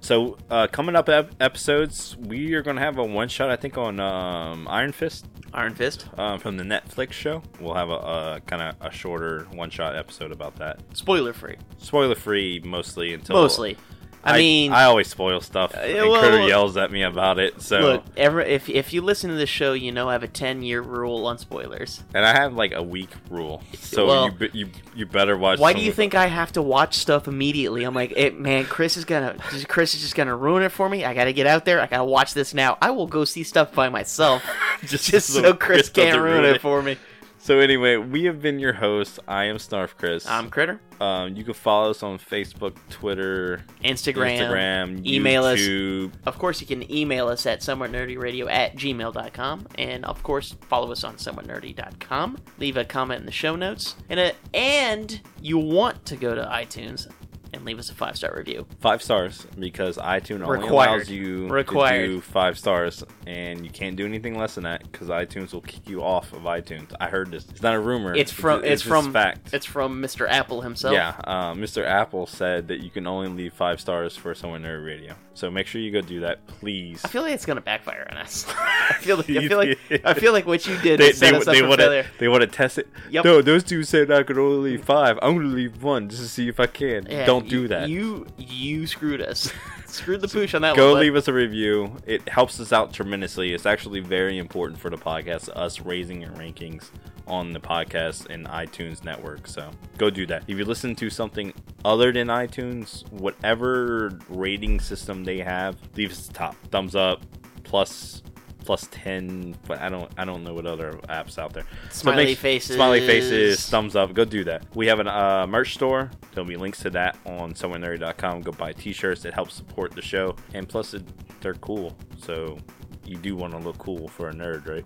A: So, uh, coming up ep- episodes, we are going to have a one shot, I think, on um, Iron Fist
B: Iron Fist.
A: um, from the Netflix show. We'll have a, a kind of a shorter one shot episode about that.
B: Spoiler free.
A: Spoiler free, mostly until
B: Mostly. I, mean, uh,
A: I always spoil stuff. and
B: well,
A: Critter
B: look-
A: yells at me about it. So,
B: look, every, if if you listen to this show, you know I have a 10 year rule on spoilers.
A: and I have like a week rule. So
B: Well-
A: you, be- you you better watch.
B: Why
A: some
B: do you
A: of-
B: think I have to watch stuff immediately? I'm like, it, man, Chris is gonna, Chris is just gonna ruin it for me. I gotta get out there. I gotta watch this now. I will go see stuff by myself,
A: Just
B: just
A: so
B: so,
A: Chris
B: Chris, can't
A: doesn't
B: ruin,
A: ruin
B: it
A: it.
B: for me.
A: So anyway, we have been your hosts. I am Snarf Chris.
B: I'm Critter.
A: um, you can follow us on Facebook, Twitter,
B: Instagram,
A: Instagram,
B: email us.
A: YouTube.
B: Of course, you can email us at somewhatnerdyradio at gmail.com. And of course, follow us on somewhatnerdy.com. Leave a comment in the show notes. And, uh and you want to go to iTunes and leave us a five star review.
A: Five stars because iTunes only
B: Required.
A: allows you
B: Required.
A: to do five stars, and you can't do anything less than that because iTunes will kick you off of iTunes. I heard this. It's not a rumor.
B: It's from it's,
A: just
B: from
A: fact.
B: it's from Mr. Apple himself.
A: Yeah, uh, Mr. Apple said that you can only leave five stars for someone nerd radio. So make sure you go do that, please.
B: I feel like it's gonna backfire on us. I feel like I
A: You
B: feel like
A: did.
B: I feel like what you did
A: they
B: is set
A: they,
B: us up
A: they
B: for
A: want to
B: failure.
A: they want to test it.
B: Yep.
A: No, those two said I could only leave five. I'm gonna leave one just to see if I can.
B: Yeah,
A: Don't
B: you-
A: do that.
B: You you screwed us. screwed the pooch on that
A: go
B: one. bud.
A: leave us a review. It helps us out tremendously. It's actually very important for the podcast, us raising our rankings on the podcast and iTunes network. So go do that. If you listen to something other than iTunes, whatever rating system they have, leave us the top thumbs up, plus plus 10 but i don't i don't know what other apps out there So
B: Smiley
A: make-
B: faces.
A: smiley faces thumbs up go do that we have an uh, merch store there'll be links to that on somewherenerd.com go buy t-shirts it helps support the show and plus it, they're cool so you do want to look cool for a nerd right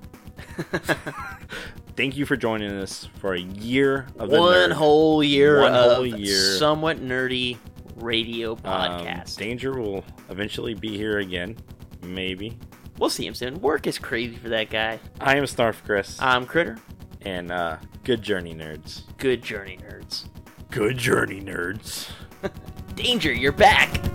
A: thank you for joining us for a year of the
B: one
A: nerd.
B: whole year
A: One
B: of
A: whole year.
B: somewhat nerdy radio
A: Um,
B: podcast.
A: danger will eventually be here again maybe
B: we'll see him soon. Work is crazy for that guy.
A: i am snarf chris
B: I'm Critter.
A: and uh good journey nerds
B: Good journey, nerds.
A: good journey nerds
B: Danger, you're back.